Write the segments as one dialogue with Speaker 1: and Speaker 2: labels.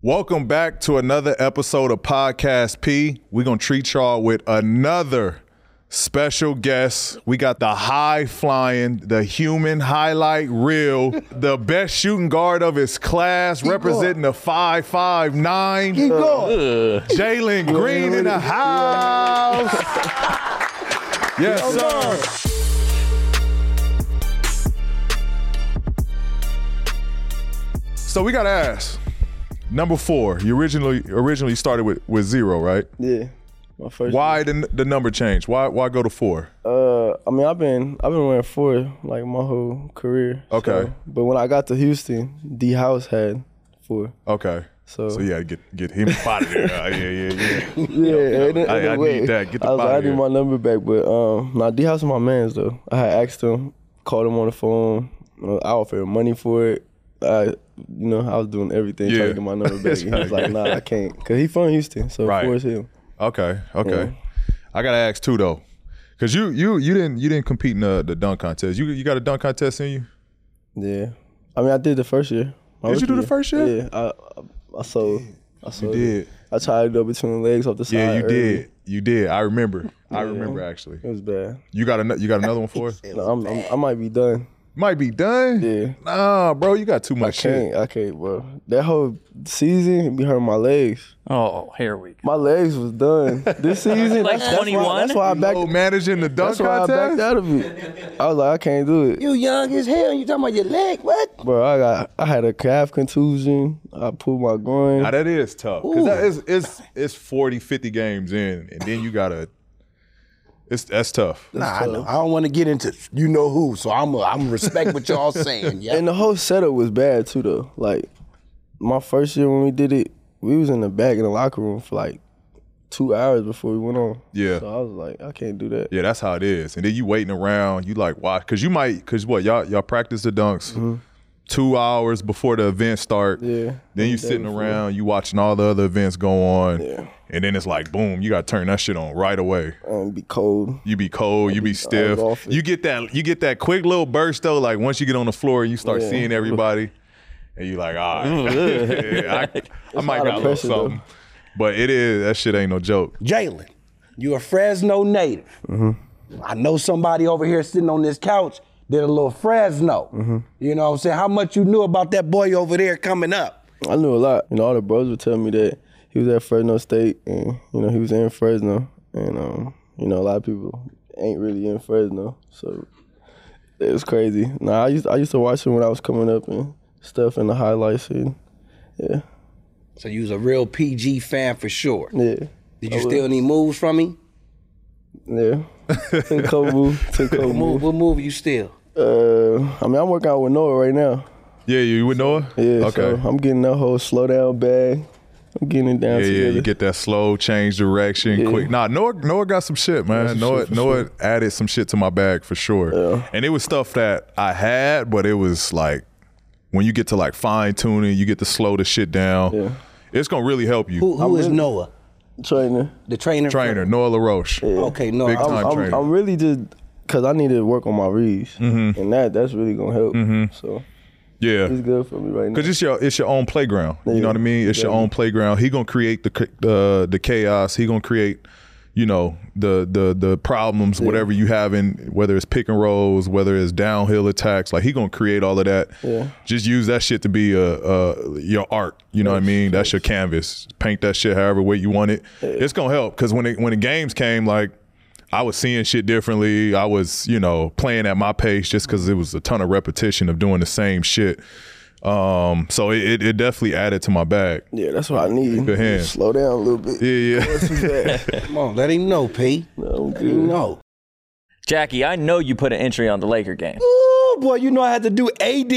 Speaker 1: Welcome back to another episode of Podcast P. We're going to treat y'all with another special guest. We got the high flying, the human highlight reel, the best shooting guard of his class, repreting the 559.
Speaker 2: Uh,
Speaker 1: Jalen Green in the house. yes, sir. So we got to ask. Number four, you originally originally started with, with zero, right?
Speaker 2: Yeah, my first.
Speaker 1: Why the, the number change? Why why go to four?
Speaker 2: Uh, I mean, I've been I've been wearing four like my whole career. so-
Speaker 1: Okay.
Speaker 2: but when I got to Houston, D House had four.
Speaker 1: Okay.
Speaker 2: So,
Speaker 1: So yeah, get get him out of there. Uh, yeah, yeah, yeah.
Speaker 2: yeah, ain't no-
Speaker 1: I-
Speaker 2: ain't no
Speaker 1: I need
Speaker 2: way.
Speaker 1: that. Get the
Speaker 2: I was
Speaker 1: fuck
Speaker 2: like,
Speaker 1: out
Speaker 2: I
Speaker 1: of
Speaker 2: need
Speaker 1: here.
Speaker 2: my number back, but um, nah, D House is my man's though. I had asked him, called him on the phone. uh, I offered him money for it. I, you know, I was doing everything
Speaker 1: Yeah.
Speaker 2: trying to get my number back. and he was
Speaker 1: Trying to
Speaker 2: like, Nah, I can't, cause he from Houston, so
Speaker 1: Right.
Speaker 2: four is him.
Speaker 1: Okay, okay.
Speaker 2: Yeah.
Speaker 1: I gotta ask too though, cause you you you didn't you didn't compete in the, the dunk contest. You you got a dunk contest in you?
Speaker 2: Yeah, I mean, I did the first year. my
Speaker 1: Did you do
Speaker 2: rookie
Speaker 1: the first year?
Speaker 2: Yeah, I, I, I sold. I sold it.
Speaker 1: did.
Speaker 2: I tried to go between the legs off the side.
Speaker 1: Yeah, you
Speaker 2: early.
Speaker 1: did. You did. I remember. I remember actually.
Speaker 2: It was bad.
Speaker 1: You got another you got another one for us?
Speaker 2: No, I'm, I'm, I might be done.
Speaker 1: Might be done.
Speaker 2: Yeah.
Speaker 1: Nah, bro, you got too much shit.
Speaker 2: Can't, I can't, bro. That whole season be hurting my legs.
Speaker 3: Oh, here we go.
Speaker 2: My legs was done this season.
Speaker 3: Like
Speaker 2: that's, that's why,
Speaker 3: 21?
Speaker 2: that's why I
Speaker 1: Oh,
Speaker 2: backed.
Speaker 1: managing the dunk
Speaker 2: That's why I backed
Speaker 1: contest.
Speaker 2: out of it. I was like, I can't do it,
Speaker 4: You young as hell. You talking about your leg? What?
Speaker 2: bro. I got, I had a calf contusion. I pulled my groin.
Speaker 1: Now, that is tough. Cause that is it's it's 40, 50 games in, and then you gotta. It's that's tough.
Speaker 4: Nah, I, know. I don't want to get into you know who. So I'm a, I'm respect what y'all saying. Yeah.
Speaker 2: And the whole setup was bad too, though. Like my first year when we did it, we was in the back in the locker room for like two hours before we went on.
Speaker 1: Yeah.
Speaker 2: So I was like, I can't do that.
Speaker 1: Yeah, that's how it is. And then you waiting around, you like watch because you might because what y'all y'all practice the dunks two hours before the event start.
Speaker 2: Mm-hmm. Yeah.
Speaker 1: Then you sitting around, you watching all the other events go on.
Speaker 2: Yeah.
Speaker 1: And then it's like boom, you got to turn that shit on right away.
Speaker 2: And um, be cold.
Speaker 1: You be cold, you be stiff.
Speaker 2: off it.
Speaker 1: You get that you get that quick little burst though. Like once you get on the floor and you start
Speaker 2: Yeah. Mm,
Speaker 1: seeing everybody, and you like all right, I, I might
Speaker 2: lot
Speaker 1: got a
Speaker 2: of
Speaker 1: little
Speaker 2: pressure, though.
Speaker 1: something. But it is that shit ain't no joke.
Speaker 4: Jalen, you a Fresno native. I know somebody over here sitting on this couch did a little Fresno. You know what I'm saying? How much you knew about that boy over there coming up?
Speaker 2: I knew a lot. You know, all the bros would tell me that he was at Fresno State and, you know, he was in Fresno. And, um, you know, a lot of people ain't really in Fresno. So it was crazy. Nah, I used, I used to watch him when I was coming up and stuff in the highlights. And yeah.
Speaker 4: So you was a real PG fan for sure.
Speaker 2: Yeah.
Speaker 4: Did you steal any moves from him?
Speaker 2: Yeah. Took a couple moves. Took a couple
Speaker 4: Move,
Speaker 2: moves.
Speaker 4: what move you steal?
Speaker 2: Uh, I mean, I'm working out with Noah right now.
Speaker 1: Yeah, you with Noah?
Speaker 2: Yeah.
Speaker 1: Okay.
Speaker 2: So I'm getting that whole slow down bag. I'm getting it down
Speaker 1: Yeah,
Speaker 2: together.
Speaker 1: yeah, you get that slow change direction, quick. Nah, Noah, Noah got some shit, man.
Speaker 2: some
Speaker 1: Noah,
Speaker 2: shit for
Speaker 1: Noah added some shit to my bag for sure, and it was stuff that I had, but it was like when you get to like fine tuning, you get to slow the shit down.
Speaker 2: Yeah.
Speaker 1: It's gonna really help you.
Speaker 4: Who, who is Noah?
Speaker 2: Trainer.
Speaker 4: The trainer?
Speaker 1: Trainer Noah LaRoche.
Speaker 4: Okay, Noah.
Speaker 1: Big
Speaker 4: I'm-
Speaker 1: time.
Speaker 2: I'm,
Speaker 1: trainer.
Speaker 2: I'm really just because I need to work on my reads,
Speaker 1: Mm-hmm.
Speaker 2: and that that's really gonna help. So
Speaker 1: Yeah,
Speaker 2: it's good for me right now.
Speaker 1: because it's your it's your own playground. You know what I mean? It's your own playground. He gonna create the c- uh, the chaos. He gonna create. You know the the the problems, whatever you have in, whether it's pick and rolls, whether it's downhill attacks, like he gonna create all of that.
Speaker 2: Yeah.
Speaker 1: Just use that shit to be a, a your art. You know what I mean? That's your canvas. Paint that shit however way you want it. It's gonna help because when it, when the games came, like I was seeing shit differently. I was you know playing at my pace just because it was a ton of repetition of doing the same shit. Um, so it, it, it definitely added to my bag.
Speaker 2: yeah, that's what I need.
Speaker 1: Good hand.
Speaker 2: Slow down a little bit.
Speaker 1: Yeah, yeah.
Speaker 4: Come on, let him know, P.
Speaker 2: I'm
Speaker 4: Let him
Speaker 2: good.
Speaker 4: know.
Speaker 3: Jackie, I know you put an entry on the Laker game.
Speaker 4: Ooh, boy, you know I had to do AD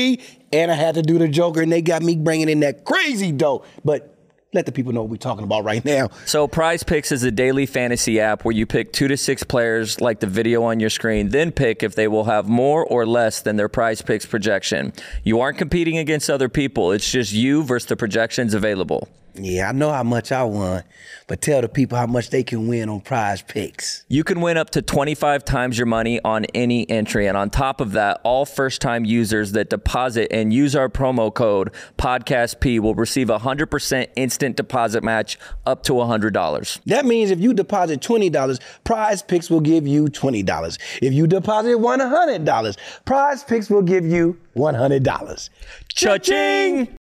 Speaker 4: and I had to do the Joker, and they got me bringing in that crazy dough. But let the people know what we're talking about right now.
Speaker 3: So Prize Picks is a daily fantasy app where you pick two to six players like the video on your screen, then pick if they will have more or less than their Prize Picks projection. You aren't competing against other people. It's just you versus the projections available.
Speaker 4: Yeah, I know how much I won, but tell the people how much they can win on prize picks.
Speaker 3: You can win up to 25 times your money on any entry. And on top of that, all first time users that deposit and use our promo code PODCASTP will receive a 100% instant deposit match up to $100.
Speaker 4: That means if you deposit $20, prize picks will give you $20. If you deposit $100, prize picks will give you $100.
Speaker 3: Cha-ching!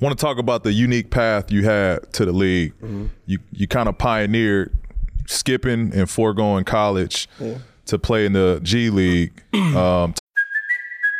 Speaker 1: want to talk about the unique path you had to the league. You you kind of pioneered skipping and foregoing college to play in the G League. Um,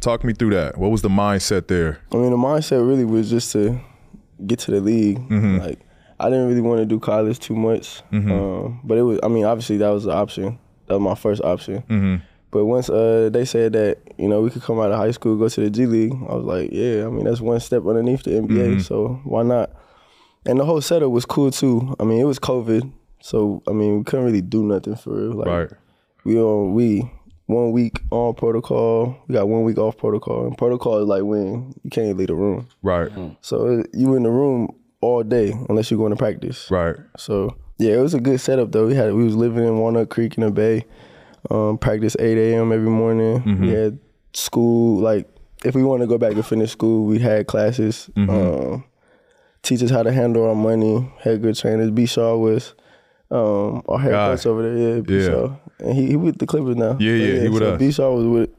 Speaker 1: talk me through that. What was the mindset there?
Speaker 2: I mean, the mindset really was just to get to the league. Like, I didn't really want to do college too much, um, but it was. I mean, obviously that was the option. That was my first option. But once uh, they said that, you know, we could come out of high school, go to the G League. I was like, yeah. I mean, that's one step underneath the NBA, so why not? And the whole setup was cool too. I mean, it was COVID, so I mean, we couldn't really do nothing for real. Like,
Speaker 1: Right.
Speaker 2: we on we one week on protocol. We got one week off protocol, and protocol is like when you can't leave the room.
Speaker 1: Right.
Speaker 2: So uh, you in the room all day unless you're going to practice.
Speaker 1: Right.
Speaker 2: So yeah, it was a good setup though. We had we was living in Walnut Creek in the Bay. Um, practice 8 a.m. every morning.
Speaker 1: Mm-hmm.
Speaker 2: We had school like if we want to go back to finish school, we had classes.
Speaker 1: Mm-hmm.
Speaker 2: Um, teach us how to handle our money. Had good trainers. B. Shaw was um, our head
Speaker 1: Guy.
Speaker 2: coach over there. Yeah, B.
Speaker 1: Yeah.
Speaker 2: Shaw, and he, he with the Clippers now.
Speaker 1: Yeah, yeah, he with
Speaker 2: so
Speaker 1: us.
Speaker 2: B. Shaw was with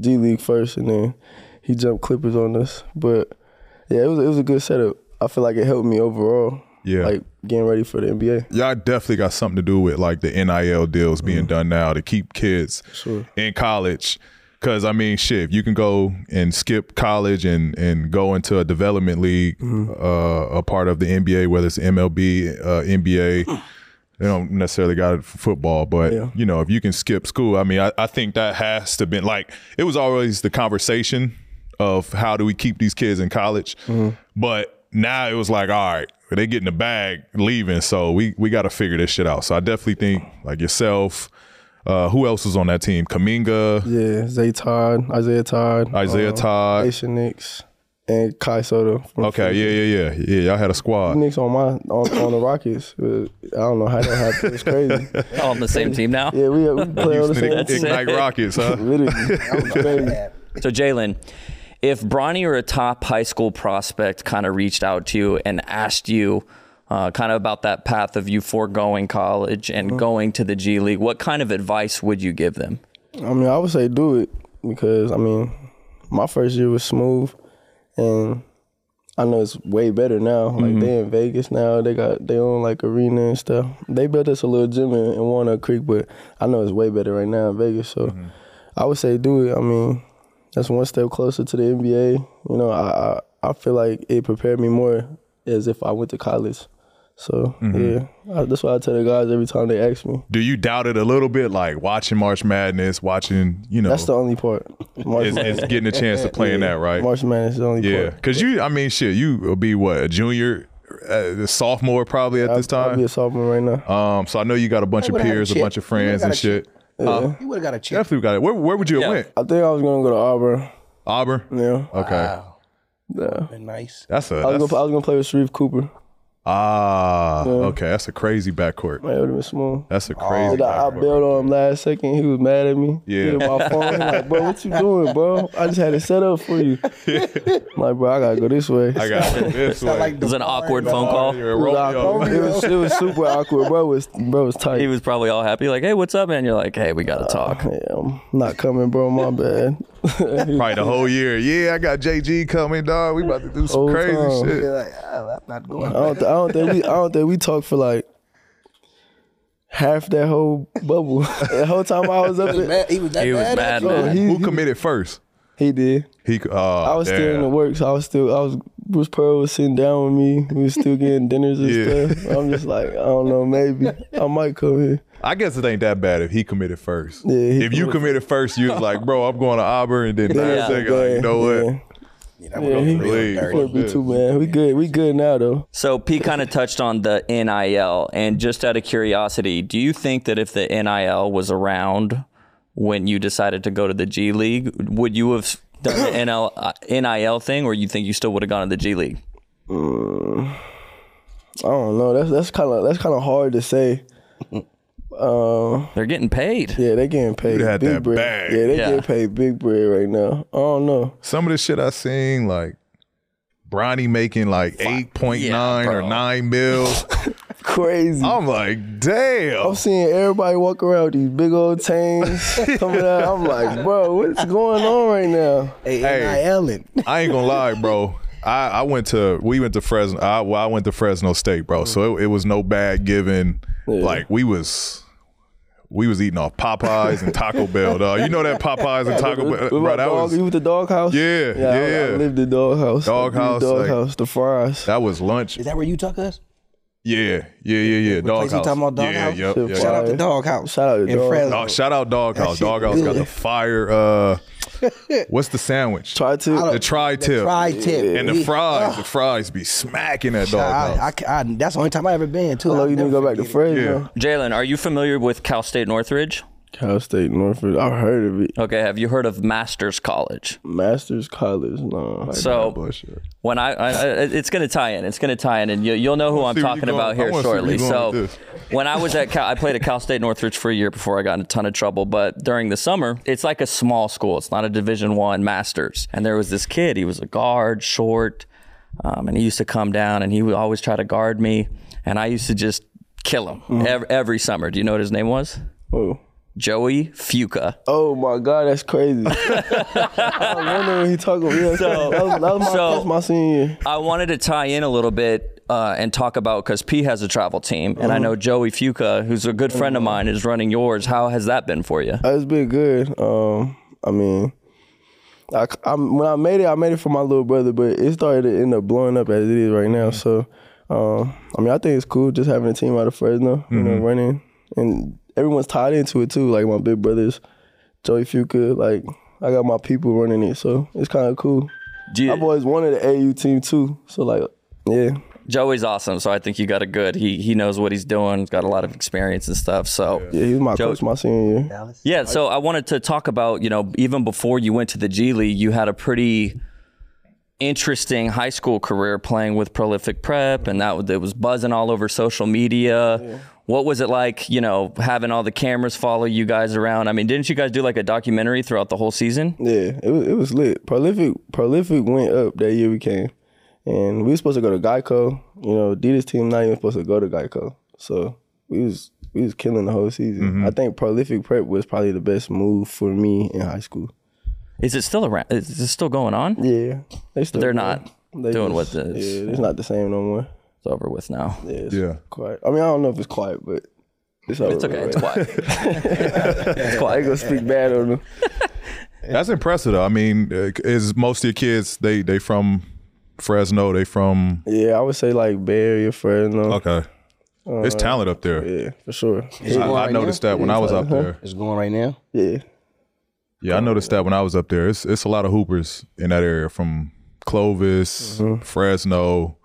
Speaker 2: G League first, and then he jumped Clippers on us. But yeah, it was it was a good setup. I feel like it helped me overall.
Speaker 1: Yeah.
Speaker 2: like getting ready for the NBA.
Speaker 1: Y'all definitely got something to do with like the NIL deals being done now to keep kids in college. Cause I mean, shit, if you can go and skip college and and go into a development league, uh, a part of the NBA, whether it's MLB, uh, NBA. They don't necessarily got it for football, but
Speaker 2: Yeah.
Speaker 1: you know, if you can skip school, I mean, I, I think that has to been like it was always the conversation of how do we keep these kids in college,
Speaker 2: Mm-hmm.
Speaker 1: but now it was like, all right, they getting the bag leaving, so we we got to figure this shit out. So I definitely think like yourself, uh, who else was on that team? Kaminga,
Speaker 2: Yeah, Zay Todd, Isaiah Todd,
Speaker 1: Isaiah Todd.
Speaker 2: Asian Knicks, and Kai Soto. from
Speaker 1: Okay,
Speaker 2: Phoenix.
Speaker 1: yeah, yeah, yeah, yeah. Y'all had a squad.
Speaker 2: Knicks on my on, on the Rockets. Uh, I don't know how that happened. It's crazy.
Speaker 3: All on the same team now?
Speaker 2: Yeah, we, we play on
Speaker 1: Houston
Speaker 2: the same
Speaker 1: Ign-
Speaker 2: team.
Speaker 1: Ignite Rockets, huh?
Speaker 2: Literally, it's crazy.
Speaker 3: So Jalen, if Bronny or a top high school prospect kind of reached out to you and asked you uh, kind of about that path of you foregoing college and going to the G League, what kind of advice would you give them?
Speaker 2: I mean, I would say do it because I mean, my first year was smooth, and I know it's way better now.
Speaker 1: Mm-hmm.
Speaker 2: Like they in Vegas now, they got their own like arena and stuff. They built us a little gym in, in Walnut Creek, but I know it's way better right now in Vegas. So
Speaker 1: Mm-hmm.
Speaker 2: I would say do it. I mean, that's one step closer to the NBA. You know, I I, I feel like it prepared me more as if I went to college. So
Speaker 1: Mm-hmm.
Speaker 2: yeah, I, that's why I tell the guys every time they ask me.
Speaker 1: Do you doubt it a little bit? Like watching March Madness, watching you know,
Speaker 2: That's the only part. March
Speaker 1: is, is
Speaker 2: Madness.
Speaker 1: getting a chance to play in that, right?
Speaker 2: March Madness is the only
Speaker 1: yeah,
Speaker 2: part.
Speaker 1: because you, I mean, shit, you will be what a junior, uh, sophomore probably at this
Speaker 2: I'll be
Speaker 1: time.
Speaker 2: a sophomore right now.
Speaker 1: Um, so I know you got a bunch of
Speaker 4: would've had a
Speaker 1: peers, a
Speaker 4: chip.
Speaker 1: bunch of
Speaker 4: You
Speaker 1: friends
Speaker 4: got
Speaker 1: and
Speaker 4: a chip.
Speaker 1: shit. Huh?
Speaker 4: You would have got a chip.
Speaker 1: Definitely got it. Where, where would you have went?
Speaker 2: I think I was gonna go to Auburn.
Speaker 1: Auburn.
Speaker 2: Yeah,
Speaker 1: Okay,
Speaker 2: yeah.
Speaker 4: Been nice.
Speaker 1: that's a
Speaker 2: I was,
Speaker 1: that's,
Speaker 2: gonna, I was gonna play with Sharif Cooper.
Speaker 1: ah okay. That's a crazy backcourt.
Speaker 2: Might have been small.
Speaker 1: That's a crazy.
Speaker 2: But I, I
Speaker 1: backcourt.
Speaker 2: bailed on him last second. He was mad at me.
Speaker 1: Yeah.
Speaker 2: He hit my phone. He like, bro, what you doing, bro? I just had it set up for you. I'm like, bro, I gotta go this way.
Speaker 1: I got it this way.
Speaker 3: It was an awkward phone call.
Speaker 1: You're a
Speaker 2: it was, awkward.
Speaker 1: Romeo.
Speaker 2: it, was, it was super awkward, bro. It was bro it was tight.
Speaker 3: He was probably all happy, like, "Hey, what's up?" And you're like, "Hey, we gotta talk."
Speaker 2: yeah, I'm not coming, bro. My bad.
Speaker 1: Probably the whole year. Yeah, I got JG coming, dog. We about to do some
Speaker 2: Whole
Speaker 1: crazy
Speaker 2: time.
Speaker 1: shit.
Speaker 4: like, oh, I'm not
Speaker 2: I
Speaker 4: going.
Speaker 2: don't, th- I don't think we I don't think we talked for like half that whole bubble. the whole time I was up there,
Speaker 4: Mad- He was that
Speaker 3: He was
Speaker 4: mad at
Speaker 3: mad,
Speaker 4: you?
Speaker 3: man.
Speaker 2: he,
Speaker 1: Who committed first?
Speaker 2: he did.
Speaker 1: He. Uh,
Speaker 2: I was still in the works. I was still I was Bruce Pearl was sitting down with me. We was still getting dinners and
Speaker 1: Yeah.
Speaker 2: stuff. I'm just like I don't know. Maybe I might come here.
Speaker 1: I guess it ain't that bad if he committed first.
Speaker 2: Yeah, he
Speaker 1: if you committed first, you was like, bro, I'm going to Auburn, and then yeah. second, like, you know what?
Speaker 2: Yeah.
Speaker 4: That would've
Speaker 2: Yeah, he-
Speaker 4: been real
Speaker 1: Please.
Speaker 4: dirty.
Speaker 2: Wouldn't be too bad. We good. We good now though.
Speaker 3: So P kind of touched on the NIL, and just out of curiosity, do you think that if the NIL was around when you decided to go to the G League, would you have done the NL, uh, NIL thing, or you think you still would have gone to the G League?
Speaker 2: I don't know. That's that's kind of that's kind of hard to say.
Speaker 3: They're getting paid.
Speaker 2: Yeah, they getting paid.
Speaker 1: You had
Speaker 2: big
Speaker 1: that
Speaker 2: bread.
Speaker 1: bag.
Speaker 2: Yeah, they
Speaker 3: Yeah.
Speaker 2: getting paid big bread right now. I don't know.
Speaker 1: Some of the shit I seen, like Bronny making like 8.9 or
Speaker 3: bro.
Speaker 1: 9 mil.
Speaker 2: Crazy.
Speaker 1: I'm like, damn.
Speaker 2: I'm seeing everybody walk around with these big old chains coming out. I'm like, bro, what's going on right now?
Speaker 4: Hey,
Speaker 1: Hey.
Speaker 4: NIL it.
Speaker 1: I ain't gonna lie, bro. I, I went to we went to Fresno. I, well, I went to Fresno State, bro. So it, it was no bad given. Like we was we was eating off Popeyes and Taco Bell, dog. You know that Popeyes and Taco Bell,
Speaker 2: With my
Speaker 1: bro. That
Speaker 2: dog,
Speaker 1: was
Speaker 2: you with the doghouse?
Speaker 1: Yeah,
Speaker 2: yeah. I- I,
Speaker 1: yeah.
Speaker 2: lived the doghouse.
Speaker 1: Doghouse,
Speaker 2: the
Speaker 1: like-
Speaker 2: doghouse, the fries.
Speaker 1: that was lunch.
Speaker 4: Is that where you took us?
Speaker 1: Yeah, yeah, yeah, yeah.
Speaker 4: place
Speaker 1: Doghouse.
Speaker 4: you talking about,
Speaker 1: Yeah,
Speaker 4: Doghouse?
Speaker 1: yep,
Speaker 2: Shit,
Speaker 1: yep.
Speaker 4: Shout out to
Speaker 2: Fire.
Speaker 4: Doghouse.
Speaker 2: Shout out to
Speaker 4: in
Speaker 2: Doghouse.
Speaker 4: Fresno.
Speaker 1: Dog, shout out Doghouse.
Speaker 4: shit
Speaker 1: Doghouse got
Speaker 4: good.
Speaker 1: the fire. Uh, what's the sandwich?
Speaker 2: Try to.
Speaker 1: the tri tip
Speaker 4: Tri-tip.
Speaker 1: and the fries. the fries be smacking that doghouse.
Speaker 4: I, I, I, that's the only time I ever been to.
Speaker 2: How long you didn't go back to Fresno?
Speaker 1: Yeah.
Speaker 3: Jalen, are you familiar with Cal State Northridge?
Speaker 2: Cal State Northridge. I've heard of it.
Speaker 3: Okay, have you heard of Masters College?
Speaker 2: Masters College. No.
Speaker 3: So
Speaker 1: Bush, yeah.
Speaker 3: when I, I I- it's going to tie in, it's going to tie in, and you, you'll know who I'm
Speaker 1: see where
Speaker 3: talking
Speaker 1: you
Speaker 3: about
Speaker 1: going- I
Speaker 3: here
Speaker 1: wanna see where
Speaker 3: shortly.
Speaker 1: you going
Speaker 3: So
Speaker 1: with this.
Speaker 3: when I was at Cal, I played at Cal State Northridge for a year before I got in a ton of trouble. But during the summer, it's like a small school. It's not a Division One Masters. And there was this kid. He was a guard, short, um, and he used to come down and he would always try to guard me, and I used to just kill him
Speaker 1: Mm-hmm.
Speaker 3: ev- every summer. Do you know what his name was?
Speaker 2: Oh.
Speaker 3: Joey Fuca.
Speaker 2: Oh my God, that's crazy. I remember when he talked about yeah,
Speaker 3: So-
Speaker 2: that was, that was my,
Speaker 3: so-
Speaker 2: that's my senior year.
Speaker 3: I wanted to tie in a little bit uh, and talk about because P has a travel team, and I know Joey Fuca, who's a good friend of mine, is running yours. How has that been for you?
Speaker 2: Uh, It's been good. Um, I mean, I, am when I made it, I made it for my little brother, but it started to end up blowing up as it is right now. So, um, I mean, I think it's cool just having a team out of Fresno, you know, running, and everyone's tied into it too. Like my big brothers, Joey Fuca, like I got my people running it, so it's kind of cool.
Speaker 3: Do you-
Speaker 2: I've always wanted an AU team too, so like, yeah.
Speaker 3: Joey's awesome, so I think you got a good. He he knows what he's doing. He's got a lot of experience and stuff. So
Speaker 2: Yeah, he was my
Speaker 3: Joe-
Speaker 2: coach my senior year.
Speaker 3: Yeah, so I wanted to talk about, you know, even before you went to the G League, you had a pretty interesting high school career playing with Prolific Prep, and that was, it was buzzing all over social media. What was it like, you know, having all the cameras follow you guys around? I mean, didn't you guys do like a documentary throughout the whole season?
Speaker 2: Yeah, it was, it was lit. Prolific Prolific went up that year we came, and we were supposed to go to Geico. You know, Adidas team not even supposed to go to Geico, so we was we was killing the whole season.
Speaker 1: Mm-hmm.
Speaker 2: I think Prolific Prep was probably the best move for me in high school.
Speaker 3: Is it still around? Is it still going on?
Speaker 2: Yeah, they still
Speaker 3: They're
Speaker 2: good.
Speaker 3: not
Speaker 2: They
Speaker 3: doing
Speaker 2: just-
Speaker 3: what this-
Speaker 2: Yeah, it's not the same no more.
Speaker 3: It's over with now.
Speaker 2: Yeah, it's
Speaker 1: Yeah.
Speaker 2: quiet. I mean, I don't know if it's quiet, but it's,
Speaker 3: It's okay. It's quiet. it's
Speaker 2: I ain't
Speaker 3: quiet.
Speaker 2: gonna speak bad on them.
Speaker 1: That's impressive. though. I mean, uh, is most of your kids they they from Fresno? They from
Speaker 2: Yeah, I would say like Bay Area, Fresno.
Speaker 1: okay.
Speaker 4: Uh,
Speaker 1: it's talent up there.
Speaker 2: Yeah, for sure.
Speaker 1: I, I
Speaker 4: Right now?
Speaker 1: noticed that when I was up there.
Speaker 4: It's going right now.
Speaker 2: Uh-huh. Yeah.
Speaker 1: Yeah, I noticed that when I was up there. It's it's a lot of hoopers in that area from Clovis, Fresno,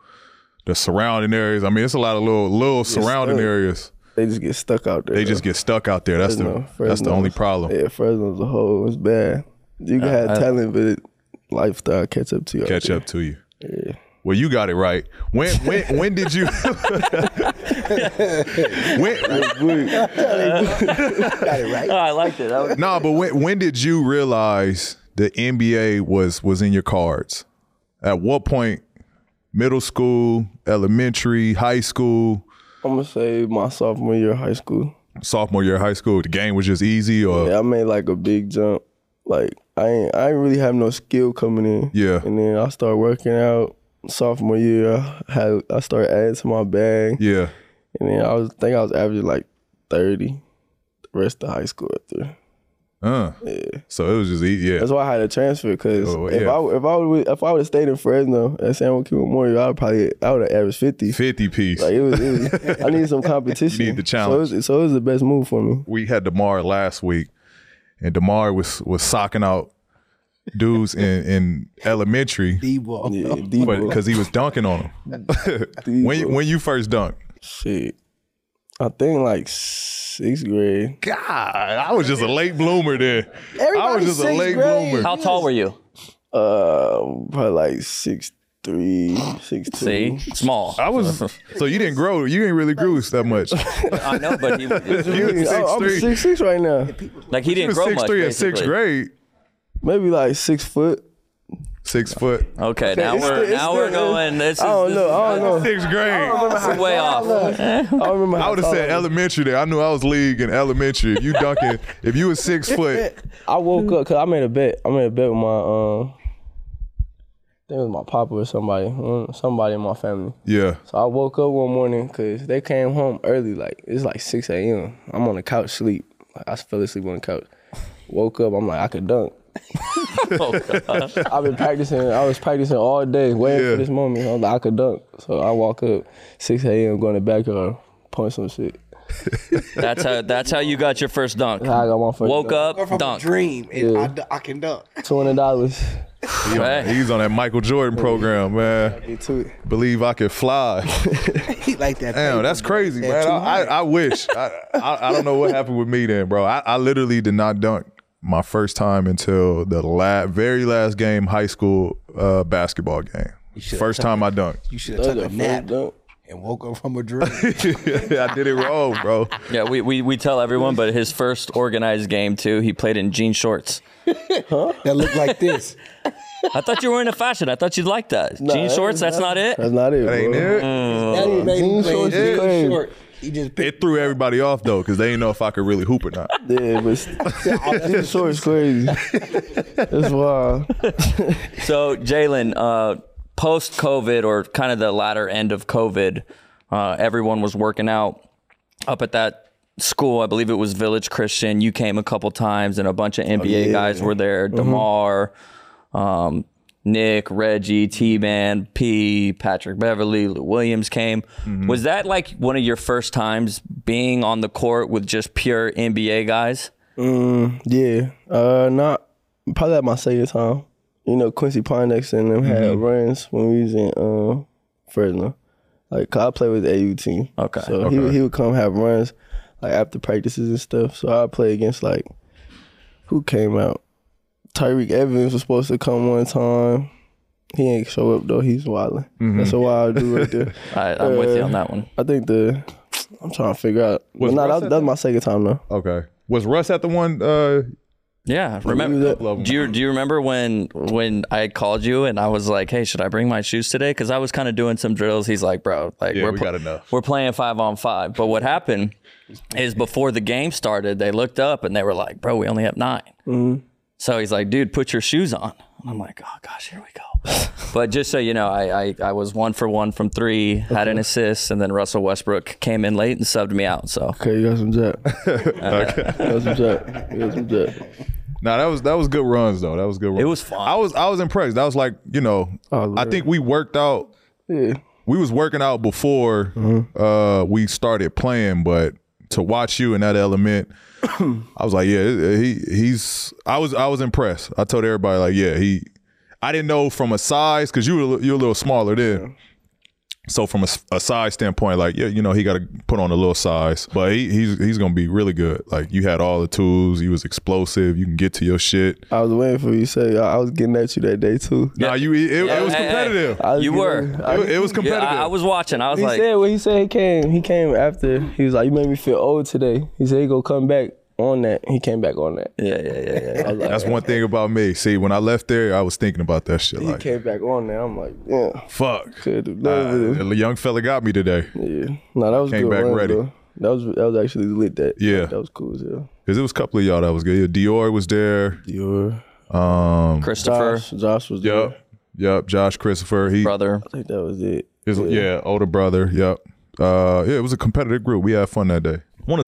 Speaker 1: the surrounding areas. I mean, it's a lot of little little surrounding
Speaker 2: stuck.
Speaker 1: areas.
Speaker 2: They just get stuck out there.
Speaker 1: They just get stuck out there. That's the that's the only problem.
Speaker 2: Yeah, Fresno's a whole. It's bad. You got talent, but it, lifestyle catch up to you. out
Speaker 1: Catch
Speaker 2: there.
Speaker 1: up to you. Well, you got it right. When when when did you when,
Speaker 3: Oh, I liked it. That was-
Speaker 1: nah, but when when did you realize the NBA was was in your cards? At what point? Middle school, elementary, high school,
Speaker 2: I'm gonna say my sophomore year of high school.
Speaker 1: sophomore year of high school. The game was just easy, or
Speaker 2: Yeah, I made like a big jump. like I ain't, I ain't really have no skill coming in.
Speaker 1: Yeah.
Speaker 2: And then I started working out sophomore year. I had I started adding to my bag,
Speaker 1: Yeah.
Speaker 2: and then I was think I was averaging like thirty. The rest of high school after.
Speaker 1: Uh. So it was just eat. Yeah.
Speaker 2: That's why I had to transfer because
Speaker 1: Oh,
Speaker 2: if
Speaker 1: yeah.
Speaker 2: I if I would if I would have stayed in Fresno at San Joaquin Memorial, I would probably I would have averaged fifty.
Speaker 1: Fifty piece.
Speaker 2: Like it was, it was I needed some competition.
Speaker 1: You need the
Speaker 2: So it, was, so it was the best move for me.
Speaker 1: we had Demar last week, and Demar was was socking out dudes in, in elementary,
Speaker 4: D-ball.
Speaker 2: Yeah, D
Speaker 1: but
Speaker 2: bro.
Speaker 1: because he was dunking on them. when you- when you first dunk,
Speaker 2: Shit, I think like sixth grade.
Speaker 1: God, I was just a late bloomer then. I was
Speaker 4: Everybody
Speaker 1: just a
Speaker 4: sixth
Speaker 1: late
Speaker 4: grade.
Speaker 1: bloomer.
Speaker 3: How tall were you?
Speaker 2: Uh, probably like six three, six two.
Speaker 3: See, small.
Speaker 1: I was so you didn't grow. You didn't really grow that much.
Speaker 3: I know, but he
Speaker 1: You
Speaker 2: I,
Speaker 1: was six
Speaker 2: I'm
Speaker 1: three.
Speaker 2: six six right now.
Speaker 3: like he
Speaker 1: You
Speaker 3: didn't
Speaker 1: was
Speaker 3: grow
Speaker 1: six
Speaker 3: much.
Speaker 1: three in sixth
Speaker 3: basically.
Speaker 1: grade.
Speaker 2: Maybe like six foot.
Speaker 1: Six foot.
Speaker 3: Okay, now
Speaker 2: It's
Speaker 3: we're
Speaker 2: still- it's
Speaker 3: now we're
Speaker 2: still-
Speaker 3: going. This is,
Speaker 2: I don't
Speaker 3: this
Speaker 2: know.
Speaker 3: is
Speaker 2: I don't know.
Speaker 1: Sixth
Speaker 2: Oh,
Speaker 1: grade.
Speaker 3: way off.
Speaker 2: I don't remember.
Speaker 1: I
Speaker 2: how
Speaker 1: would have
Speaker 2: tall
Speaker 1: said
Speaker 2: was.
Speaker 1: elementary there. I knew I was league in elementary. If you dunking, if you was six foot,
Speaker 2: I woke up because I made a bet. I made a bet with my um, I think it was my papa or somebody, mm, somebody in my family.
Speaker 1: yeah.
Speaker 2: So I woke up one morning because they came home early. Like it's like six a.m. I'm on the couch sleep. Like I fell asleep on the couch. Woke up. I'm like I could dunk. I've been practicing. I was practicing all day, waiting
Speaker 1: Yeah.
Speaker 2: for this moment. I'm like I could dunk. So I walk up six a.m. Go in the backyard, punch some shit.
Speaker 3: That's how that's how you got your first dunk.
Speaker 2: I got my first
Speaker 3: Woke
Speaker 2: dunk.
Speaker 4: Or
Speaker 3: up,
Speaker 4: From
Speaker 3: dunk.
Speaker 4: a dream, and
Speaker 2: Yeah.
Speaker 4: I d- I, can dunk.
Speaker 2: Two hundred dollars.
Speaker 1: He on-
Speaker 3: Hey.
Speaker 1: he's on that Michael Jordan program, man.
Speaker 2: Get to it.
Speaker 1: believe I could fly.
Speaker 4: He like that.
Speaker 1: Damn,
Speaker 4: paper,
Speaker 1: that's
Speaker 4: bro.
Speaker 1: crazy,
Speaker 4: At
Speaker 1: man. I,
Speaker 4: 200.
Speaker 1: I, I wish. I, I, I don't know what happened with me then, bro. I, I literally did not dunk my first time until the la- very last game, high school uh, basketball game. First time I dunked.
Speaker 4: You should have took a
Speaker 2: First
Speaker 4: nap
Speaker 2: dunk.
Speaker 4: and woke up from a dream.
Speaker 1: I did it wrong, bro.
Speaker 3: Yeah, we, we we tell everyone, but his first organized game too, he played in jean shorts.
Speaker 4: that looked like this.
Speaker 3: I thought you were into fashion. I thought you'd like that. jean
Speaker 2: that
Speaker 3: shorts,
Speaker 2: is
Speaker 3: that's not it.
Speaker 2: That's not it.
Speaker 1: That ain't
Speaker 2: bro.
Speaker 1: it.
Speaker 4: That ain't
Speaker 2: Uh,
Speaker 4: made
Speaker 2: jean
Speaker 4: him play
Speaker 2: shorts
Speaker 4: jean
Speaker 2: is crazy.
Speaker 4: short. He just picked.
Speaker 1: It threw everybody off though, because they didn't know if I could really hoop or not.
Speaker 2: Yeah, but this short is crazy. That's wild.
Speaker 3: So Jalen, uh, post COVID or kind of the latter end of COVID, uh, everyone was working out up at that school. I believe it was Village Christian. You came a couple times, and a bunch of NBA guys were there. Demar, um, Nick, Reggie, T Man, P, Patrick Beverly, Lou Williams came. Was that like one of your first times being on the court with just pure NBA guys?
Speaker 2: Yeah. Uh, not probably at my second time. You know, Quincy Pondex and them had runs when we was in um, Fresno. Like, 'cause I played with the AU team.
Speaker 3: Okay.
Speaker 2: So He, would- he would come have runs, like after practices and stuff. So I play against like who came out. Tyreek Evans was supposed to come one time. He ain't show up though. He's wilding. That's a wild dude right there.
Speaker 3: I, I'm with you on that one.
Speaker 2: I think the I'm trying to figure out. But nah,
Speaker 1: Russ
Speaker 2: that,
Speaker 1: at
Speaker 2: that's my second time though.
Speaker 1: Okay. Was Russ at the one? Uh,
Speaker 3: Yeah,
Speaker 2: you
Speaker 3: remember?
Speaker 2: that-
Speaker 1: Couple of 'em.
Speaker 3: Do you do you remember when when I called you and I was like, "Hey, should I bring my shoes today?" Because I was kind of doing some drills. He's like, "Bro, like
Speaker 1: Yeah,
Speaker 3: we're
Speaker 1: we
Speaker 3: pl-
Speaker 1: got enough."
Speaker 3: We're playing five on five. But what happened is before the game started, they looked up and they were like, "Bro, we only have 9
Speaker 2: Mm-hmm.
Speaker 3: So he's like, "Dude, put your shoes on." And I'm like, "Oh gosh, here we go." but just so you know, I, I I was one for one from three, had an assist, and then Russell Westbrook came in late and subbed me out. So
Speaker 2: Okay, you got some jack. You got some jack. You got some jack.
Speaker 1: No, that was that was good runs though. That was good. Runs.
Speaker 3: was fun.
Speaker 1: I was I was impressed. That was like you know. I think we worked out.
Speaker 2: Yeah.
Speaker 1: We was working out before uh, we started playing, but to watch you in that element, I was like, yeah, he he's. I was I was impressed. I told everybody like, yeah, he. I didn't know from a size because you were you were a little smaller then. So from a, s- a size standpoint, like yeah, you know he got to put on a little size, but he, he's he's gonna be really good. Like you had all the tools, you was explosive, you can get to your shit.
Speaker 2: I was waiting for you to say. I I was getting at you that day too.
Speaker 1: No, you it, it, it was
Speaker 3: Hey, hey,
Speaker 1: competitive.
Speaker 2: I was
Speaker 3: You
Speaker 2: getting
Speaker 3: were.
Speaker 2: at-
Speaker 1: It, it was
Speaker 3: Yeah,
Speaker 1: competitive.
Speaker 3: I, I was watching. I was
Speaker 2: He
Speaker 3: like,
Speaker 2: said what he said. He came. He came after. He was like, "You made me feel old today." He said he gonna come back on that. He came back on that.
Speaker 3: "Yeah, yeah, yeah, yeah."
Speaker 2: I was like,
Speaker 1: That's one thing about me. See, when I left there, I was thinking about that shit.
Speaker 2: he
Speaker 1: Like,
Speaker 2: came back on that. I'm like, yeah,
Speaker 1: fuck.
Speaker 2: could have
Speaker 1: Uh,
Speaker 2: done it.
Speaker 1: the young fella got me today.
Speaker 2: Yeah. No, that was
Speaker 1: Came
Speaker 2: good.
Speaker 1: back
Speaker 2: runs,
Speaker 1: ready.
Speaker 2: though. That was that was actually lit. That
Speaker 1: Yeah.
Speaker 2: that was cool as hell.
Speaker 1: Because it was a couple of y'all that was good. Yeah, Dior was there.
Speaker 2: Dior,
Speaker 3: Christopher,
Speaker 2: Josh, Josh was there.
Speaker 1: Yep. Yep. Josh Christopher. He
Speaker 3: brother.
Speaker 2: I think that was it.
Speaker 1: His, yeah. older brother. Yep. Uh, yeah, it was a competitive group. We had fun that day.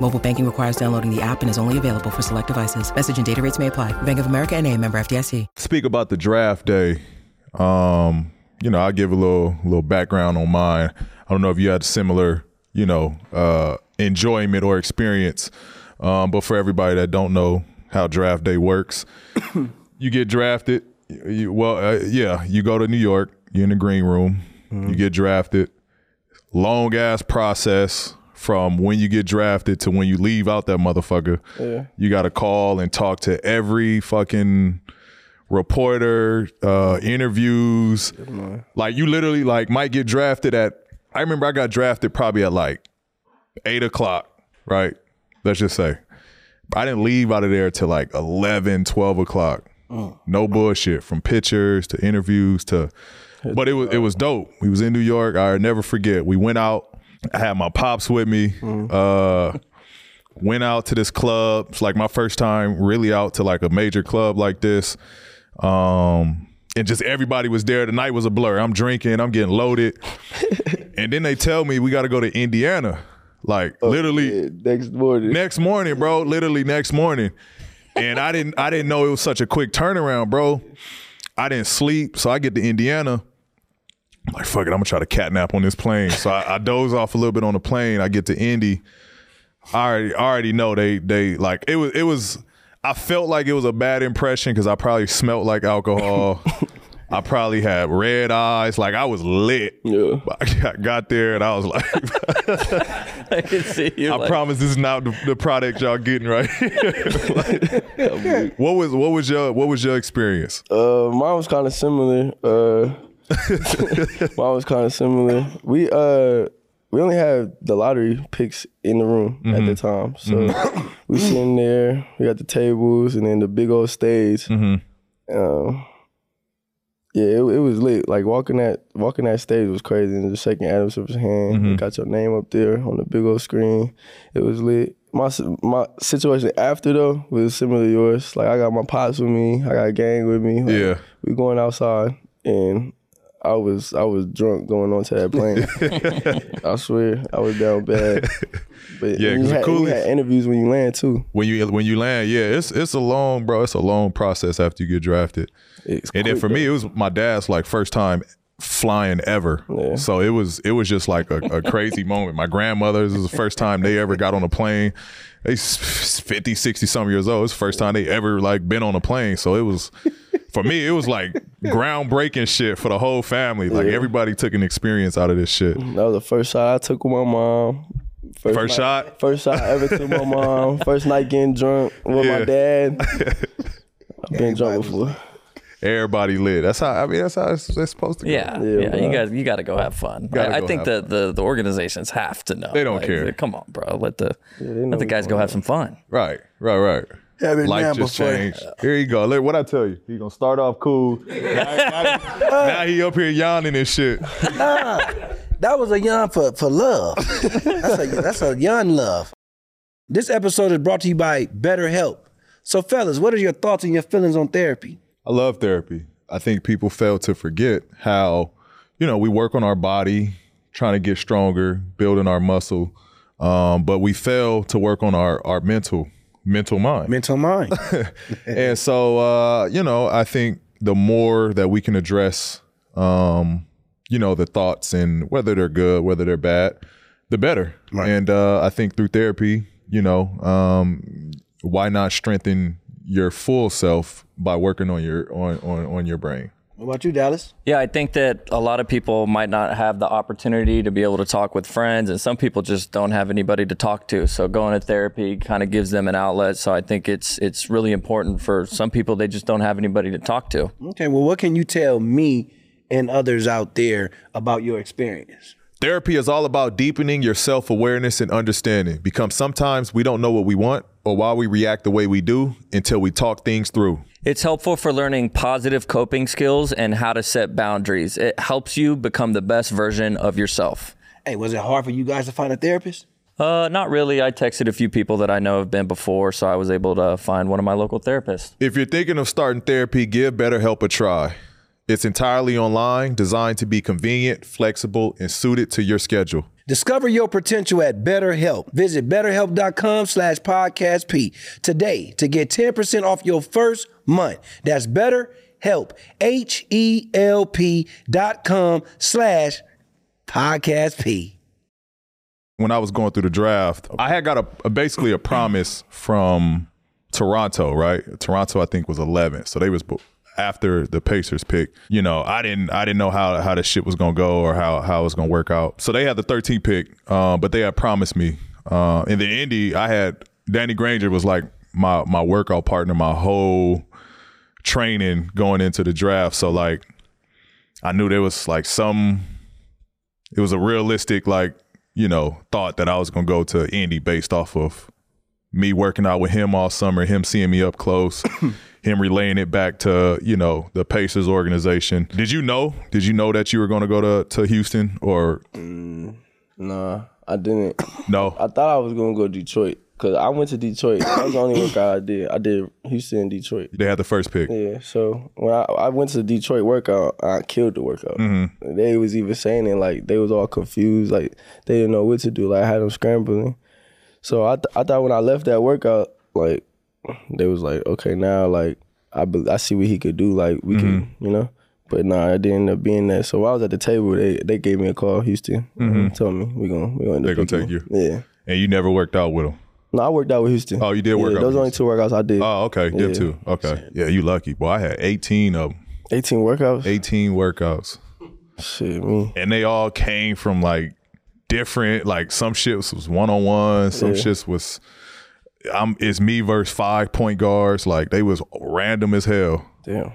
Speaker 5: Mobile banking requires downloading the app and is only available for select devices. Message and data rates may apply. Bank of America and a member FDIC.
Speaker 1: Speak about the draft day. Um, you know, I give a little little background on mine. I don't know if you had similar, you know, uh, enjoyment or experience. Um, but for everybody that don't know how draft day works, you get drafted. You, well, uh, yeah, you go to New York. You're in the green room. You get drafted. Long ass process from when you get drafted to when you leave out that motherfucker. You got to call and talk to every fucking reporter, uh, interviews. Like you literally like might get drafted at. I remember I got drafted probably at like eight o'clock, right? Let's just say. I didn't leave out of there till like 11, 12 o'clock. No bullshit from pictures to interviews to, but it was it was dope. We was in New York. I will never forget. We went out. I had my pops with me. Uh, went out to this club. It's like my first time really out to like a major club like this. Um, and just everybody was there. The night was a blur. I'm drinking. I'm getting loaded. and then they tell me we got to go to Indiana. Like literally
Speaker 2: Yeah, next morning.
Speaker 1: next morning, bro. Literally next morning. And I didn't I didn't know it was such a quick turnaround, bro. I didn't sleep. So I get to Indiana. I'm like, fuck it, I'm gonna try to catnap on this plane. So I, I doze off a little bit on the plane. I get to Indy. I already I already know they they like it was it was I felt like it was a bad impression because I probably smelt like alcohol. I probably had red eyes. Like I was lit.
Speaker 2: Yeah.
Speaker 1: But I got- got there and I was like,
Speaker 3: I can see you.
Speaker 1: I
Speaker 3: like,
Speaker 1: promise this is not the, the product y'all getting right. Like, what was what was your what was your experience?
Speaker 2: Uh, mine was kind of similar. Uh, mine was kind of similar. We uh, we only had the lottery picks in the room at the time, so we sitting there. We got the tables and then the big old stage. Um, yeah, it, it was lit. Like walking that walking that stage was crazy. And just shaking Adam Silver's hand, you got your name up there on the big old screen. It was lit. My s- my situation after though was similar to yours. Like I got my pops with me, I got a gang with me. Like,
Speaker 1: Yeah.
Speaker 2: we going outside, and I was I was drunk going onto that plane. I swear I was down bad. But
Speaker 1: Yeah, 'cause
Speaker 2: and you
Speaker 1: the
Speaker 2: had, you
Speaker 1: coolest-
Speaker 2: had interviews when you land too.
Speaker 1: When you when you land, yeah, it's it's a long bro, it's a long process after you get drafted.
Speaker 2: It's
Speaker 1: and then
Speaker 2: quick,
Speaker 1: for me, it was my dad's like first time flying ever. So it was it was just like a, a crazy moment. My grandmother's was the first time they ever got on a plane. They s- 50, 60 some years old. It's the first time they ever like been on a plane. So it was for me, it was like groundbreaking shit for the whole family. Like everybody took an experience out of this shit.
Speaker 2: That was the first shot I took with my mom.
Speaker 1: First
Speaker 2: night-
Speaker 1: shot.
Speaker 2: First shot ever to my mom. First night getting drunk with
Speaker 1: Yeah.
Speaker 2: my dad. I've been drunk before.
Speaker 1: Everybody lit. That's how I mean. That's how it's, it's supposed to go.
Speaker 3: yeah,
Speaker 2: Yeah,
Speaker 3: yeah, you
Speaker 2: bro.
Speaker 3: guys, you got to go have fun.
Speaker 1: Gotta
Speaker 3: I, I
Speaker 1: go
Speaker 3: think
Speaker 1: have
Speaker 3: the, the the organizations have to know.
Speaker 1: They don't
Speaker 3: Like,
Speaker 1: care.
Speaker 3: Come on, bro. Let the let the guys go have some fun.
Speaker 1: Right. Right. Right.
Speaker 4: Have it now
Speaker 1: Life just
Speaker 4: before-
Speaker 1: changed. Here you go. Look what I tell you. He gonna start off cool. Now, now- now he up here yawning and shit.
Speaker 4: That was a yawn for, for love. that's, a, that's a young love. This episode is brought to you by BetterHelp. So, fellas, what are your thoughts and your feelings on therapy?
Speaker 1: I love therapy. I think people fail to forget how, you know, we work on our body, trying to get stronger, building our muscle, um, but we fail to work on our our mental mental mind.
Speaker 4: Mental mind.
Speaker 1: and so uh, you know, I think the more that we can address um, you know, the thoughts and whether they're good, whether they're bad, the better. And uh I think through therapy, you know, um why not strengthen your full self by working on your on on, on your brain?
Speaker 4: What about you, Dallas?
Speaker 3: Yeah, I think that a lot of people might not have the opportunity to be able to talk with friends, and some people just don't have anybody to talk to. So going to therapy kind of gives them an outlet. So I think it's it's really important for some people. They just don't have anybody to talk to.
Speaker 4: Okay, well, what can you tell me and others out there about your experience?
Speaker 1: Therapy is all about deepening your self awareness and understanding because sometimes we don't know what we want or why we react the way we do until we talk things through.
Speaker 3: It's helpful for learning positive coping skills and how to set boundaries. It helps you become the best version of yourself.
Speaker 4: Hey, was it hard for you guys to find a therapist?
Speaker 3: Uh, not really. I texted a few people that I know have been before, so I was able to find one of my local therapists.
Speaker 1: If you're thinking of starting therapy, give BetterHelp a try. It's entirely online, designed to be convenient, flexible, and suited to your schedule.
Speaker 4: Discover your potential at BetterHelp. Visit betterhelp.com slash podcastp today to get 10% off your first month. That's BetterHelp, H-E-L-P dot com slash podcastp.
Speaker 1: When I was going through the draft, I had got a, a- basically a promise from Toronto, right? Toronto, I think, was 11, so they was bo- after the Pacers pick. You know, I didn't, I didn't know how how the shit was gonna go or how how it was gonna work out. So they had the 13 pick, uh, but they had promised me. Uh, in the Indy, I had Danny Granger was like my my workout partner, my whole training going into the draft. So like, I knew there was like some it was a realistic like you know thought that I was gonna go to Indy based off of me working out with him all summer, him seeing me up close, him relaying it back to you know the Pacers organization. Did you know? Did you know that you were gonna go to to Houston or
Speaker 2: Nah, I didn't. I
Speaker 1: no?
Speaker 2: thought I was gonna go Detroit because I went to Detroit. That was the only workout I did. I did Houston, and Detroit.
Speaker 1: They had the first pick.
Speaker 2: Yeah, so when I, I went to Detroit workout, I killed the workout.
Speaker 1: Mm-hmm.
Speaker 2: They was even saying it like they was all confused, like they didn't know what to do. Like I had them scrambling. So I th- I thought when I left that workout, like they was like, okay, now like I be- I see what he could do. Like we can,
Speaker 1: Mm-hmm.
Speaker 2: you know. But nah, it didn't end up being that. So while I was at the table, they they gave me a call, Houston, and told me we gonna we gonna
Speaker 1: Mm-hmm.
Speaker 2: end
Speaker 1: They
Speaker 2: up
Speaker 1: gonna take
Speaker 2: picking him." Yeah.
Speaker 1: And you never worked out with him.
Speaker 2: No, I worked out with Houston.
Speaker 1: Oh, you did work
Speaker 2: yeah,
Speaker 1: out
Speaker 2: Those
Speaker 1: with
Speaker 2: only two workouts I did.
Speaker 1: Oh, okay. Them
Speaker 2: Yeah.
Speaker 1: two. Okay. Yeah, you lucky. Boy, I had 18 of 'em.
Speaker 2: Eighteen workouts.
Speaker 1: 18 workouts.
Speaker 2: Shit, me.
Speaker 1: and they all came from like different like some shit was one on one, some shits was I'm it's me versus five point guards. Like they was random as hell.
Speaker 2: Damn.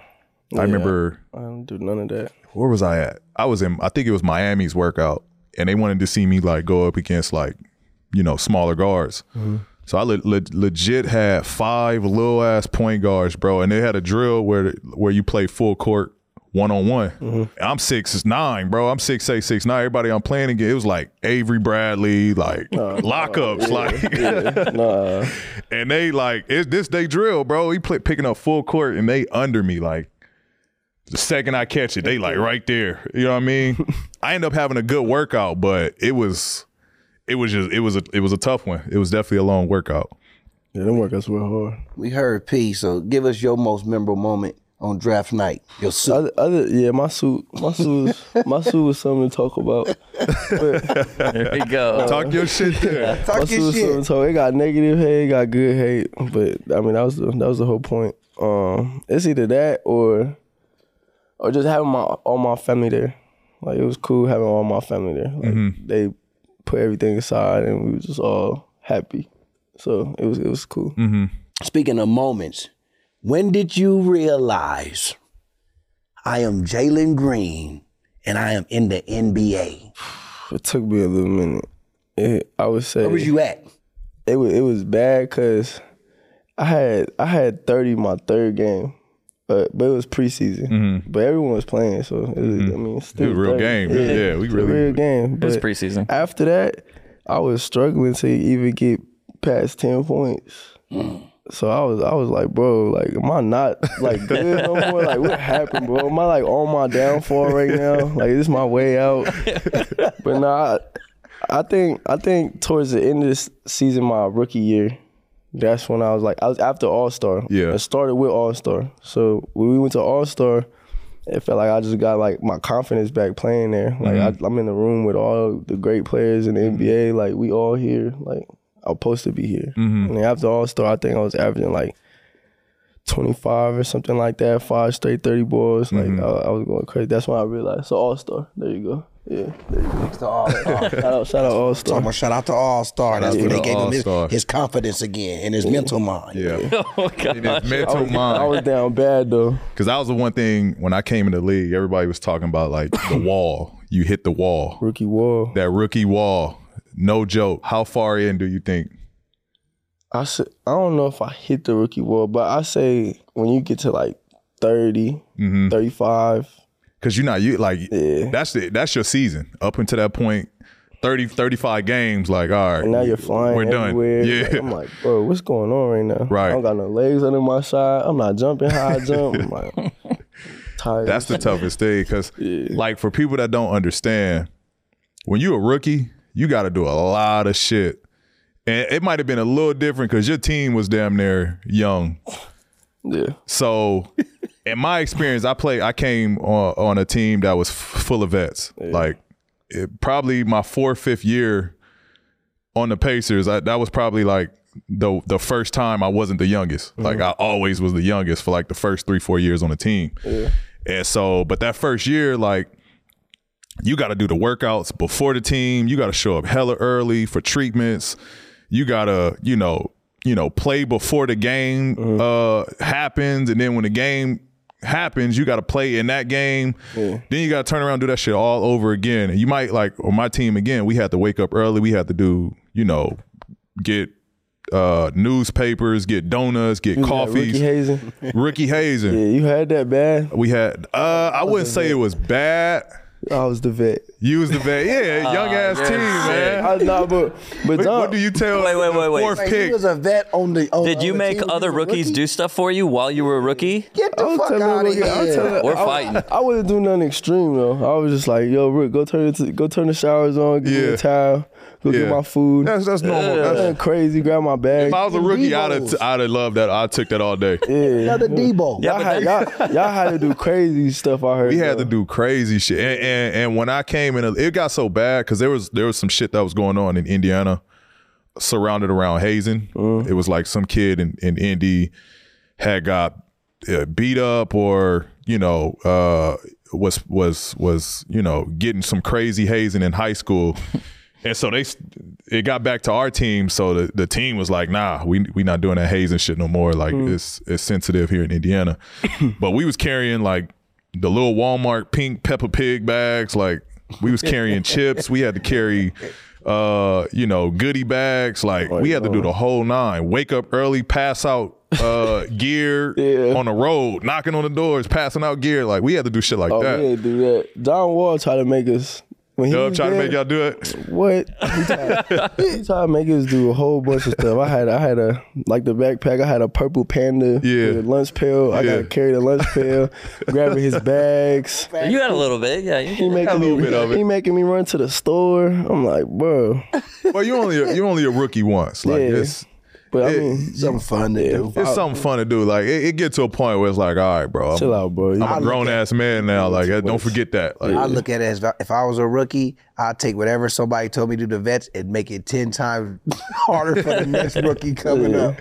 Speaker 1: I remember
Speaker 2: I don't do none of that.
Speaker 1: where was I at? I was in I think it was Miami's workout and they wanted to see me like go up against like, you know, smaller guards. So I le- le- legit had five little ass point guards, bro, and they had a drill where where you play full court one on one. I'm six nine, bro. I'm six eight six nine. Everybody I'm playing against, it was like Avery Bradley, like lockups, like
Speaker 2: Nah.
Speaker 1: and they like it's this day drill, bro. He play, picking up full court and they under me like the second I catch it, they like right there. You know what I mean? I end up having a good workout, but it was it was just it was a it was a tough one. It was definitely a long workout.
Speaker 2: Yeah, them workouts were hard.
Speaker 4: We heard P, so give us your most memorable moment on draft night. Your suit.
Speaker 2: Other, other yeah, my suit, my suit, was, my suit was something to talk about.
Speaker 3: There you
Speaker 2: Uh-huh.
Speaker 3: go.
Speaker 1: Talk your shit there.
Speaker 2: my
Speaker 4: Talk
Speaker 2: suit was something to talk. It got negative hate, it got good hate, but I mean that was the, that was the whole point. Um, it's either that or, or just having my all my family there. Like it was cool having all my family there. Like they put everything aside and we were just all happy. So it was it was cool.
Speaker 4: Speaking of moments, when did you realize I am Jalen Green and I am in the NBA?
Speaker 2: It took me a little minute. It, I would say
Speaker 4: Where was you at?
Speaker 2: it was it was bad because I had I had thirty my third game, but but it was preseason. But everyone was playing, so it was, I mean, it's still
Speaker 1: Mm-hmm. It was a real
Speaker 2: 30.
Speaker 1: game. Yeah, yeah, we
Speaker 2: it's a
Speaker 1: really-
Speaker 2: real game.
Speaker 3: It's
Speaker 2: But
Speaker 3: preseason.
Speaker 2: after that, I was struggling to even get past ten points. So I was I was like, bro, like am I not like good no more? Like what happened, bro? Am I like on my downfall right now? Like is this my way out? but nah, I, I think I think towards the end of this season, my rookie year, that's when I was like I was after All Star.
Speaker 1: Yeah.
Speaker 2: It started with All Star. So when we went to All Star, it felt like I just got like my confidence back playing there. Like I, I'm in the room with all the great players in the NBA. Like we all here. Like I'm supposed to be here. And then after All Star, I think I was averaging like 25 or something like that, five straight 30 balls. Like, I, I was going crazy. That's when I realized. So, All Star. There you go. Yeah. There you go.
Speaker 4: to All Star.
Speaker 2: Shout out, shout out All
Speaker 4: Talking
Speaker 2: Star.
Speaker 4: about shout out to All Star. That's
Speaker 1: Shout out
Speaker 4: when
Speaker 1: to
Speaker 4: they
Speaker 1: the
Speaker 4: gave him his,
Speaker 1: All-Star.
Speaker 4: his confidence again and his mental mind.
Speaker 1: Yeah.
Speaker 3: Oh, God.
Speaker 1: In his mental
Speaker 2: I
Speaker 1: mind.
Speaker 2: was down bad, though.
Speaker 1: Because that was the one thing when I came in the league, everybody was talking about like the wall. You hit the wall.
Speaker 2: Rookie Wall.
Speaker 1: That rookie wall. No joke. How far in do you think?
Speaker 2: I said I don't know if I hit the rookie wall, but I say when you get to like 30,
Speaker 1: Mm-hmm.
Speaker 2: 35,
Speaker 1: Because you're not you like that's the, that's your season. Up until that point, 30, 35 games, like, all right.
Speaker 2: and now you're flying
Speaker 1: We're done.
Speaker 2: everywhere. Like,
Speaker 1: Yeah.
Speaker 2: I'm like, bro, what's going on right now?
Speaker 1: Right.
Speaker 2: I don't got no legs under my side. I'm not jumping how I jump. I'm like tired.
Speaker 1: That's the toughest thing because, like, for people that don't understand, when you a rookie, you got to do a lot of shit, and it might have been a little different because your team was damn near young.
Speaker 2: yeah.
Speaker 1: So, in my experience, I play. I came on, on a team that was f- full of vets. Like, it, probably my fourth, fifth year on the Pacers. I, that was probably like the the first time I wasn't the youngest. Like, I always was the youngest for like the first three, four years on the team. And so, but that first year, like, you got to do the workouts before the team. You got to show up hella early for treatments. You got to, you know, you know, play before the game uh, happens, and then when the game happens, you got to play in that game. Then you got to turn around, and do that shit all over again. And you might like on my team again. We had to wake up early. We had to do, you know, get uh newspapers, get donuts, get
Speaker 2: You got Rookie
Speaker 1: coffees,
Speaker 2: hazing.
Speaker 1: rookie hazing.
Speaker 2: Yeah, you had that bad.
Speaker 1: We had uh I wouldn't say it was bad.
Speaker 2: I was the vet.
Speaker 1: You was the vet. Yeah, young ass
Speaker 3: Ah, yeah,
Speaker 1: team,
Speaker 3: shit.
Speaker 1: man.
Speaker 2: I nah, but but
Speaker 1: What,
Speaker 2: John,
Speaker 1: what do you tell
Speaker 3: Wait, wait, wait, wait.
Speaker 1: fourth
Speaker 4: Like, he
Speaker 1: pick?
Speaker 4: was a vet on the. On
Speaker 3: Did
Speaker 4: the
Speaker 3: you
Speaker 4: other
Speaker 3: make
Speaker 4: team.
Speaker 3: other
Speaker 4: He was a
Speaker 3: rookies
Speaker 4: rookie?
Speaker 3: do stuff for you while you were a rookie?
Speaker 4: Get the
Speaker 2: I was
Speaker 4: fuck
Speaker 2: telling
Speaker 4: out of
Speaker 2: Ricky- I was
Speaker 4: here.
Speaker 2: telling-
Speaker 3: We're
Speaker 2: I-
Speaker 1: Oh,
Speaker 3: fighting.
Speaker 2: I wouldn't do nothing extreme though. I was just like, yo, Rick, go turn the go turn the showers on, get me
Speaker 1: Yeah.
Speaker 2: a towel, go
Speaker 1: Yeah.
Speaker 2: get my food.
Speaker 1: That's that's normal.
Speaker 2: Nothing
Speaker 1: That's,
Speaker 2: crazy. Grab my bag.
Speaker 1: if I was a rookie, I'd
Speaker 4: Devos.
Speaker 1: have, I'd have loved that. I took that all day.
Speaker 4: Another Debo.
Speaker 2: y'all, had, y'all, y'all had to do crazy stuff. I heard.
Speaker 1: We had
Speaker 2: though.
Speaker 1: to do crazy shit, and and, and when I came in, it got so bad because there was there was some shit that was going on in Indiana, surrounded around hazing. It was like some kid in in Indy had got uh, beat up, or you know, uh, was was was you know getting some crazy hazing in high school. And so they, s- it got back to our team. So the, the team was like, "Nah, we we not doing that hazing shit no more. Like
Speaker 2: Mm.
Speaker 1: it's it's sensitive here in Indiana." but we was carrying like the little Walmart pink Peppa Pig bags. Like we was carrying chips. We had to carry, uh, you know, goodie bags. Like
Speaker 2: Oh,
Speaker 1: we had to do the whole nine. Wake up early, pass out uh gear on the road, knocking on the doors, passing out gear. Like we had to do shit like
Speaker 2: Oh,
Speaker 1: that.
Speaker 2: we had to do that. John Wall tried to make us. When he
Speaker 1: Dub
Speaker 2: was
Speaker 1: trying to
Speaker 2: there,
Speaker 1: make y'all do it.
Speaker 2: What? He tried, he tried to make us do a whole bunch of stuff. I had I had a like the backpack. I had a purple panda.
Speaker 1: Yeah.
Speaker 2: With a lunch pail. I got
Speaker 1: Yeah.
Speaker 2: to carry the lunch pail. grabbing his bags.
Speaker 3: You had a little bit, yeah.
Speaker 2: He
Speaker 3: You
Speaker 2: making
Speaker 1: a little
Speaker 2: me,
Speaker 1: bit of it.
Speaker 2: He making me run to the store. I'm like, bro.
Speaker 1: Well, you only a, you only a rookie once. Like
Speaker 2: Yeah.
Speaker 1: it's
Speaker 2: But I
Speaker 1: It-
Speaker 2: mean,
Speaker 4: Something fun to do.
Speaker 1: it's something fun to do. Like it, it get to a point where it's like, all right, bro, I'm,
Speaker 2: chill out, bro. You-
Speaker 1: I'm a grown ass man now. Like don't forget that. Like
Speaker 4: I look at it as if I- if I was a rookie, I'd take whatever somebody told me to do the vets and make it 10 times harder for the next rookie coming up.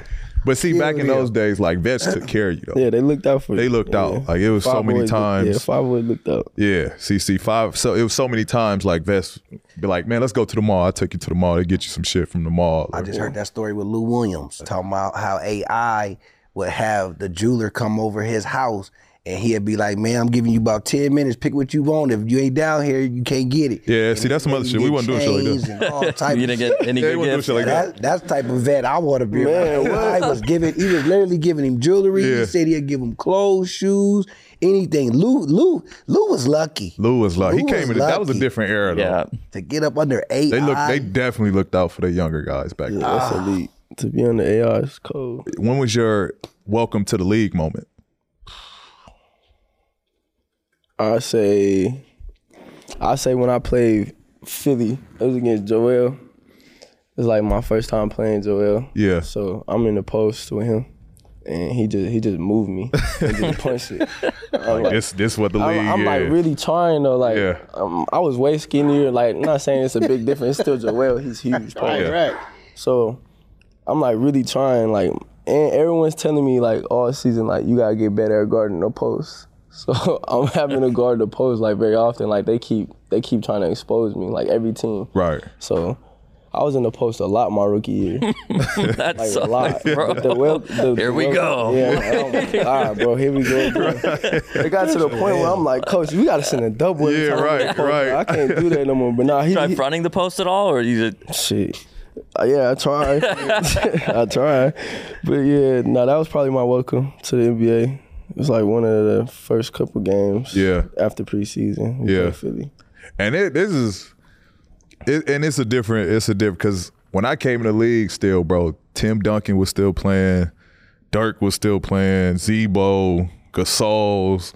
Speaker 1: But see, back in
Speaker 4: yeah.
Speaker 1: those days, like vets took care of you though.
Speaker 2: yeah, they looked out for.
Speaker 1: They
Speaker 2: you.
Speaker 1: looked
Speaker 2: Yeah.
Speaker 1: out. Like it was so
Speaker 2: Five
Speaker 1: many
Speaker 2: boys looked- Yeah,
Speaker 1: times.
Speaker 2: five boys looked out.
Speaker 1: Yeah, see, see, five. So it was so many times. Like vets be like, man, let's go to the mall. I take you to the mall. They get you some shit from the mall.
Speaker 4: I just heard that story with Lou Williams talking about how AI would have the jeweler come over his house and he'd be like, Man, I'm giving you about 10 minutes, pick what you want. If you ain't down here, you can't get it.
Speaker 1: Yeah, see, that's some other shit. We wouldn't do shit like
Speaker 4: Chains
Speaker 1: that.
Speaker 4: and all type
Speaker 3: didn't
Speaker 4: of
Speaker 3: get any
Speaker 1: Yeah,
Speaker 3: good
Speaker 1: you wouldn't do
Speaker 3: gifts.
Speaker 1: shit like that.
Speaker 4: That, that's the type of vet I want to be.
Speaker 2: Man,
Speaker 4: Man, I was giving. He was literally giving him jewelry.
Speaker 1: Yeah.
Speaker 4: He said he'd give him clothes, shoes, anything. Lou, Lou, Lou was lucky
Speaker 1: Lou was like, he
Speaker 4: Lou
Speaker 1: came
Speaker 4: was
Speaker 1: in. That was a
Speaker 4: lucky.
Speaker 1: different era though.
Speaker 3: Yeah.
Speaker 4: to get up under AI.
Speaker 1: They look. They definitely looked out for the younger guys back
Speaker 2: Yeah,
Speaker 1: then.
Speaker 2: that's elite. To be on the AR is cold.
Speaker 1: When was your welcome to the league moment?
Speaker 2: I say, I say when I played Philly, it was against Joel. It's like my first time playing Joel.
Speaker 1: Yeah.
Speaker 2: So I'm in the post with him, and he just he just moved me. He just punched it. I'm like,
Speaker 1: This this what the league.
Speaker 2: I'm, I'm
Speaker 1: is.
Speaker 2: like really trying though. Like
Speaker 1: Yeah.
Speaker 2: um, I was way skinnier. Like not saying it's a big difference. It's still Joel. He's huge. right,
Speaker 1: right.
Speaker 2: So I'm like really trying. Like and everyone's telling me like all season like you gotta get better at guarding the post. So I'm having to guard the post like very often. Like they keep they keep trying to expose me like every team.
Speaker 1: Right.
Speaker 2: So I was in the post a lot my rookie year.
Speaker 3: That's
Speaker 2: Like a lot.
Speaker 3: bro.
Speaker 2: The wel- the-
Speaker 3: Here
Speaker 2: the
Speaker 3: we
Speaker 2: wel-
Speaker 3: go.
Speaker 2: Yeah, like, oh my God, bro. Here we go. Again. It got to the point where I'm like, Coach, we got to send a double. every
Speaker 1: Yeah,
Speaker 2: time we
Speaker 1: right,
Speaker 2: go, bro.
Speaker 1: right.
Speaker 2: I can't do that no more. But nah, he,
Speaker 3: Try
Speaker 2: he-
Speaker 3: fronting the post at all, or you just
Speaker 2: Shit. Uh, yeah, I try. I try. But yeah, no, that was probably my welcome to the NBA. It was like one of the first couple games.
Speaker 1: Yeah.
Speaker 2: After preseason. we
Speaker 1: Yeah.
Speaker 2: played Philly.
Speaker 1: And it this is, it, and it's a different. It's a different because when I came in the league, still, bro, Tim Duncan was still playing, Dirk was still playing, Zebo, Gasol's,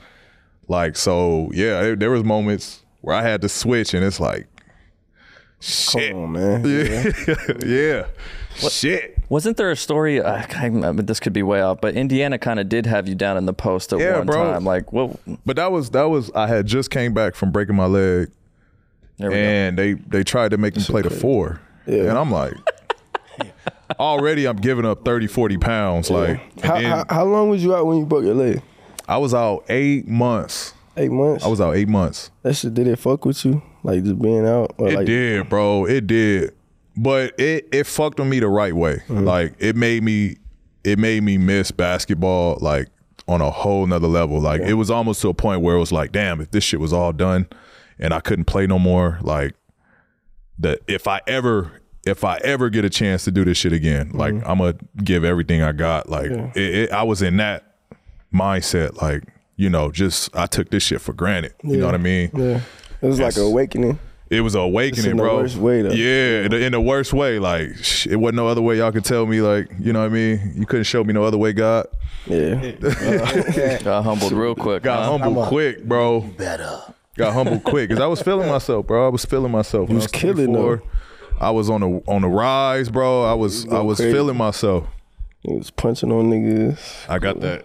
Speaker 1: like so. Yeah, there, there was moments where I had to switch, and it's like, shit,
Speaker 2: Come on, man.
Speaker 1: yeah, yeah, shit.
Speaker 3: wasn't there a story? uh, I can't, I mean, this could be way off, but Indiana kind of did have you down in the post at
Speaker 1: Yeah,
Speaker 3: one
Speaker 1: bro.
Speaker 3: time. Like, well,
Speaker 1: But that was that was I had just came back from breaking my leg,
Speaker 2: Oh,
Speaker 3: there we go.
Speaker 1: and they they tried to make me play the four, and I'm like. Already, I'm giving up 30, 40 pounds. Like, and
Speaker 2: How,
Speaker 1: then-
Speaker 2: how, how long was you out when you broke your leg?
Speaker 1: I was out eight months.
Speaker 2: Eight months?
Speaker 1: I was out eight months.
Speaker 2: that shit, did it fuck with you? Like just being out? Or
Speaker 1: It
Speaker 2: like,
Speaker 1: did, bro. It did. But it it fucked with me the right way.
Speaker 2: Mm-hmm.
Speaker 1: Like it made me it made me miss basketball like on a whole nother level. Like it was almost to a point where it was like, damn, if this shit was all done and I couldn't play no more, like that if I ever if I ever get a chance to do this shit again,
Speaker 2: Mm-hmm.
Speaker 1: like I'm gonna give everything I got. Like it, it, I was in that mindset, like you know, just I took this shit for granted. You know what I mean?
Speaker 2: Yeah. It was like
Speaker 1: Yes.
Speaker 2: an awakening.
Speaker 1: It was an awakening,
Speaker 2: It's in the
Speaker 1: bro.
Speaker 2: worst way, though.
Speaker 1: Yeah, in the, in the worst way. Like sh- it wasn't no other way y'all could tell me. Like you know what I mean? You couldn't show me no other way. God
Speaker 2: Yeah.
Speaker 3: Got humbled real quick.
Speaker 1: got
Speaker 3: huh?
Speaker 1: humble quick, bro. Better got humble quick because I was feeling myself, bro. I was feeling myself. You
Speaker 2: was killing,
Speaker 1: I was on the on the rise, bro. I was I was
Speaker 2: crazy.
Speaker 1: feeling myself.
Speaker 2: It was punching on niggas.
Speaker 1: I got that,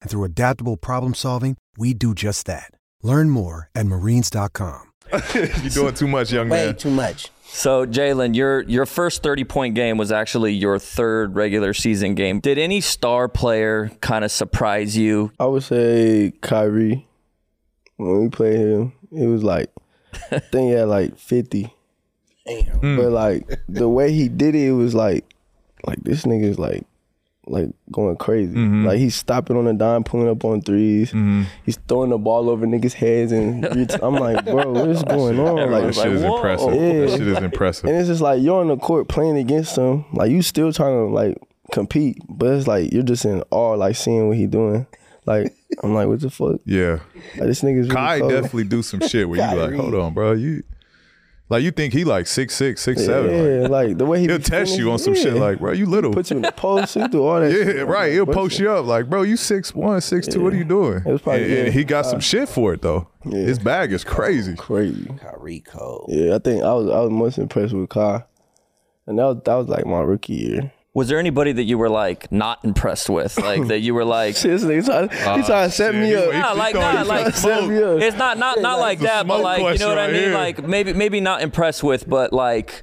Speaker 6: And through adaptable problem solving, we do just that. Learn more at marines.com.
Speaker 1: You're doing too much, young
Speaker 4: Way
Speaker 1: man.
Speaker 4: too much.
Speaker 3: So Jalen, your your first thirty point game was actually your third regular season game. Did any star player kind of surprise you?
Speaker 2: I would say Kyrie. When we played him, it was like I think he had like fifty.
Speaker 1: Hmm.
Speaker 2: But like the way he did it, it was like like this nigga is like like going crazy.
Speaker 1: Mm-hmm.
Speaker 2: Like he's stopping on the dime, pulling up on 3s He's throwing the ball over niggas' heads, and ret- I'm like, bro, what is going on?
Speaker 1: That
Speaker 2: Like,
Speaker 1: shit is
Speaker 3: whoa.
Speaker 1: impressive. That
Speaker 2: Yeah.
Speaker 1: shit is impressive.
Speaker 2: and it's just like you're on the court playing against him. Like you still trying to like compete, but it's like you're just in awe, like seeing what he doing. Like I'm like, what the fuck?
Speaker 1: yeah.
Speaker 2: Like this nigga's really
Speaker 1: Kai
Speaker 2: cold.
Speaker 1: definitely do some shit where you like, hold on, bro, you like you think he like six six six seven.
Speaker 2: Yeah, like the way he
Speaker 1: He'll
Speaker 2: be
Speaker 1: test you on some
Speaker 2: finishing,
Speaker 1: shit
Speaker 2: yeah.
Speaker 1: like, bro, you little.
Speaker 2: put you in the post, he do all that.
Speaker 1: yeah,
Speaker 2: shit. I'm
Speaker 1: right.
Speaker 2: like,
Speaker 1: He'll
Speaker 2: what
Speaker 1: post
Speaker 2: the-
Speaker 1: you up like, bro, you six one, six two. What are you doing?
Speaker 2: was probably
Speaker 1: and, and
Speaker 2: good. Uh,
Speaker 1: he got some shit for it though.
Speaker 2: Yeah.
Speaker 1: His bag is crazy.
Speaker 2: Crazy.
Speaker 4: Kyrie Cole.
Speaker 2: Yeah, I think I was I was most impressed with Kai, and that was that was like my rookie year.
Speaker 3: Was there anybody that you were like not impressed with? Like that you were like
Speaker 2: Shit, this nigga trying, he trying to set me
Speaker 1: Ah, shit, he-
Speaker 2: up.
Speaker 1: he-
Speaker 3: Nah, like
Speaker 1: throwing-
Speaker 3: nah,
Speaker 1: he's
Speaker 3: like
Speaker 1: trying to set
Speaker 3: smoke.
Speaker 2: me up.
Speaker 3: It's not not not like
Speaker 1: it's a
Speaker 3: that, but
Speaker 1: smoke
Speaker 3: like you know
Speaker 1: question
Speaker 3: what I
Speaker 1: right
Speaker 3: mean.
Speaker 1: here.
Speaker 3: Like maybe maybe not impressed with, but like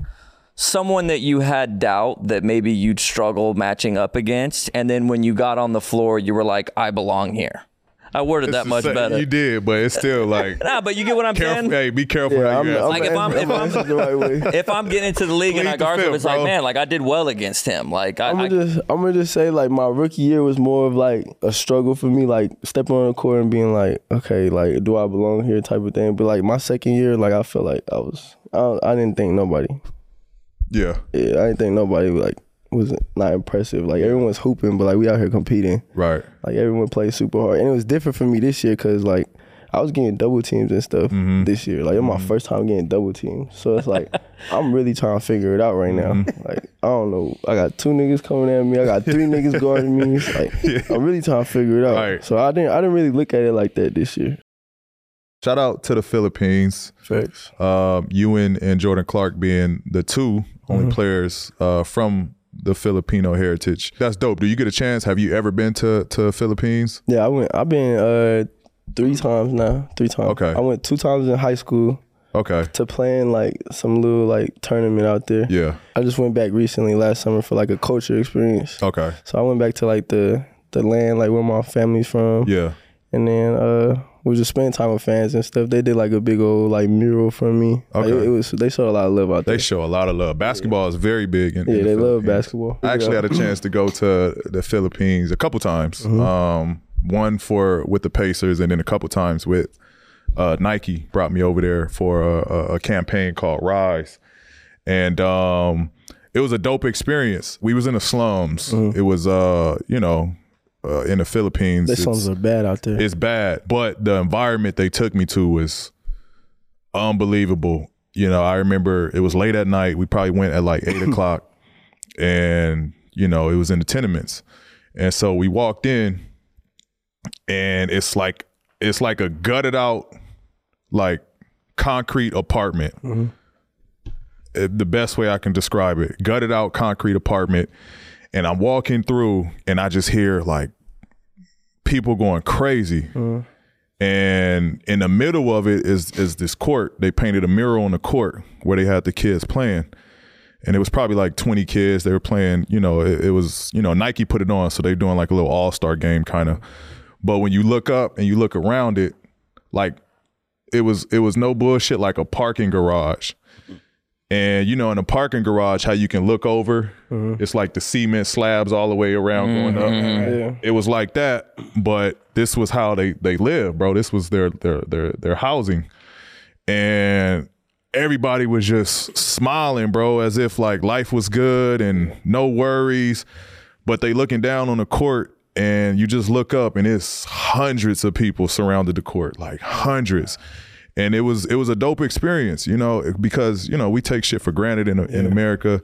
Speaker 3: someone that you had doubt that maybe you'd struggle matching up against, and then when you got on the floor, you were like, I belong here. I worded that
Speaker 1: It's
Speaker 3: much
Speaker 1: the same-
Speaker 3: better.
Speaker 1: You did, but it's still like
Speaker 3: Nah, but you get what I'm
Speaker 1: careful.
Speaker 3: saying.
Speaker 1: Hey, be careful.
Speaker 2: Yeah,
Speaker 1: how
Speaker 2: I'm,
Speaker 1: you
Speaker 2: I'm,
Speaker 1: ask.
Speaker 3: Like, if I'm- if
Speaker 2: answering-
Speaker 3: I'm-
Speaker 2: answering the right way.
Speaker 3: If I'm getting into the league and
Speaker 1: Plead the
Speaker 3: I guard him,
Speaker 1: fifth,
Speaker 3: it's like,
Speaker 1: bro.
Speaker 3: man, like I did well against him. Like I,
Speaker 2: I'm
Speaker 3: I
Speaker 2: gonna just I'm gonna just say like my rookie year was more of like a struggle for me, like stepping on the court and being like, okay, like do I belong here type of thing. But like my second year, like I felt like I was I, don't- I didn't think nobody.
Speaker 1: yeah,
Speaker 2: Yeah, I didn't think nobody like was not impressive. Like everyone's hooping, but like we out here competing.
Speaker 1: right.
Speaker 2: Like everyone played super hard, and it was different for me this year because like I was getting double teams and stuff
Speaker 1: Mm-hmm.
Speaker 2: this
Speaker 1: Mm-hmm.
Speaker 2: year. Like it's my first time getting double teams, so it's like I'm really trying to figure it out right now. Like I don't know. I got two niggas coming at me. I got three niggas guarding me. It's like I'm really trying to figure it out.
Speaker 1: Right.
Speaker 2: So I didn't. I didn't really look at it like that this year.
Speaker 1: Shout out to the Philippines.
Speaker 2: Facts.
Speaker 1: Um, Ewan and Jordan Clark being the two only players uh, from the Filipino heritage. That's dope. Do you get a chance? Have you ever been to to Philippines?
Speaker 2: Yeah, I went. I've been uh three times now. Three times.
Speaker 1: Okay.
Speaker 2: I went two times in high school
Speaker 1: Okay.
Speaker 2: to playing like some little like tournament out there.
Speaker 1: Yeah.
Speaker 2: I just went back recently last summer for like a culture experience.
Speaker 1: Okay.
Speaker 2: So I went back to like the the land like where my family's from.
Speaker 1: Yeah.
Speaker 2: And then uh we just spent time with fans and stuff. They did like a big old like mural for me. Like,
Speaker 1: Okay.
Speaker 2: it, it was they showed a lot of love out there.
Speaker 1: They show a lot of love. Basketball is very big. In, in the
Speaker 2: yeah, they love
Speaker 1: Philippines.
Speaker 2: basketball.
Speaker 1: I actually
Speaker 2: Yeah. Uh-huh.
Speaker 1: had a chance to go to the Philippines a couple times. Um, one for with the Pacers, and then a couple times with uh, Nike. Brought me over there for a, a, a campaign called Rise, and um, it was a dope experience. We was in the slums.
Speaker 2: Uh-huh.
Speaker 1: It was, uh, you know, uh, in the Philippines.
Speaker 2: They
Speaker 1: It's-
Speaker 2: songs are bad out there.
Speaker 1: it's bad. But the environment they took me to was unbelievable. You know, I remember it was late at night. We probably went at like eight o'clock, and you know, it was in the tenements. And so we walked in, and it's like it's like a gutted out, like concrete apartment. Uh, The best way I can describe it, gutted out concrete apartment. And I'm walking through, and I just hear like people going crazy. And in the middle of it is is this court. They painted a mural on the court where they had the kids playing. And it was probably like 20 kids. They were playing, you know, it, it was, you know, Nike put it on. So they're doing like a little all star game kind of. But when you look up and you look around it, like it was, it was no bullshit, like a parking garage. And you know, in a parking garage, how you can look over, it's like the cement slabs all the way around going up. It was like that, but this was how they they live, bro. This was their their their their housing, and everybody was just smiling, bro, as if like life was good and no worries. But they looking down on the court, and you just look up, and it's hundreds of people surrounded the court, like hundreds. And it was it was a dope experience, you know, because you know we take shit for granted in in America.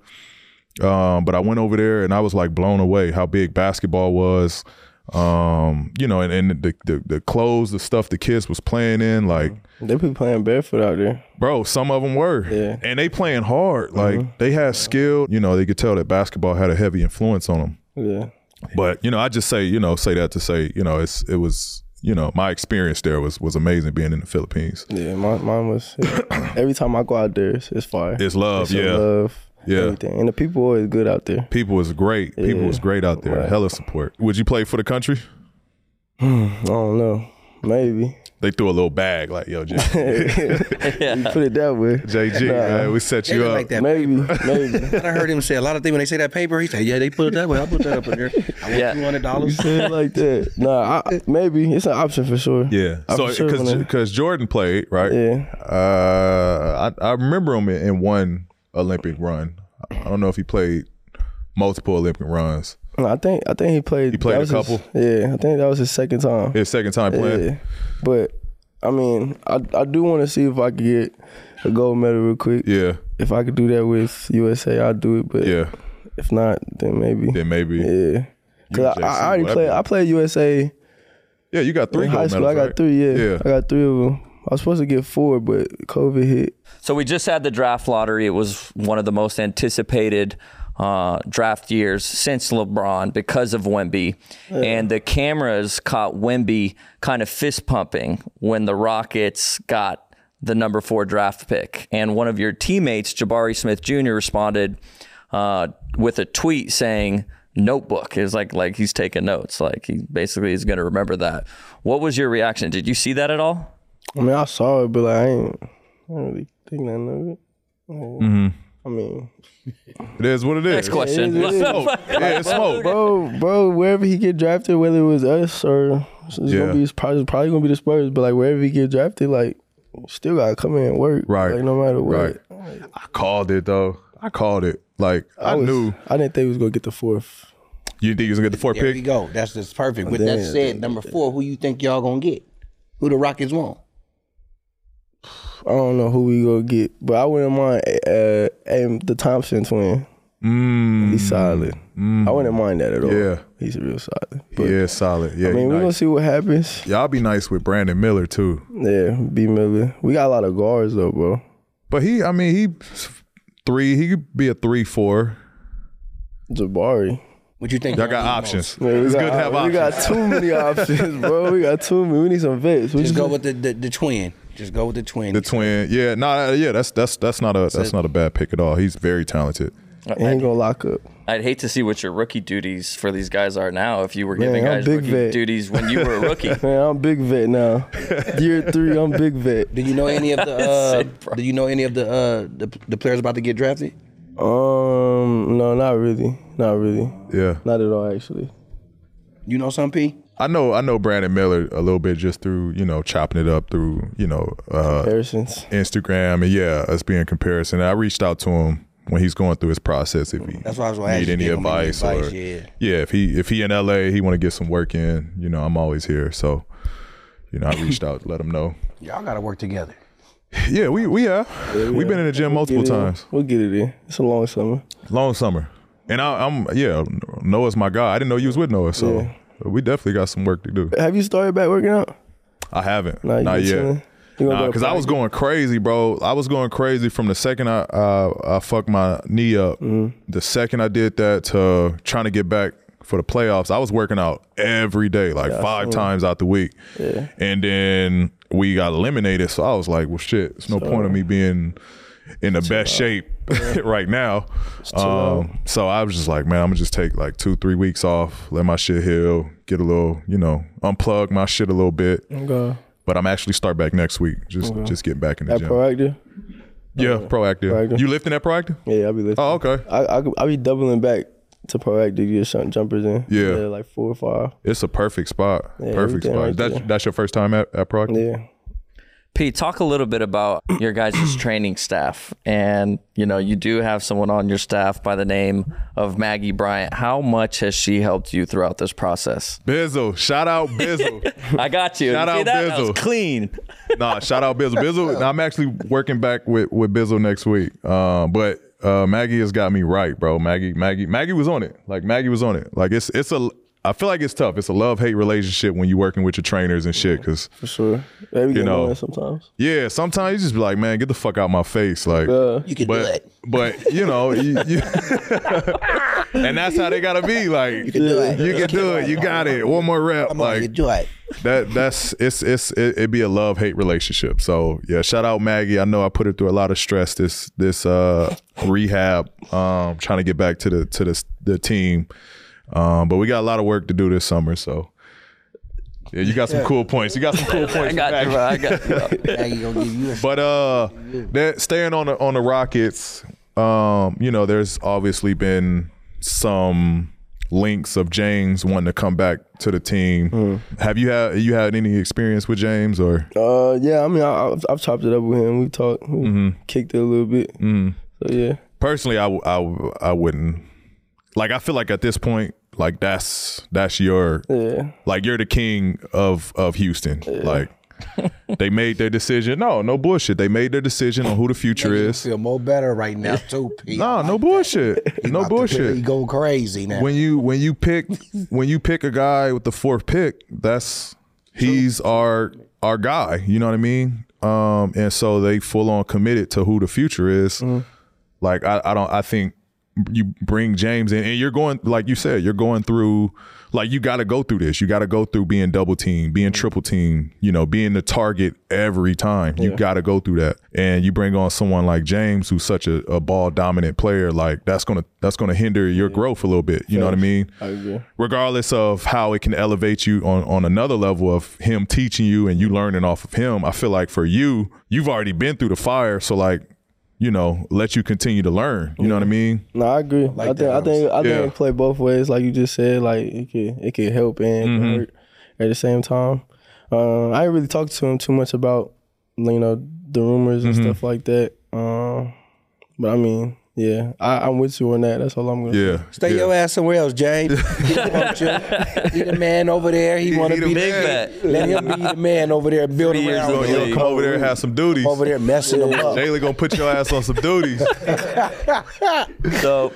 Speaker 1: Um, but I went over there and I was like blown away how big basketball was. Um, you know, and, and the, the the clothes, the stuff the kids was playing in, like
Speaker 2: They be playing barefoot out there.
Speaker 1: bro, some of them were,
Speaker 2: Mm-hmm. Yeah. Mm-hmm.
Speaker 1: and they playing hard. Like they had skill. You know, they could tell that basketball had a heavy influence on them.
Speaker 2: Yeah.
Speaker 1: But you know, I just say you know say that to say you know it's it was you know my experience there was was amazing being in the Philippines.
Speaker 2: Yeah, mine, mine was. every time I go out there, it's, it's fire.
Speaker 1: It's love,
Speaker 2: some
Speaker 1: yeah.
Speaker 2: love,
Speaker 1: Yeah.
Speaker 2: everything. And the people always good out there.
Speaker 1: People was great. People was great out there. Hella support. Would you play for the country?
Speaker 2: I don't know, maybe
Speaker 1: They threw a little bag like yo, JG,
Speaker 2: you put it that way.
Speaker 1: JG man, we set
Speaker 4: They
Speaker 1: you
Speaker 4: look
Speaker 1: up.
Speaker 4: like that.
Speaker 2: Maybe, maybe.
Speaker 4: I done heard him say a lot of things when they say that paper. He said, "Yeah, they put it that way. I put that up in there. I want
Speaker 3: Yeah.
Speaker 4: two hundred
Speaker 2: You
Speaker 4: dollars."
Speaker 2: said it like that. Nah, I, maybe it's an option for sure.
Speaker 1: Yeah.
Speaker 2: I'm
Speaker 1: So
Speaker 2: sure
Speaker 1: because
Speaker 2: when I-
Speaker 1: Jordan played right.
Speaker 2: Yeah.
Speaker 1: Uh, I I remember him in, in one Olympic run. I don't know if he played multiple Olympic runs.
Speaker 2: No, I think I think he played.
Speaker 1: He played
Speaker 2: that
Speaker 1: a
Speaker 2: was his-
Speaker 1: couple?
Speaker 2: yeah, I think that was his second time.
Speaker 1: His second time playing.
Speaker 2: Yeah, but I mean, I I do want to see if I could get a gold medal real quick.
Speaker 1: Yeah.
Speaker 2: If I could do that with USA, I'll do it. But
Speaker 1: Yeah.
Speaker 2: if not, then maybe.
Speaker 1: Then maybe. Yeah.
Speaker 2: Yeah. Cause I,
Speaker 1: UJC,
Speaker 2: I already
Speaker 1: whatever.
Speaker 2: played. I played USA
Speaker 1: you got three
Speaker 2: in
Speaker 1: gold
Speaker 2: high school.
Speaker 1: medals.
Speaker 2: I got
Speaker 1: right?
Speaker 2: three. Yeah,
Speaker 1: Yeah.
Speaker 2: I got three of them. I was supposed to get four, but COVID hit.
Speaker 3: So we just had the draft lottery. It was one of the most anticipated uh, draft years since LeBron because of Wemby, and the cameras caught Wemby kind of fist pumping when the Rockets got the number four draft pick. And one of your teammates, Jabari Smith Jr., responded uh, with a tweet saying. Notebook. It was like like he's taking notes. Like he basically is going to remember that. What was your reaction? Did you see that at all?
Speaker 2: I mean, I saw it, but like, I ain't, I don't really think nothing of it. Like,
Speaker 1: Mm-hmm.
Speaker 2: I mean,
Speaker 1: It is what it is.
Speaker 3: Next question.
Speaker 2: it is.
Speaker 4: Oh
Speaker 1: Smoke. yeah, it's smoke.
Speaker 2: bro, Oh, bro, wherever he get drafted, whether it was us or it's
Speaker 1: Yeah.
Speaker 2: gonna be it's probably, it's probably gonna be the Spurs, but like wherever he get drafted, like still gotta come in and work,
Speaker 1: Right.
Speaker 2: Like no matter what,
Speaker 1: Right. I called it though. I called it. Like I,
Speaker 2: was-
Speaker 1: knew
Speaker 2: I didn't think he was gonna get the fourth.
Speaker 1: you think he was gonna get the four
Speaker 4: There we
Speaker 1: pick.
Speaker 4: go. That's just perfect. With that
Speaker 2: Damn.
Speaker 4: said, number four, who you think y'all gonna get? Who the Rockets want?
Speaker 2: I don't know who we gonna get, but I wouldn't mind uh, um, the Thompson twin.
Speaker 1: Mm.
Speaker 2: He's solid. I wouldn't mind that at all.
Speaker 1: Yeah.
Speaker 2: He's real solid. But,
Speaker 1: Yeah, solid. Yeah,
Speaker 2: I
Speaker 1: he
Speaker 2: mean, we're going to
Speaker 1: nice.
Speaker 2: see what happens.
Speaker 1: y'all be nice with Brandon Miller too.
Speaker 2: Yeah, B Miller. We got a lot of guards, though, bro.
Speaker 1: But he, I mean, he three. He could be a three four.
Speaker 2: Jabari.
Speaker 4: What you think?
Speaker 1: Y'all got
Speaker 4: gonna be
Speaker 1: options.
Speaker 2: Yeah, we
Speaker 1: it's
Speaker 2: got-
Speaker 1: good to have
Speaker 2: We
Speaker 1: options.
Speaker 2: got too many options, bro. We got too many. We need some vets. We
Speaker 4: most? Just
Speaker 2: just-
Speaker 4: go with the, the the twin. Just go with the twin.
Speaker 1: the twin. Yeah, nah, yeah. That's that's that's not a that's not a bad pick at all. He's very talented.
Speaker 2: He ain't gonna lock up.
Speaker 3: I'd hate to see what your rookie duties for these guys are now if you were giving
Speaker 2: I'm
Speaker 3: guys
Speaker 2: big
Speaker 3: rookie
Speaker 2: vet.
Speaker 3: duties when you were a rookie.
Speaker 2: Man, I'm big vet now. Year three, I'm big vet.
Speaker 4: Do you know any of the? Uh,
Speaker 3: Sick, bro.
Speaker 4: do you know any of the, uh, the the players about to get drafted?
Speaker 2: Um, no, not really, not really,
Speaker 1: Yeah,
Speaker 2: not at all. Actually,
Speaker 4: You know some P?
Speaker 1: I know I know Brandon Miller a little bit just through you know chopping it up through you know uh,
Speaker 2: Harrison's.
Speaker 1: Instagram and yeah, us being in comparison. I reached out to him when he's going through his process if he
Speaker 4: That's what I was gonna ask
Speaker 1: need
Speaker 4: you,
Speaker 1: any
Speaker 4: give him any
Speaker 1: advice,
Speaker 4: advice,
Speaker 1: or
Speaker 4: yeah.
Speaker 1: if he if he in LA he want to get some work in. You know, I'm always here, so you know I reached out, let him know.
Speaker 4: Y'all gotta work together.
Speaker 1: Yeah, we we have we've been in the gym multiple
Speaker 2: Get it in.
Speaker 1: times.
Speaker 2: We'll get it in. It's a long summer.
Speaker 1: Long summer. And I, I'm yeah, Noah's my guy. I didn't know you was with Noah, so we definitely got some work to do.
Speaker 2: Have you started back working out?
Speaker 1: I haven't,
Speaker 2: Nah, you
Speaker 1: not
Speaker 2: been
Speaker 1: yet.
Speaker 2: chilling? You gonna
Speaker 1: Nah,
Speaker 2: go to
Speaker 1: because I was going crazy, bro. I was going crazy from the second I uh, I fucked my knee up.
Speaker 2: Mm-hmm.
Speaker 1: The second I did that to trying to get back for the playoffs, I was working out every day, like five times out the week. And then we got eliminated, so I was like, well, shit, it's no point of me being in the best shape right now. Um, so I was just like, man, I'm gonna just take like two, three weeks off, let my shit heal, get a little, you know, unplug my shit a little bit.
Speaker 2: Go
Speaker 1: But I'm actually start back next week. Just just get back in the
Speaker 2: at
Speaker 1: gym.
Speaker 2: Proactive.
Speaker 1: yeah, proactive.
Speaker 2: Proactive.
Speaker 1: You lifting at proactive?
Speaker 2: Yeah, I'll be lifting.
Speaker 1: Oh, okay.
Speaker 2: I, I I be doubling back to Proactive to get some jumpers in.
Speaker 1: Yeah.
Speaker 2: like four or five.
Speaker 1: It's a perfect spot. perfect
Speaker 2: everything
Speaker 1: spot.
Speaker 2: right
Speaker 1: that's
Speaker 2: there.
Speaker 1: that's your first time at, at proactive?
Speaker 2: Yeah.
Speaker 3: Pete, talk a little bit about your guys' training staff. And, you know, you do have someone on your staff by the name of Maggie Bryant. How much has she helped you throughout this process?
Speaker 1: Bizzle. Shout out Bizzle.
Speaker 3: I got you.
Speaker 1: Shout
Speaker 3: you see
Speaker 1: out
Speaker 3: that? That was
Speaker 1: Bizzle.
Speaker 3: clean.
Speaker 1: nah, shout out Bizzle. Bizzle, I'm actually working back with with Bizzle next week. Uh, but uh, Maggie has got me right, bro. Maggie, Maggie, Maggie was on it. Like Maggie was on it. Like it's it's a. I feel like it's tough. It's a love hate relationship when you're working with your trainers and shit. Cause
Speaker 2: For sure. They be getting
Speaker 1: know.
Speaker 2: on it sometimes.
Speaker 1: yeah, sometimes you just be like, man, get the fuck out my face. Like,
Speaker 4: You can do
Speaker 1: but
Speaker 4: it.
Speaker 1: but you know, you, you- and that's how they gotta be. Like, you can
Speaker 4: do it.
Speaker 1: You can do it. You got it. One more rep.
Speaker 4: Come on,
Speaker 1: like,
Speaker 4: you do it.
Speaker 1: that that's it's it's it, it be a love hate relationship. So yeah, shout out Maggie. I know I put her through a lot of stress this this uh rehab, um, trying to get back to the to the the team. Um, but we got a lot of work to do this summer. So yeah, you got some cool points. You got some cool
Speaker 3: I
Speaker 1: points.
Speaker 3: got you, bro. I got you.
Speaker 4: Maggie gonna give you a
Speaker 1: But uh, that staying on the on the Rockets, um, you know, there's obviously been some links of James wanting to come back to the team. Have you had you had any experience with James or?
Speaker 2: Hmm. Uh, yeah. I mean, I, I've, I've chopped it up with him. We talked. We kicked it a little bit. So yeah.
Speaker 1: personally I, w- I w- I wouldn't like i feel like at this point like that's that's your
Speaker 2: Yeah.
Speaker 1: like you're the king of of houston like they made their decision no no bullshit they made their decision on who the future is
Speaker 4: feel more better right now too, P.
Speaker 1: no no bullshit no
Speaker 4: He
Speaker 1: bullshit
Speaker 4: go crazy now.
Speaker 1: when you when you pick when you pick a guy with the fourth pick that's he's our our guy you know what i mean um and so they full on committed to who the future is like I, I don't I think you bring James in and you're going like you said you're going through like you got to go through this you got to go through being double team being triple team you know being the target every time you got to go through that and you bring on someone like James who's such a, a ball dominant player like that's gonna that's gonna hinder your growth a little bit you know what I mean I
Speaker 2: agree.
Speaker 1: regardless of how it can elevate you on on another level of him teaching you and you learning off of him I feel like for you you've already been through the fire so like you know, let you continue to learn. You know what I mean?
Speaker 2: No, I agree. I think I think I
Speaker 1: Yeah.
Speaker 2: think it play both ways, like you just said. Like it could it could help and it could hurt at the same time. Uh, I didn't really talk to him too much about you know the rumors and stuff like that. Um, but I mean, Yeah, I, I'm with you on that. That's all I'm gonna.
Speaker 1: Yeah.
Speaker 4: Stay
Speaker 1: yeah.
Speaker 4: your ass somewhere else, James. He don't want you. He the man over there. He,
Speaker 1: He-
Speaker 4: want
Speaker 1: he
Speaker 4: to
Speaker 1: the
Speaker 4: be the
Speaker 1: big
Speaker 4: man. Let him be the man over there. Build
Speaker 3: Three years
Speaker 4: around
Speaker 3: in the
Speaker 1: You're gonna
Speaker 4: him.
Speaker 1: come over there and have some duties.
Speaker 4: Over there messing him up.
Speaker 1: Jalen gonna put your ass on some duties.
Speaker 3: So,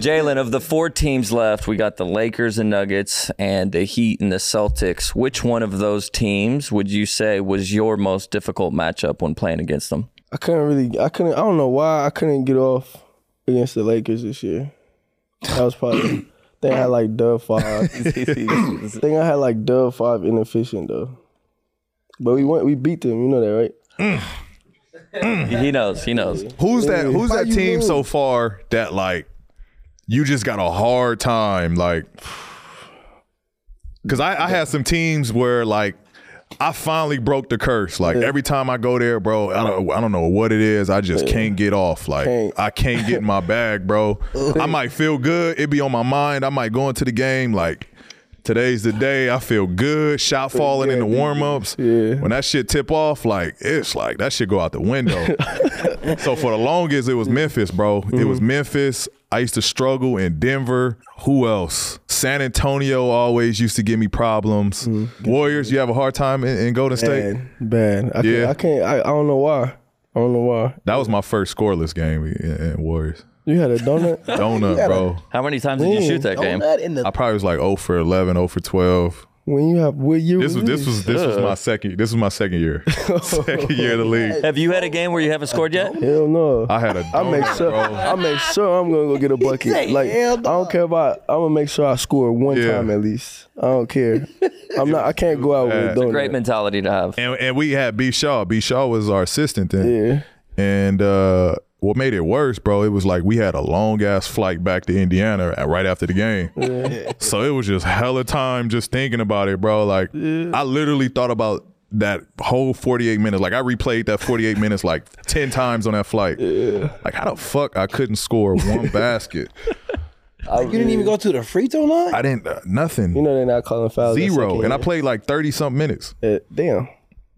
Speaker 3: Jalen, of the four teams left, we got the Lakers and Nuggets and the Heat and the Celtics. Which one of those teams would you say was your most difficult matchup when playing against them?
Speaker 2: I couldn't really. I couldn't. I don't know why I couldn't get off against the Lakers this year. That was probably. I think I had like dub five. I think I had like dub five inefficient though. But we went. We beat them. You know that, right?
Speaker 3: He knows. He knows.
Speaker 1: Who's that? Who's
Speaker 2: Why
Speaker 1: that
Speaker 2: you
Speaker 1: team
Speaker 2: lose?
Speaker 1: so far that like you just got a hard time? Like, because I, I had some teams where like I finally broke the curse. Like every time I go there, bro, I don't I don't know what it is. I just can't get off. Like
Speaker 2: Can't.
Speaker 1: I can't get in my bag, bro. I might feel good. It be on my mind. I might go into the game like. Today's the day. I feel good. Shot falling in the warm ups. Yeah. When that shit tip off, like it's like that shit go out the window. So for the longest, it was Memphis, bro. It was Memphis. I used to struggle in Denver. Who else? San Antonio always used to give me problems. Warriors, you have a hard time in, in Golden State.
Speaker 2: Bad. Bad. I
Speaker 1: Yeah.
Speaker 2: Can't, I can't. I, I don't know why. I don't know why.
Speaker 1: That was my first scoreless game in, in Warriors.
Speaker 2: You had a donut.
Speaker 1: Donut, bro.
Speaker 3: How many times did you shoot that game?
Speaker 4: Donut in the
Speaker 1: I probably was like 0 for 11, 0 for 12.
Speaker 2: when you have. What year
Speaker 1: This was this was this was my second this was my second year. second year of the league.
Speaker 3: Have you had a game where you haven't scored yet?
Speaker 2: Hell no.
Speaker 1: I had a
Speaker 2: I make
Speaker 1: donut,
Speaker 2: sure
Speaker 1: bro.
Speaker 2: I make sure I'm gonna go get a bucket.
Speaker 4: said,
Speaker 2: Like
Speaker 4: "Hell
Speaker 2: I don't care about. I'm gonna make sure I score one
Speaker 1: Yeah.
Speaker 2: time at least. I don't care. I'm not. I can't go out with a
Speaker 1: bad.
Speaker 2: donut.
Speaker 3: Great mentality to have.
Speaker 1: And, and we had B Shaw. B Shaw was our assistant then.
Speaker 2: Yeah.
Speaker 1: And uh, what made it worse, bro, it was like we had a long ass flight back to Indiana at- right after the game. so it was just hella time just thinking about it, bro. Like I literally thought about that whole 48 minutes. Like I replayed that 48 minutes like 10 times on that flight. Like how the fuck I couldn't score one basket.
Speaker 4: you didn't even go to the free throw line.
Speaker 1: I didn't uh, nothing.
Speaker 2: You know they're not calling fouls. that
Speaker 1: Zero.
Speaker 2: second
Speaker 1: And I
Speaker 2: year.
Speaker 1: played like 30 something minutes.
Speaker 2: Uh, damn.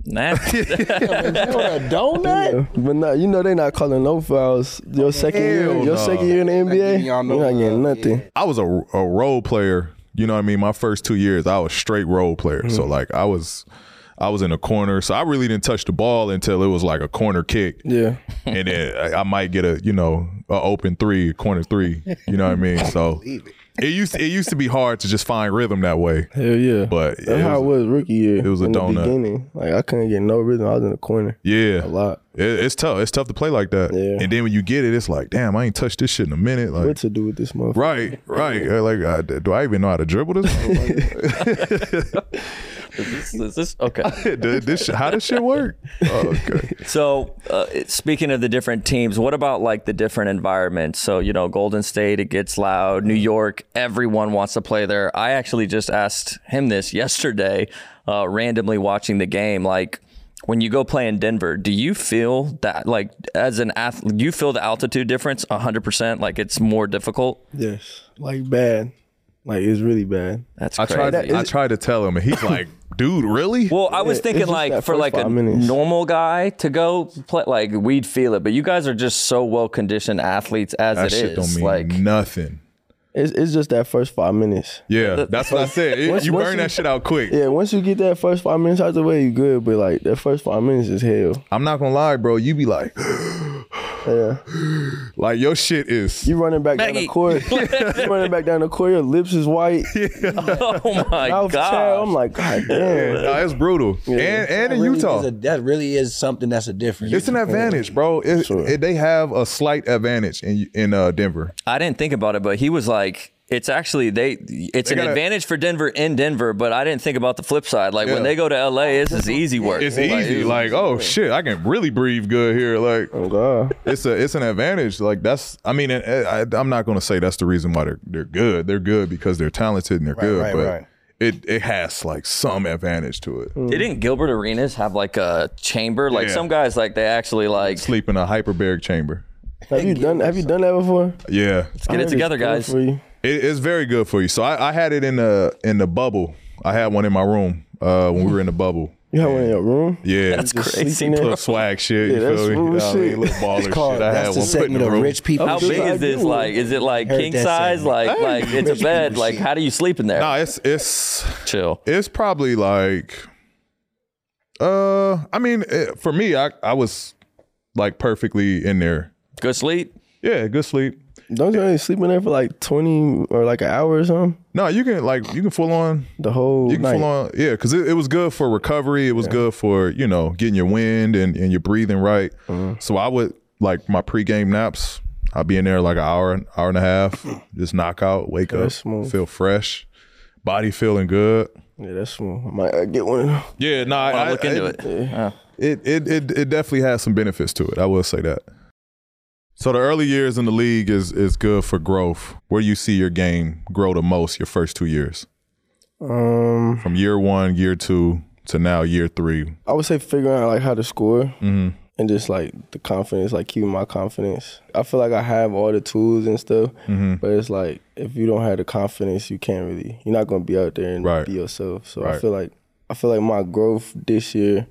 Speaker 3: Nasty.
Speaker 4: You want a donut?
Speaker 2: But no, you know they're not calling no fouls. Your second year,
Speaker 1: Hell
Speaker 2: your
Speaker 1: no.
Speaker 2: second year in the NBA, you're
Speaker 4: y'all no
Speaker 2: not getting nothing.
Speaker 1: I was a, a role player. You know what I mean? My first two years, I was straight role player. So like I was, I was in a corner. So I really didn't touch the ball until it was like a corner kick,
Speaker 2: Yeah.
Speaker 1: and then I, I might get a you know a open three, corner three. You know what I mean? So it. used it used to be hard to just find rhythm that way.
Speaker 2: Hell yeah.
Speaker 1: But
Speaker 2: that's
Speaker 1: it
Speaker 2: how it
Speaker 1: was-
Speaker 2: was rookie year.
Speaker 1: it was a
Speaker 2: in
Speaker 1: donut.
Speaker 2: The beginning. Like I couldn't get no rhythm. I was in the corner
Speaker 1: Yeah,
Speaker 2: a lot.
Speaker 1: It, it's tough. It's tough to play like that.
Speaker 2: Yeah.
Speaker 1: And then when you get it, it's like, damn, I ain't touched this shit in a minute. Like,
Speaker 2: What to do with this motherfucker?
Speaker 1: Right, right. Uh, Like, uh, d- do I even know how to dribble this?
Speaker 3: Is this- is- okay.
Speaker 1: Did this how this shit work? Oh, okay.
Speaker 3: So, uh, it- speaking of the different teams, what about like the different environments? So, you know, Golden State, it gets loud. New York, everyone wants to play there. I actually just asked him this yesterday, uh, randomly watching the game. Like, when you go play in Denver, do you feel that, like, as an athlete, do you feel the altitude difference 100%? Like, it's more difficult?
Speaker 2: Yes. Like bad. Like it's really bad.
Speaker 3: That's
Speaker 1: I
Speaker 3: crazy.
Speaker 1: tried. I tried to tell him, and he's like, "Dude, really?"
Speaker 3: Well, I was
Speaker 2: Yeah,
Speaker 3: thinking
Speaker 2: it's just
Speaker 3: like
Speaker 2: that
Speaker 3: for
Speaker 2: first
Speaker 3: like a
Speaker 2: five minutes.
Speaker 3: normal guy to go play, like we'd feel it. But you guys are just so well conditioned athletes as
Speaker 1: that
Speaker 3: it
Speaker 1: shit
Speaker 3: is.
Speaker 1: don't mean
Speaker 3: like
Speaker 1: nothing.
Speaker 2: It's it's just that first five minutes.
Speaker 1: Yeah, that's what I said. It-
Speaker 2: Once-
Speaker 1: you
Speaker 2: once
Speaker 1: burn
Speaker 2: you-
Speaker 1: that shit out quick.
Speaker 2: Yeah, once you get that first five minutes out the way, you good. But like that first five minutes is hell.
Speaker 1: I'm not gonna lie, bro. You be like,
Speaker 2: Yeah,
Speaker 1: like your shit is.
Speaker 2: you running back down
Speaker 3: Maggie.
Speaker 2: the court. you running back down the court. Your lips is white.
Speaker 3: oh my
Speaker 2: Mouth
Speaker 3: god,
Speaker 2: chapped. I'm like, God damn.
Speaker 1: Nah, it's brutal. And and
Speaker 4: That
Speaker 1: in
Speaker 4: really
Speaker 1: Utah,
Speaker 4: is a- that really is something that's a difference.
Speaker 1: it's an advantage, bro. It,
Speaker 2: Sure.
Speaker 1: it- they have a slight advantage in in uh, Denver.
Speaker 3: I didn't think about it, but he was like. It's actually they. It's an
Speaker 1: gotta-
Speaker 3: advantage for Denver in Denver, but I didn't think about the flip side. Like
Speaker 1: Yeah.
Speaker 3: when they go to LA, this is easy work.
Speaker 1: It's easy. Like, oh shit, I can really breathe good here. Like,
Speaker 2: Oh God.
Speaker 1: it's a it's an advantage. Like that's I mean I, I, I'm not going to say that's the reason why they're they're good. They're good because they're talented and they're good.
Speaker 4: right,
Speaker 1: but
Speaker 4: right.
Speaker 1: it it has like some advantage to it.
Speaker 3: Didn't Gilbert Arenas have like a chamber? Like
Speaker 1: Yeah.
Speaker 3: some guys, like they actually like
Speaker 1: Sleep in a hyperbaric chamber.
Speaker 2: Have you done? Have you done that before?
Speaker 1: Yeah,
Speaker 3: get it together, guys.
Speaker 2: For you.
Speaker 1: it, it's very good for you. So I, I had it in the in the bubble. I had one in my room uh, when we were in the bubble,
Speaker 2: You have one in your room?
Speaker 1: Yeah,
Speaker 3: That's
Speaker 2: Just
Speaker 3: crazy,
Speaker 2: sleeping there?
Speaker 1: Little swag shit.
Speaker 2: Yeah,
Speaker 1: you
Speaker 2: that's
Speaker 1: feel me? You
Speaker 2: rude
Speaker 1: know what I mean?
Speaker 2: shit.
Speaker 1: Little baller
Speaker 4: It's called
Speaker 1: shit. I had
Speaker 4: that's
Speaker 1: one
Speaker 4: the
Speaker 1: put in
Speaker 4: segment
Speaker 1: the
Speaker 4: of
Speaker 1: room.
Speaker 4: rich people.
Speaker 3: How
Speaker 2: shit,
Speaker 3: big
Speaker 2: I
Speaker 3: is this?
Speaker 2: do.
Speaker 3: Like, is it like
Speaker 4: Heard
Speaker 3: king
Speaker 4: that
Speaker 3: size?
Speaker 4: segment.
Speaker 3: Like, like it's a
Speaker 4: Rich
Speaker 3: bed.
Speaker 4: people
Speaker 3: Like,
Speaker 4: shit.
Speaker 3: how do you sleep in there?
Speaker 1: Nah, it's it's
Speaker 3: Chill.
Speaker 1: it's probably like, uh, I mean, it, for me, I I was like perfectly in there.
Speaker 3: Good sleep.
Speaker 1: Yeah, good sleep.
Speaker 2: Don't you only sleep in there for like 20 or like an hour or something?
Speaker 1: No, you can like you can full on
Speaker 2: The whole
Speaker 1: you can
Speaker 2: night.
Speaker 1: full on yeah, because it, it was good for recovery. It was good for you know getting your wind and and your breathing right.
Speaker 2: Uh-huh.
Speaker 1: So I would like my pregame naps. I'd be in there like an hour, an hour and a half, just knock out, wake up,
Speaker 2: that's smooth.
Speaker 1: feel fresh, body feeling good.
Speaker 2: Yeah, that's smooth. I might uh, get one of them.
Speaker 1: Yeah, no,
Speaker 3: I
Speaker 1: I,
Speaker 3: want to look into it.
Speaker 1: It it it it definitely has some benefits to it. I will say that. So the early years in the league is is good for growth. Where you see your game grow the most your first two years,
Speaker 2: Um,
Speaker 1: from year one, year two to now year three.
Speaker 2: I would say figuring out like how to score
Speaker 1: Mhm.
Speaker 2: and just like the confidence, like keeping my confidence. I feel like I have all the tools and stuff,
Speaker 1: Mm-hmm.
Speaker 2: but it's like if you don't have the confidence, you can't really. You're not gonna be out there and
Speaker 1: Right.
Speaker 2: be yourself. So I
Speaker 1: Right.
Speaker 2: feel like I feel like my growth this year,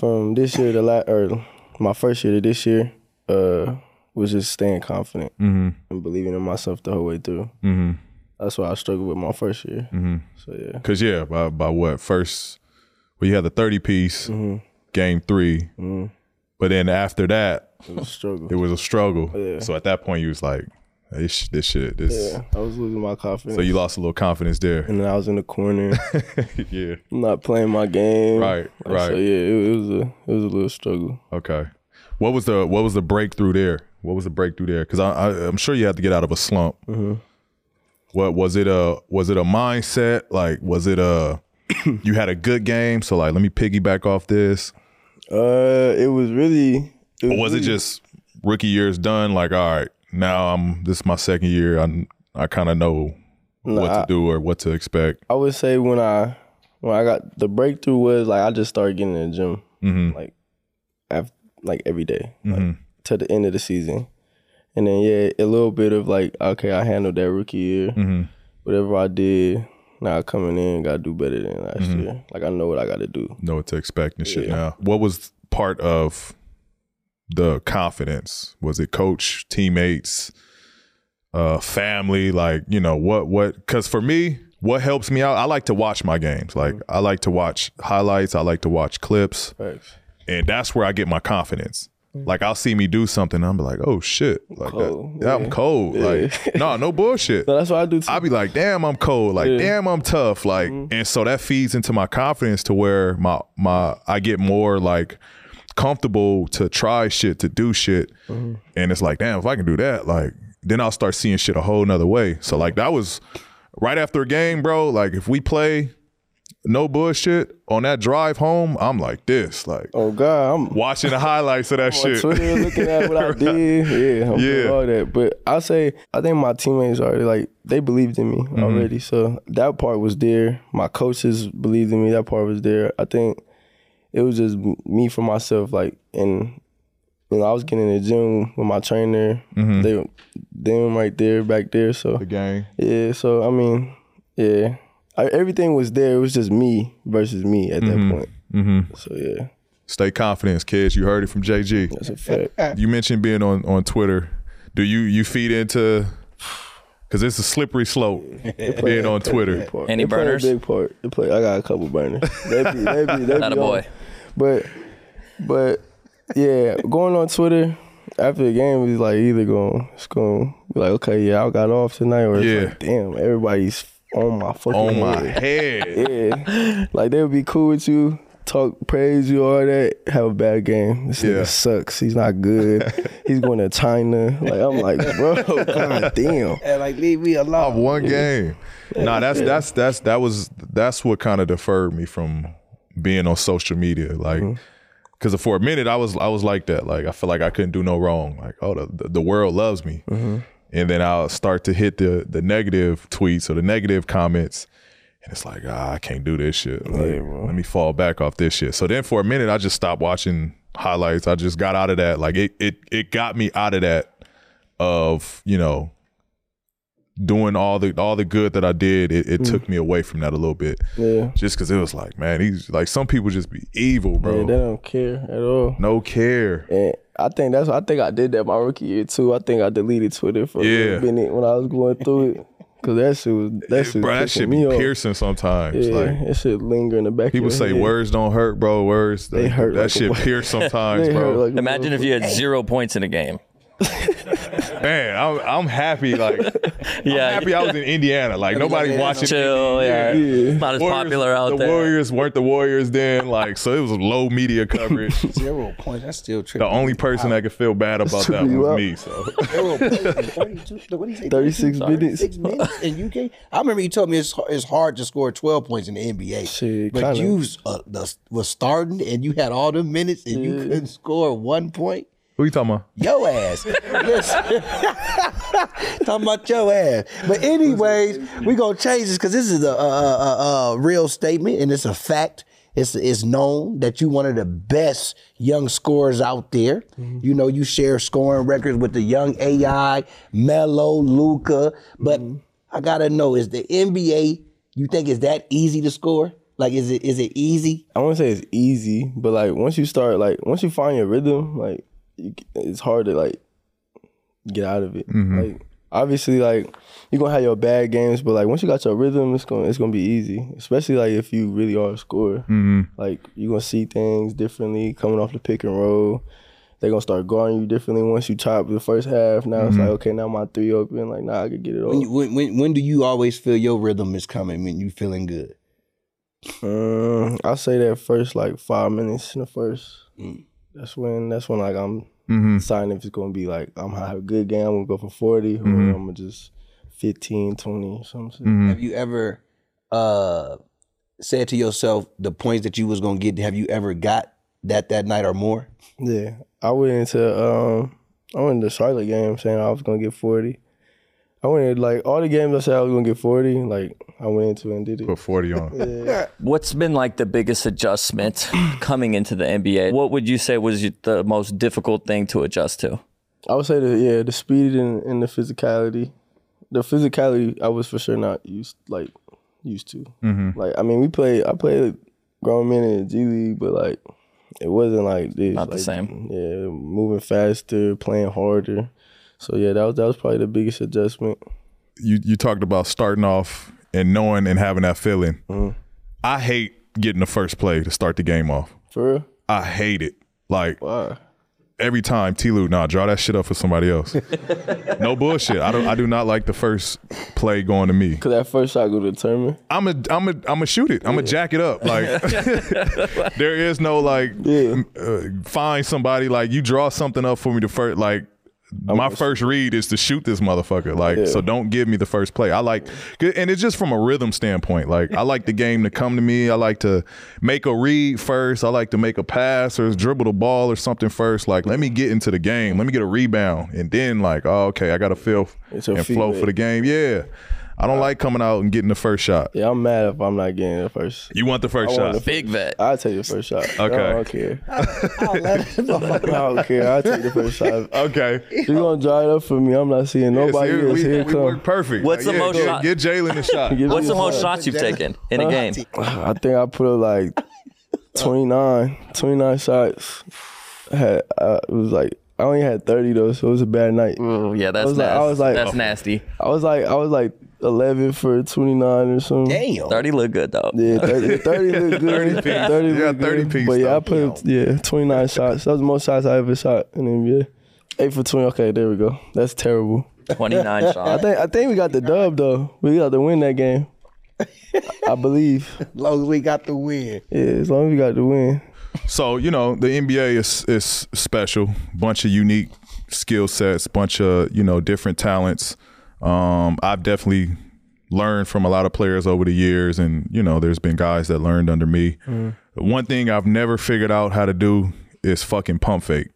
Speaker 2: from this year to la or my first year to this year, uh, was just staying confident
Speaker 1: Mm-hmm.
Speaker 2: and believing in myself the whole way through. Mm-hmm. That's why I struggled with my first year. Mm-hmm. So yeah,
Speaker 1: Cause yeah, by by what first? Well, you had the thirty piece
Speaker 2: Mm-hmm.
Speaker 1: game 3 but then after that
Speaker 2: it was a struggle.
Speaker 1: it was a struggle. So at that point you was like, this this shit this.
Speaker 2: yeah, I was losing my confidence.
Speaker 1: So you lost a little confidence there.
Speaker 2: and then I was in the corner,
Speaker 1: yeah.
Speaker 2: not playing my game.
Speaker 1: Right,
Speaker 2: Like,
Speaker 1: right.
Speaker 2: So yeah, it, it was a it was a little struggle.
Speaker 1: Okay. What was the what was the breakthrough there? What was the breakthrough there? Because I, I I'm sure you had to get out of a slump. What was it a was it a mindset? Like was it a you had a good game, so like let me piggyback off this.
Speaker 2: Uh, it was really. It
Speaker 1: Or was it
Speaker 2: really-
Speaker 1: just rookie year's done? Like all right, now I'm this is my second year. I I kind of know what to do or what to expect.
Speaker 2: I would say when I when I got the breakthrough was like I just started getting in the gym
Speaker 1: Mm-hmm.
Speaker 2: like af like every day, like to the end of the season, and then yeah, a little bit of like okay, I handled that rookie year,
Speaker 1: Mm. Mm-hmm.
Speaker 2: whatever I did. Now coming in, gotta do better than last
Speaker 1: Mm-hmm.
Speaker 2: year. Like I know what I gotta do.
Speaker 1: know what to expect and shit now. What was part of the confidence? Was it coach, teammates, uh, family? Like, you know, what, what, cause for me, what helps me out, I like to watch my games. Like, I like to watch highlights, I like to watch clips,
Speaker 2: Facts.
Speaker 1: and that's where I get my confidence. Like I'll see me do something, I'm like, oh shit, like that-
Speaker 2: cold.
Speaker 1: yeah, I'm Mm. cold. Like, nah, no bullshit.
Speaker 2: So that's what I do. Too.
Speaker 1: I be like, damn, I'm cold. Like, damn, I'm tough. Like, and so that feeds into my confidence to where my my I get more like comfortable to try shit, to do shit. And it's like, damn, if I can do that, like, then I'll start seeing shit a whole nother way. So like that was right after a game, bro. Like if we play no bullshit on that drive home, I'm like this, like
Speaker 2: oh God, I'm
Speaker 1: watching the highlights of that
Speaker 2: on
Speaker 1: shit.
Speaker 2: Twitter looking at what I did. Yeah, I'm
Speaker 1: Yeah.
Speaker 2: doing all that. But I say I think my teammates already like they believed in me already. So that part was there. My coaches believed in me. That part was there. I think it was just m- me for myself. Like and you know I was getting in the gym with my trainer. They them right there back there. So
Speaker 1: the game.
Speaker 2: yeah. So I mean yeah. I, everything was there. It was just me versus me at that point. Mm-hmm. So yeah,
Speaker 1: Stay confident, kids. You heard it from JG.
Speaker 2: that's a fact.
Speaker 1: you mentioned being on on Twitter. Do you you feed into? Because it's a slippery slope being on Twitter.
Speaker 2: part.
Speaker 3: Any
Speaker 2: It play
Speaker 3: burners?
Speaker 2: A big part. It play. I got a couple burners. They be, they be, they be
Speaker 3: Not
Speaker 2: on.
Speaker 3: a boy.
Speaker 2: But, but yeah, going on Twitter after the game is like either going, it's going be like, okay, yeah, I got off tonight, or it's
Speaker 1: Yeah.
Speaker 2: like, damn, everybody's on my fucking.
Speaker 1: On Oh my
Speaker 2: head.
Speaker 1: head.
Speaker 2: Yeah, like they would be cool with you. Talk, praise you, all that. Have a bad game. This
Speaker 1: Yeah.
Speaker 2: nigga sucks. He's not good. He's going to China. Like I'm like, bro, god damn.
Speaker 4: And like leave me
Speaker 1: I've
Speaker 4: alone.
Speaker 1: won game. Nah, that's that's that's that was that's what kind of deferred me from being on social media. Like, because for a minute I was I was like that. Like I feel like I couldn't do no wrong. Like oh the the world loves me. And then I'll start to hit the the negative tweets or the negative comments. And it's like, ah, I can't do this shit. Like, let me fall back off this shit. So then for a minute, I just stopped watching highlights. I just got out of that. Like it, it, it got me out of that of you know doing all the all the good that I did, it, it took me away from that a little bit.
Speaker 2: Mm. Yeah.
Speaker 1: Just because it was like, man, he's like some people just be evil,
Speaker 2: Yeah,
Speaker 1: bro.
Speaker 2: they don't care at all.
Speaker 1: no care.
Speaker 2: And I think that's I think I did that my rookie year too. I think I deleted Twitter for a little
Speaker 1: Yeah.
Speaker 2: minute when I was going through it. Cause that shit was that shit,
Speaker 1: bro,
Speaker 2: was
Speaker 1: that
Speaker 2: pissing
Speaker 1: should
Speaker 2: me
Speaker 1: be
Speaker 2: off.
Speaker 1: piercing sometimes.
Speaker 2: Yeah,
Speaker 1: Like
Speaker 2: that shit linger in the back. of
Speaker 1: people
Speaker 2: your
Speaker 1: say
Speaker 2: head.
Speaker 1: words don't hurt, bro. Words
Speaker 2: They hurt
Speaker 1: That
Speaker 2: like a
Speaker 1: shit
Speaker 2: word.
Speaker 1: pierce sometimes,
Speaker 2: They
Speaker 1: bro.
Speaker 2: hurt like a
Speaker 3: Imagine if you had zero points in a game.
Speaker 1: man, I'm, I'm happy. Like
Speaker 3: Yeah.
Speaker 1: I'm happy I was in Indiana. Like nobody watching.
Speaker 3: Chill. Yeah. It's not as
Speaker 1: Warriors-
Speaker 3: popular out
Speaker 1: the
Speaker 3: there.
Speaker 1: Warriors weren't the Warriors then, like so it was low media coverage.
Speaker 4: Zero points. That's still tricky.
Speaker 1: The only person that could feel bad about
Speaker 2: took
Speaker 1: that
Speaker 2: me
Speaker 1: was
Speaker 2: up.
Speaker 1: me. So
Speaker 4: Zero points in 32 what do you say,
Speaker 2: 36 minutes.
Speaker 4: 36 minutes in UK. I remember you told me it's, it's hard to score 12 points in the NBA.
Speaker 2: Shit,
Speaker 4: but
Speaker 2: kinda.
Speaker 4: you uh, the, was starting and you had all the minutes and you couldn't score one point.
Speaker 1: who you talking about?
Speaker 4: Yo ass. Listen. Talking about your ass. But anyways, we gonna change this because this is a, a, a, a- a real statement and it's a fact. It's, it's known that you one of the best young scorers out there. You know, you share scoring records with the young AI, Melo, Luca. But I gotta know, is the NBA, you think is that easy to score? Like is it is it easy?
Speaker 2: I won't say it's easy, but like once you start, like once you find your rhythm, like you, c- it's hard to like get out of it.
Speaker 1: Mm-hmm.
Speaker 2: Like obviously, like you're gonna have your bad games, but like once you got your rhythm, it's gonna it's gonna be easy. Especially like if you really are a scorer,
Speaker 1: Mm-hmm.
Speaker 2: like you're gonna see things differently coming off the pick and roll. They're gonna start guarding you differently once you top the first half. Now it's like okay, now my three open. Like nah, I could get it
Speaker 4: Mm-hmm. When,
Speaker 2: off.
Speaker 4: you- when, when, when do you always feel your rhythm is coming when you feeling good?
Speaker 2: Um, I say that first like five minutes in the first.
Speaker 4: Mm.
Speaker 2: That's when that's when like I'm
Speaker 4: Mm-hmm.
Speaker 2: deciding if it's gonna be like I'm gonna have a good game. I'm gonna go for 40
Speaker 4: Mm-hmm.
Speaker 2: or I'm gonna just 15, 20, something.
Speaker 4: Have you ever uh, said to yourself the points that you was gonna get? Have you ever got that that night or more?
Speaker 2: Yeah, I went into um, I went into Charlotte game saying I was gonna get 40. I went into, like all the games I said I was gonna get 40. Like I went into and did it.
Speaker 1: Put forty on.
Speaker 3: What's been like the biggest adjustment coming into the NBA? What would you say was the most difficult thing to adjust to?
Speaker 2: I would say the yeah, the speed and, and the physicality. The physicality I was for sure not used like used to.
Speaker 3: Mm-hmm.
Speaker 2: Like I mean, we played I played grown men in the G League, but like it wasn't like this.
Speaker 3: Not the
Speaker 2: like,
Speaker 3: same.
Speaker 2: Yeah, moving faster, playing harder. So yeah, that was that was probably the biggest adjustment.
Speaker 1: You you talked about starting off and knowing and having that feeling. I hate getting the first play to start the game off.
Speaker 2: For real.
Speaker 1: I hate it. Like
Speaker 2: Wow.
Speaker 1: every time T Lou, nah, draw that shit up for somebody else. no bullshit. I don't I do not like the first play going to me.
Speaker 2: Cause that first shot go determine.
Speaker 1: I'm a I'm a I'm a shoot it. I'm a jack it up. Like there is no like m- uh, find somebody like you draw something up for me to first like my first read is to shoot this motherfucker. Like so don't give me the first play. I like good- and it's just from a rhythm standpoint. Like I like the game to come to me. I like to make a read first. I like to make a pass or dribble the ball or something first. Like let me get into the game. Let me get a rebound and then like oh, okay, I got to feel
Speaker 2: It's your
Speaker 1: and flow
Speaker 2: feedback.
Speaker 1: for the game. Yeah. I don't like coming out and getting the first shot.
Speaker 2: Yeah, I'm mad if I'm not getting the first.
Speaker 1: You want the first
Speaker 2: I want
Speaker 1: shot.
Speaker 2: the
Speaker 3: Big vet.
Speaker 2: I'll take the first shot. I
Speaker 1: Okay.
Speaker 2: don't care. I don't care. I'll take the first shot.
Speaker 1: okay.
Speaker 2: You're gonna dry it up for me. I'm not seeing nobody
Speaker 1: Yes, here,
Speaker 2: else.
Speaker 1: we,
Speaker 2: Here it
Speaker 1: we
Speaker 2: come.
Speaker 1: work perfect.
Speaker 3: What's the
Speaker 1: yeah,
Speaker 3: most
Speaker 1: get,
Speaker 3: shot-
Speaker 1: Get Jalen the shot.
Speaker 2: Give
Speaker 3: What's
Speaker 2: me
Speaker 3: the
Speaker 2: a
Speaker 3: most
Speaker 2: shot.
Speaker 3: shots you've taken in a game?
Speaker 2: I think I put up like 29, 29 shots. I had uh, it was like I only had thirty though, so it was a bad night.
Speaker 3: Oh yeah, that's
Speaker 2: was like- I
Speaker 3: nasty.
Speaker 2: was like- oh.
Speaker 3: that's nasty.
Speaker 2: I was like I was like eleven for twenty nine or something.
Speaker 4: Damn.
Speaker 3: Thirty look good though.
Speaker 2: Yeah, 30, 30 looked good. 30
Speaker 1: piece.
Speaker 2: looked
Speaker 1: Yeah, 30
Speaker 2: good.
Speaker 1: piece
Speaker 2: But yeah, I put
Speaker 1: though.
Speaker 2: up, yeah, 29 shots. That was the most shots I ever shot in the NBA. 8 for 20. Okay, there we go. That's terrible.
Speaker 3: Twenty nine
Speaker 2: I
Speaker 3: shots.
Speaker 2: think I think we got the dub though. We got to win that game. I believe.
Speaker 4: long as we got the win.
Speaker 2: Yeah, as long as we got the win.
Speaker 1: So you know the NBA is is special. Bunch of unique skill sets. Bunch of you know different talents. Um, I've definitely learned from a lot of players over the years, and you know there's been guys that learned under me.
Speaker 2: Mm.
Speaker 1: The One thing I've never figured out how to do is fucking pump fake.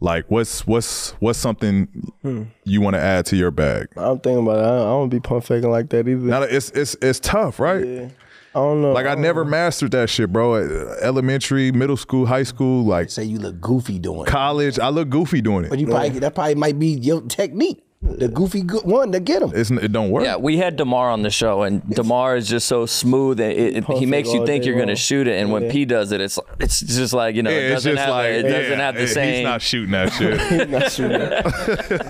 Speaker 1: Like what's what's what's something
Speaker 2: Hmm.
Speaker 1: you want to add to your bag?
Speaker 2: I'm thinking about it. I, I don't be pump faking like that either.
Speaker 1: Now it's it's it's tough, right?
Speaker 2: I don't know.
Speaker 1: Like I
Speaker 2: don't
Speaker 1: never mastered that shit, bro. At, uh, Elementary, middle school, high school, like
Speaker 4: Say you look goofy doing. it.
Speaker 1: college, I look goofy doing
Speaker 4: But
Speaker 1: it.
Speaker 4: you probably that probably might be your technique. The goofy go- one to get him.
Speaker 1: It's, it don't work.
Speaker 3: Yeah, we had Demar on the show, and Demar is just so smooth, and it, it- he
Speaker 2: Perfect
Speaker 3: makes you
Speaker 2: all
Speaker 3: think
Speaker 2: day
Speaker 3: you're going to
Speaker 2: long.
Speaker 3: shoot it. And when P does it, it's it's just like you know,
Speaker 1: Yeah,
Speaker 3: it doesn't have the- it doesn't
Speaker 1: yeah,
Speaker 3: have the
Speaker 1: he's
Speaker 3: same.
Speaker 1: not shooting that shit.
Speaker 2: Not shooting.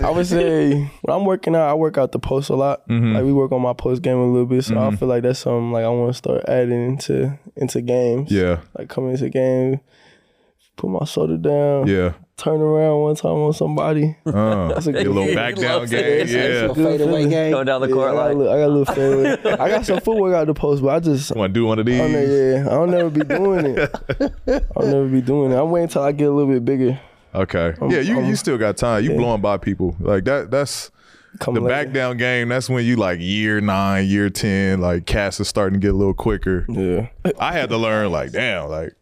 Speaker 2: I would say when I'm working out, I work out the post a lot.
Speaker 1: Mm-hmm.
Speaker 2: Like we work on my post game a little bit, so I feel like that's something like I want to start adding into into games.
Speaker 1: yeah,
Speaker 2: like come into game, put my shoulder down,
Speaker 1: yeah.
Speaker 2: turn around one time on somebody.
Speaker 1: Uh,
Speaker 2: That's a
Speaker 1: your
Speaker 2: good
Speaker 1: little
Speaker 2: feeling.
Speaker 1: back
Speaker 3: He
Speaker 1: down
Speaker 3: loves it.
Speaker 1: game. Yeah.
Speaker 4: Little fadeaway game.
Speaker 3: Going down the
Speaker 2: Yeah, I
Speaker 3: court
Speaker 2: got, a
Speaker 3: like
Speaker 2: little, I got a little favorite. I got some footwork out the post, but I just
Speaker 1: Want to do one of
Speaker 2: I don't know,
Speaker 1: these?
Speaker 2: yeah, I don't never be doing it. I'll never be doing it. I'm waiting until I get a little bit bigger.
Speaker 1: Okay. Yeah, you you still got time. You blowing by people like that. That's
Speaker 2: Come
Speaker 1: the
Speaker 2: later.
Speaker 1: back down game. That's when you like year nine, year ten. Like cast is starting to get a little quicker.
Speaker 2: Yeah.
Speaker 1: I had to learn like damn, like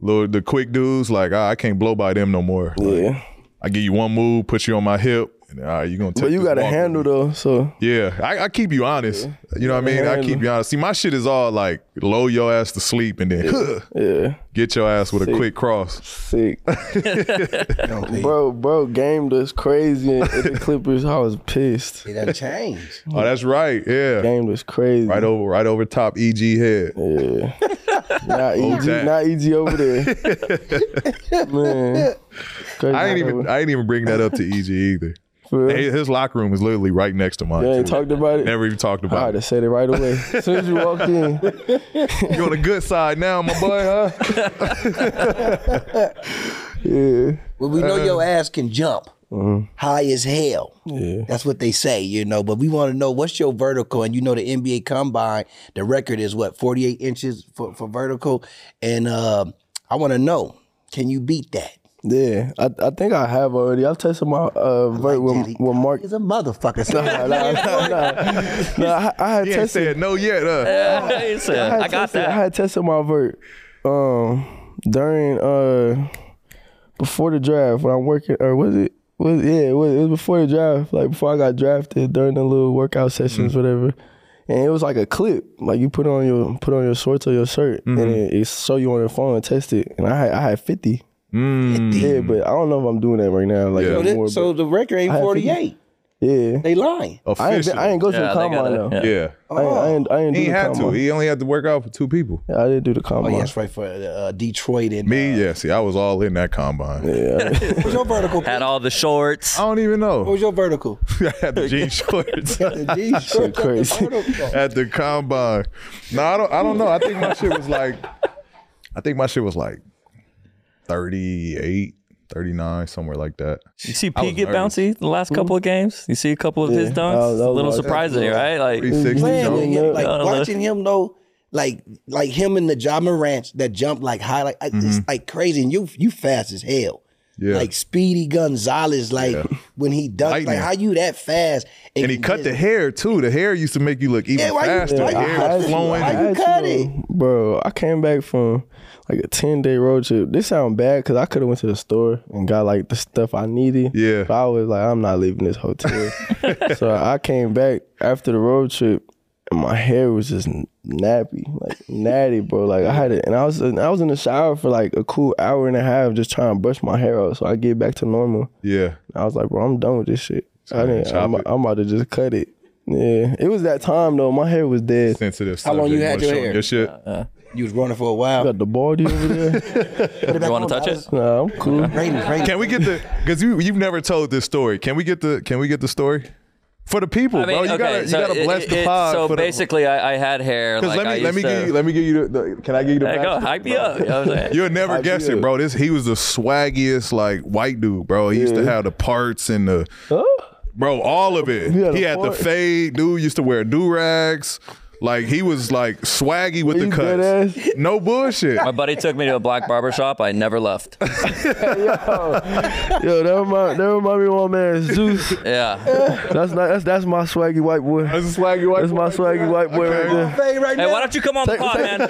Speaker 1: little the quick dudes. Like ah, I can't blow by them no more.
Speaker 2: Yeah.
Speaker 1: I give you one move, put you on my hip, and all right, you gonna take.
Speaker 2: But you
Speaker 1: this
Speaker 2: got to
Speaker 1: walk with
Speaker 2: handle
Speaker 1: me.
Speaker 2: though, so
Speaker 1: Yeah, I, I keep you honest. You know what I mean? I keep you honest. See, my shit is all like low your ass to sleep and then
Speaker 2: yeah.
Speaker 1: get your ass with a quick cross.
Speaker 2: Sick. bro, bro, game does crazy and the Clippers. I was pissed.
Speaker 4: It done changed.
Speaker 1: Oh, that's right. Yeah.
Speaker 2: Game was crazy.
Speaker 1: Right over right over top EG head.
Speaker 2: Yeah. not EG,
Speaker 1: that.
Speaker 2: not EG over there. Man. Crazy
Speaker 1: I ain't
Speaker 2: how
Speaker 1: even
Speaker 2: that-
Speaker 1: I ain't even bring that up to EG either.
Speaker 2: for real.
Speaker 1: Hey, His locker room is literally right next to mine.
Speaker 2: You ain't
Speaker 1: too.
Speaker 2: talked about it?
Speaker 1: Never even talked
Speaker 2: I
Speaker 1: about
Speaker 2: had to
Speaker 1: it.
Speaker 2: say it right away. As soon as you walked in,
Speaker 1: You on the good side now, my boy, huh?
Speaker 2: yeah.
Speaker 4: Well, we know
Speaker 2: Uh-huh.
Speaker 4: your ass can jump
Speaker 2: Mm-hmm.
Speaker 4: high as hell. That's what they say, you know. But we want to know what's your vertical, and you know the NBA combine. The record is what forty eight inches for, for vertical, and uh, I want to know can you beat that?
Speaker 2: Yeah. I, I think I have already. I've tested my uh, vert with, with Mark.
Speaker 4: He's a motherfucker.
Speaker 2: Nah, nah, nah, nah. Nah, I, I had
Speaker 1: He ain't
Speaker 2: tested.
Speaker 1: said no yet, uh, huh?
Speaker 3: He said,
Speaker 2: I, had
Speaker 3: I got
Speaker 2: tested, I
Speaker 3: that.
Speaker 2: had tested my vert um, during uh, before the draft when I'm working, or was it? Was yeah, it was, it was before the draft, like before I got drafted during the little workout
Speaker 3: Mm.
Speaker 2: sessions, whatever. And it was like a clip, like you put on your put on your shorts or your shirt, and
Speaker 3: Mm-hmm.
Speaker 2: it, it show you on your phone and test it. And I had I had fifty.
Speaker 3: Mm.
Speaker 2: Yeah, but I don't know if I'm doing that right now. Like
Speaker 1: Yeah.
Speaker 2: I'm more,
Speaker 4: so the record ain't
Speaker 2: have
Speaker 4: forty eight.
Speaker 2: but- yeah,
Speaker 4: They lying.
Speaker 2: I ain't,
Speaker 1: Officially.
Speaker 2: been- I ain't go to
Speaker 3: Yeah,
Speaker 2: the
Speaker 3: they
Speaker 2: combine
Speaker 3: gotta-
Speaker 2: though.
Speaker 3: yeah.
Speaker 1: yeah.
Speaker 2: I ain't, I ain't, I ain't
Speaker 1: He
Speaker 2: do
Speaker 1: ain't
Speaker 2: the
Speaker 1: had to.
Speaker 2: combine.
Speaker 1: He only had to work out for two people.
Speaker 2: Yeah, I didn't do the
Speaker 4: Oh,
Speaker 2: combine.
Speaker 4: yeah, that's right for uh, Detroit and
Speaker 1: Me, yeah. See, I was all in that combine.
Speaker 4: What was your vertical?
Speaker 3: Had
Speaker 4: What
Speaker 3: all the shorts.
Speaker 1: I don't even know.
Speaker 4: was your vertical?
Speaker 1: I had the jean shorts.
Speaker 4: The G short, the
Speaker 2: crazy.
Speaker 4: vertical.
Speaker 1: at the combine. No, I don't. I don't know. I think my shit was like, I think my shit was like 38, 39, somewhere like that.
Speaker 3: You see
Speaker 1: I
Speaker 3: P
Speaker 1: was
Speaker 3: get
Speaker 1: nervous.
Speaker 3: bouncy the last couple of games. You see a couple of his
Speaker 2: Yeah.
Speaker 3: dunks.
Speaker 2: I was- I
Speaker 3: a
Speaker 2: was
Speaker 3: little
Speaker 2: like-
Speaker 3: surprising, right? Like
Speaker 1: Three sixty.
Speaker 4: playing with him, like
Speaker 3: Uh,
Speaker 4: watching him though, like like him and the Ja Morant that jump like high, like I- it's like crazy. And you you fast as hell.
Speaker 1: Mm-hmm. Yeah.
Speaker 4: Like Speedy Gonzalez, like when he dunked,
Speaker 1: Lightning.
Speaker 4: like how you that fast?
Speaker 1: and he
Speaker 4: you
Speaker 1: cut
Speaker 4: just-
Speaker 1: the hair too. The hair used to make you look even
Speaker 4: Yeah, why you-
Speaker 1: faster.
Speaker 4: why
Speaker 1: the
Speaker 4: you
Speaker 1: hair
Speaker 4: cut
Speaker 1: was
Speaker 4: it?
Speaker 1: flowing.
Speaker 4: Why you
Speaker 2: I
Speaker 4: cut
Speaker 2: actually-
Speaker 4: it?
Speaker 2: bro. I came back from like a ten day road trip. This sound bad because I could have went to the store and got like the stuff I needed.
Speaker 1: Yeah.
Speaker 2: but I was like, I'm not leaving this hotel. so I came back after the road trip, and my hair was just nappy, like natty, bro. Like I had it, and I was and I was in the shower for like a cool hour and a half just trying to brush my hair out so I get back to normal.
Speaker 1: yeah.
Speaker 2: I was like, bro, I'm done with this shit. I didn't.
Speaker 1: chop
Speaker 2: I'm,
Speaker 1: it.
Speaker 2: I'm about to just cut it. Yeah, it was that time though. My hair was dead.
Speaker 1: Sensitive.
Speaker 4: How long
Speaker 1: subject.
Speaker 4: you had
Speaker 1: wanna
Speaker 4: your
Speaker 1: show
Speaker 4: hair?
Speaker 1: Your shit.
Speaker 4: You was running for a while.
Speaker 2: Got the baldy over there.
Speaker 3: you want to touch it?
Speaker 2: Nah, I'm cool.
Speaker 4: Raiders, Raiders.
Speaker 1: Can we get the? Because you you've never told this story. Can we get the? Can we get the story? For the people, bro. You gotta you
Speaker 3: so
Speaker 1: gotta
Speaker 3: it-
Speaker 1: bless the
Speaker 3: it-
Speaker 1: pod.
Speaker 3: So
Speaker 1: for the-
Speaker 3: basically, I, I had hair.
Speaker 1: 'cause
Speaker 3: Like,
Speaker 1: let
Speaker 3: I
Speaker 1: me let me
Speaker 3: used to-
Speaker 1: give you let me give you the, the can I give you the
Speaker 3: Hey,
Speaker 1: backstory?
Speaker 3: go hype me up. You know what I'm saying?
Speaker 1: You'll never guess it, bro. This he was the swaggiest like white dude, bro. He used to have the parts and the bro, all of it. He
Speaker 2: had
Speaker 1: had,
Speaker 2: a
Speaker 1: the
Speaker 2: part.
Speaker 1: fade. Dude used to wear do rags. Like he was like swaggy with
Speaker 2: Are
Speaker 1: the
Speaker 2: you dead
Speaker 1: cuts. No bullshit.
Speaker 3: My buddy took me to a black barber shop. I never left.
Speaker 2: Yo, that remind, that remind me of one man's juice.
Speaker 3: Yeah.
Speaker 2: That's not that's that's my swaggy white boy.
Speaker 1: That's a swaggy white
Speaker 2: That's
Speaker 1: boy
Speaker 2: my
Speaker 1: right
Speaker 2: swaggy
Speaker 1: there.
Speaker 2: white boy
Speaker 1: Okay.
Speaker 2: right there.
Speaker 4: Fade right
Speaker 3: Hey,
Speaker 4: now.
Speaker 3: why don't you come on the pod, man?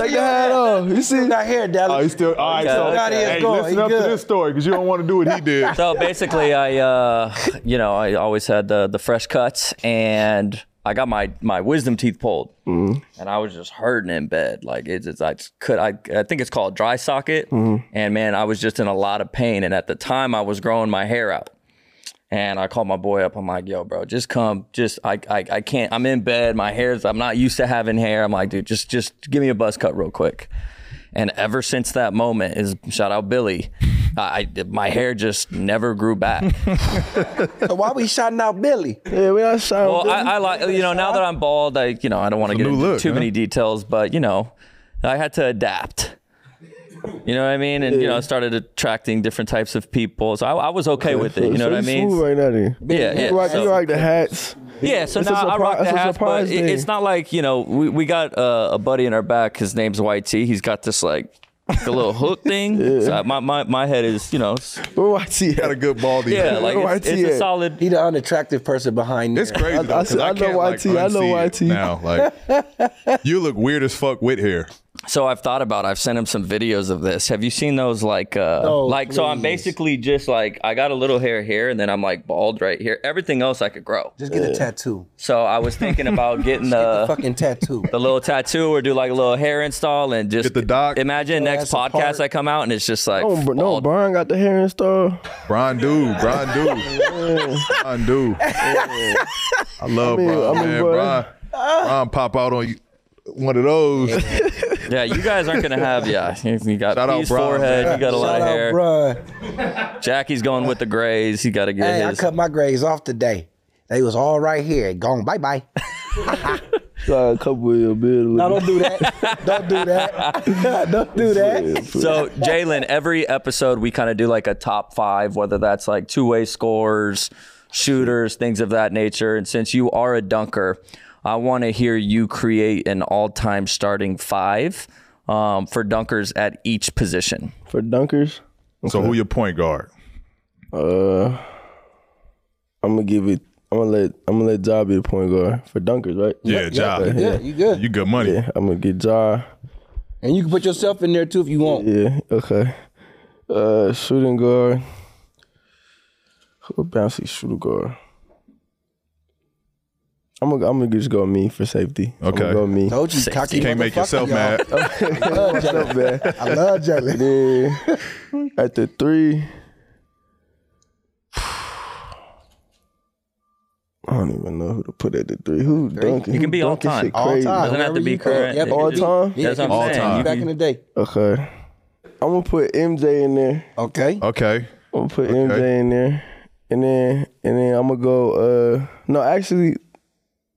Speaker 2: Take your hat off. You see?
Speaker 4: Still got hair,
Speaker 1: Oh,
Speaker 4: Dallas.
Speaker 1: he's still all right. So,
Speaker 4: Got his
Speaker 1: hey,
Speaker 4: going.
Speaker 1: listen
Speaker 4: He
Speaker 1: up to
Speaker 4: good.
Speaker 1: this story because you don't want to do what he did.
Speaker 3: so basically, I, uh, you know, I always had the the fresh cuts, and I got my my wisdom teeth pulled, and I was just hurting in bed. Like it's, it's I could I I think it's called dry socket, and man, I was just in a lot of pain. And at the time, I was growing my hair out. And I called my boy up. I'm like, yo, bro, just come. Just I, I I can't. I'm in bed. My hair's. I'm not used to having hair. I'm like, dude, just just give me a buzz cut real quick. And ever since that moment is shout out Billy. I, I my hair just never grew back.
Speaker 4: So why we shouting out Billy?
Speaker 2: Yeah, we not shouting.
Speaker 3: Well, I, I like you know now that I'm bald, I you know I don't want to get
Speaker 1: new
Speaker 3: into
Speaker 1: look,
Speaker 3: too
Speaker 1: man.
Speaker 3: many details, but you know I had to adapt. You know what I mean? And you know I started attracting different types of people, so I, I was okay with it. You know what I mean?
Speaker 2: Smooth right now, then.
Speaker 3: Yeah, yeah,
Speaker 2: You like, you
Speaker 3: so-
Speaker 2: like the hats.
Speaker 3: Yeah, so
Speaker 2: It's a
Speaker 3: now I
Speaker 2: surpri-
Speaker 3: rock the
Speaker 2: it's a
Speaker 3: hat, but
Speaker 2: surprise
Speaker 3: it,
Speaker 2: day.
Speaker 3: it's not like you know we, we got uh, a buddy in our back. His name's YT. He's got this like the little hook thing. So I- my, my my head is you know it's-
Speaker 2: Where I see
Speaker 1: Got a good baldy.
Speaker 3: yeah like it's,
Speaker 2: YT
Speaker 3: it's a
Speaker 2: at?
Speaker 3: solid
Speaker 4: He the unattractive person behind
Speaker 1: It's
Speaker 4: there.
Speaker 1: crazy.
Speaker 2: I-
Speaker 1: though,
Speaker 2: I
Speaker 1: 'cause I,
Speaker 2: know
Speaker 1: can't, like,
Speaker 2: YT, I know
Speaker 1: unsee it
Speaker 2: YT.
Speaker 1: now. Like you look weird as fuck with hair.
Speaker 3: So I've thought about. it. I've sent him some videos of this. Have you seen those? Like, uh,
Speaker 4: No,
Speaker 3: like so. I'm
Speaker 4: please.
Speaker 3: basically just like I got a little hair here, and then I'm like bald right here. Everything else I could grow.
Speaker 4: Just get a tattoo.
Speaker 3: So I was thinking about getting
Speaker 4: The
Speaker 3: the
Speaker 4: fucking tattoo.
Speaker 3: the little tattoo or do like a little hair install and just
Speaker 1: Get the doc.
Speaker 3: Imagine
Speaker 4: Your
Speaker 3: next
Speaker 4: ass apart.
Speaker 3: podcast I come out and it's just like
Speaker 2: No, Br- no,
Speaker 3: bald.
Speaker 2: Brian got the hair installed.
Speaker 1: Brian do, Brian do, Brian do. I love
Speaker 2: mean,
Speaker 1: Brian,
Speaker 2: I mean,
Speaker 1: man.
Speaker 2: bro.
Speaker 1: Brian, Brian pop out on you. One of those.
Speaker 3: yeah, you guys aren't gonna have yeah. You you got
Speaker 1: Shout out
Speaker 3: P's
Speaker 1: Brian,
Speaker 3: forehead.
Speaker 1: man.
Speaker 3: You got a lot
Speaker 4: Shout
Speaker 3: of
Speaker 4: out,
Speaker 3: hair.
Speaker 4: bruh.
Speaker 3: Jackie's going with the grays. He got to get
Speaker 4: Hey, I
Speaker 3: his.
Speaker 4: cut my grades off today. They was all right here. Gone. Bye bye.
Speaker 2: Got a couple of your beard.
Speaker 4: No, don't do that. don't do that. don't do that.
Speaker 3: So Jalen, every episode we kind of do like a top five, whether that's like two way scores, shooters, things of that nature. And since you are a dunker, I want to hear you create an all time starting five um, for dunkers at each position.
Speaker 2: for dunkers.
Speaker 1: So who your point guard?
Speaker 2: Uh, I'm gonna give it. I'm gonna let. I'm gonna let Ja be the point guard for dunkers, right?
Speaker 1: Yeah, Ja.
Speaker 4: Yeah, you good.
Speaker 1: You good money.
Speaker 2: Yeah, I'm gonna get Ja.
Speaker 4: And you can put yourself in there too if you want.
Speaker 2: Yeah. Okay. Uh, shooting guard. Who a bouncy shooting guard? I'm gonna. I'm gonna just go me for safety. I'm
Speaker 1: Okay.
Speaker 2: gonna go me.
Speaker 4: Told you,
Speaker 3: Safety.
Speaker 4: cocky
Speaker 1: Can't make
Speaker 4: motherfucker,
Speaker 1: yourself
Speaker 4: y'all.
Speaker 1: mad.
Speaker 4: I love Jalen.
Speaker 2: Man.
Speaker 4: I love Jalen.
Speaker 2: Then at the three, I don't even know who to put at the three. Who dunking?
Speaker 3: You can
Speaker 2: who
Speaker 3: be all
Speaker 2: dunking
Speaker 3: time.
Speaker 2: shit
Speaker 4: All
Speaker 2: crazy.
Speaker 4: time.
Speaker 3: Doesn't have to
Speaker 4: Wherever
Speaker 3: be
Speaker 4: you go.
Speaker 3: current.
Speaker 4: Yeah,
Speaker 3: It
Speaker 2: All
Speaker 3: could be-
Speaker 2: time?
Speaker 4: Yeah,
Speaker 3: That's what I'm
Speaker 4: all
Speaker 3: saying.
Speaker 4: time.
Speaker 3: You
Speaker 4: Back
Speaker 3: can-
Speaker 4: in the day.
Speaker 2: Okay. I'm gonna put MJ in there.
Speaker 4: Okay.
Speaker 2: Oh.
Speaker 1: Okay.
Speaker 2: I'm gonna put MJ in there, and then and then I'm gonna go. Uh, no, actually,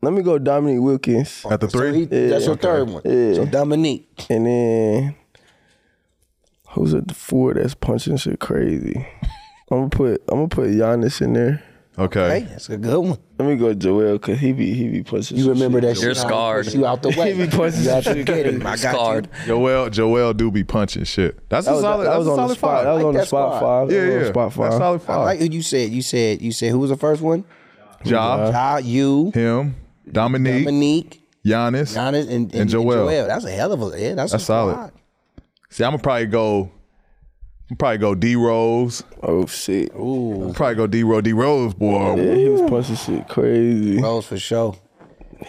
Speaker 2: let me go Dominique Wilkins,
Speaker 1: At the
Speaker 4: So he,
Speaker 1: three.
Speaker 4: that's your third one. So Dominique.
Speaker 2: and then who's at the four that's punching shit crazy? I'm gonna put I'm gonna put Giannis in there.
Speaker 4: Hey,
Speaker 1: Okay.
Speaker 4: that's a good one.
Speaker 2: Let me go Joel, cause he be he be punching.
Speaker 4: You
Speaker 2: some
Speaker 4: remember
Speaker 2: shit.
Speaker 4: that?
Speaker 3: You're
Speaker 4: shit, how he
Speaker 3: scarred.
Speaker 4: pushed You out the way.
Speaker 2: He be punching
Speaker 4: You
Speaker 2: some
Speaker 4: have to
Speaker 2: shit.
Speaker 4: get him. I got
Speaker 3: Scarred.
Speaker 4: you.
Speaker 1: Joel Joel do be punching shit. That's
Speaker 2: That
Speaker 1: a
Speaker 2: was,
Speaker 1: solid.
Speaker 2: that
Speaker 1: That's
Speaker 2: was
Speaker 1: a
Speaker 2: on
Speaker 1: solid
Speaker 2: the spot.
Speaker 1: five.
Speaker 2: That was
Speaker 4: like
Speaker 2: on the
Speaker 4: that
Speaker 2: spot,
Speaker 4: spot.
Speaker 2: five.
Speaker 1: yeah,
Speaker 2: that was on
Speaker 1: yeah.
Speaker 2: the spot five.
Speaker 1: That's solid
Speaker 4: I like
Speaker 1: five.
Speaker 4: who you said. You said. You said who was the first one?
Speaker 1: Ja,
Speaker 4: Ah, you,
Speaker 1: him, Dominique,
Speaker 4: Dominique,
Speaker 1: Giannis.
Speaker 4: Giannis, and, and, and
Speaker 1: Joel.
Speaker 4: That's a hell of a. Yeah, that's,
Speaker 1: That's
Speaker 4: a
Speaker 1: solid.
Speaker 4: squad.
Speaker 1: See, I'm gonna probably go. I'm probably go D Rose.
Speaker 2: Oh shit!
Speaker 1: Probably go D Rose. D Rose, boy.
Speaker 2: Yeah, he was punching shit crazy.
Speaker 4: Rose for sure.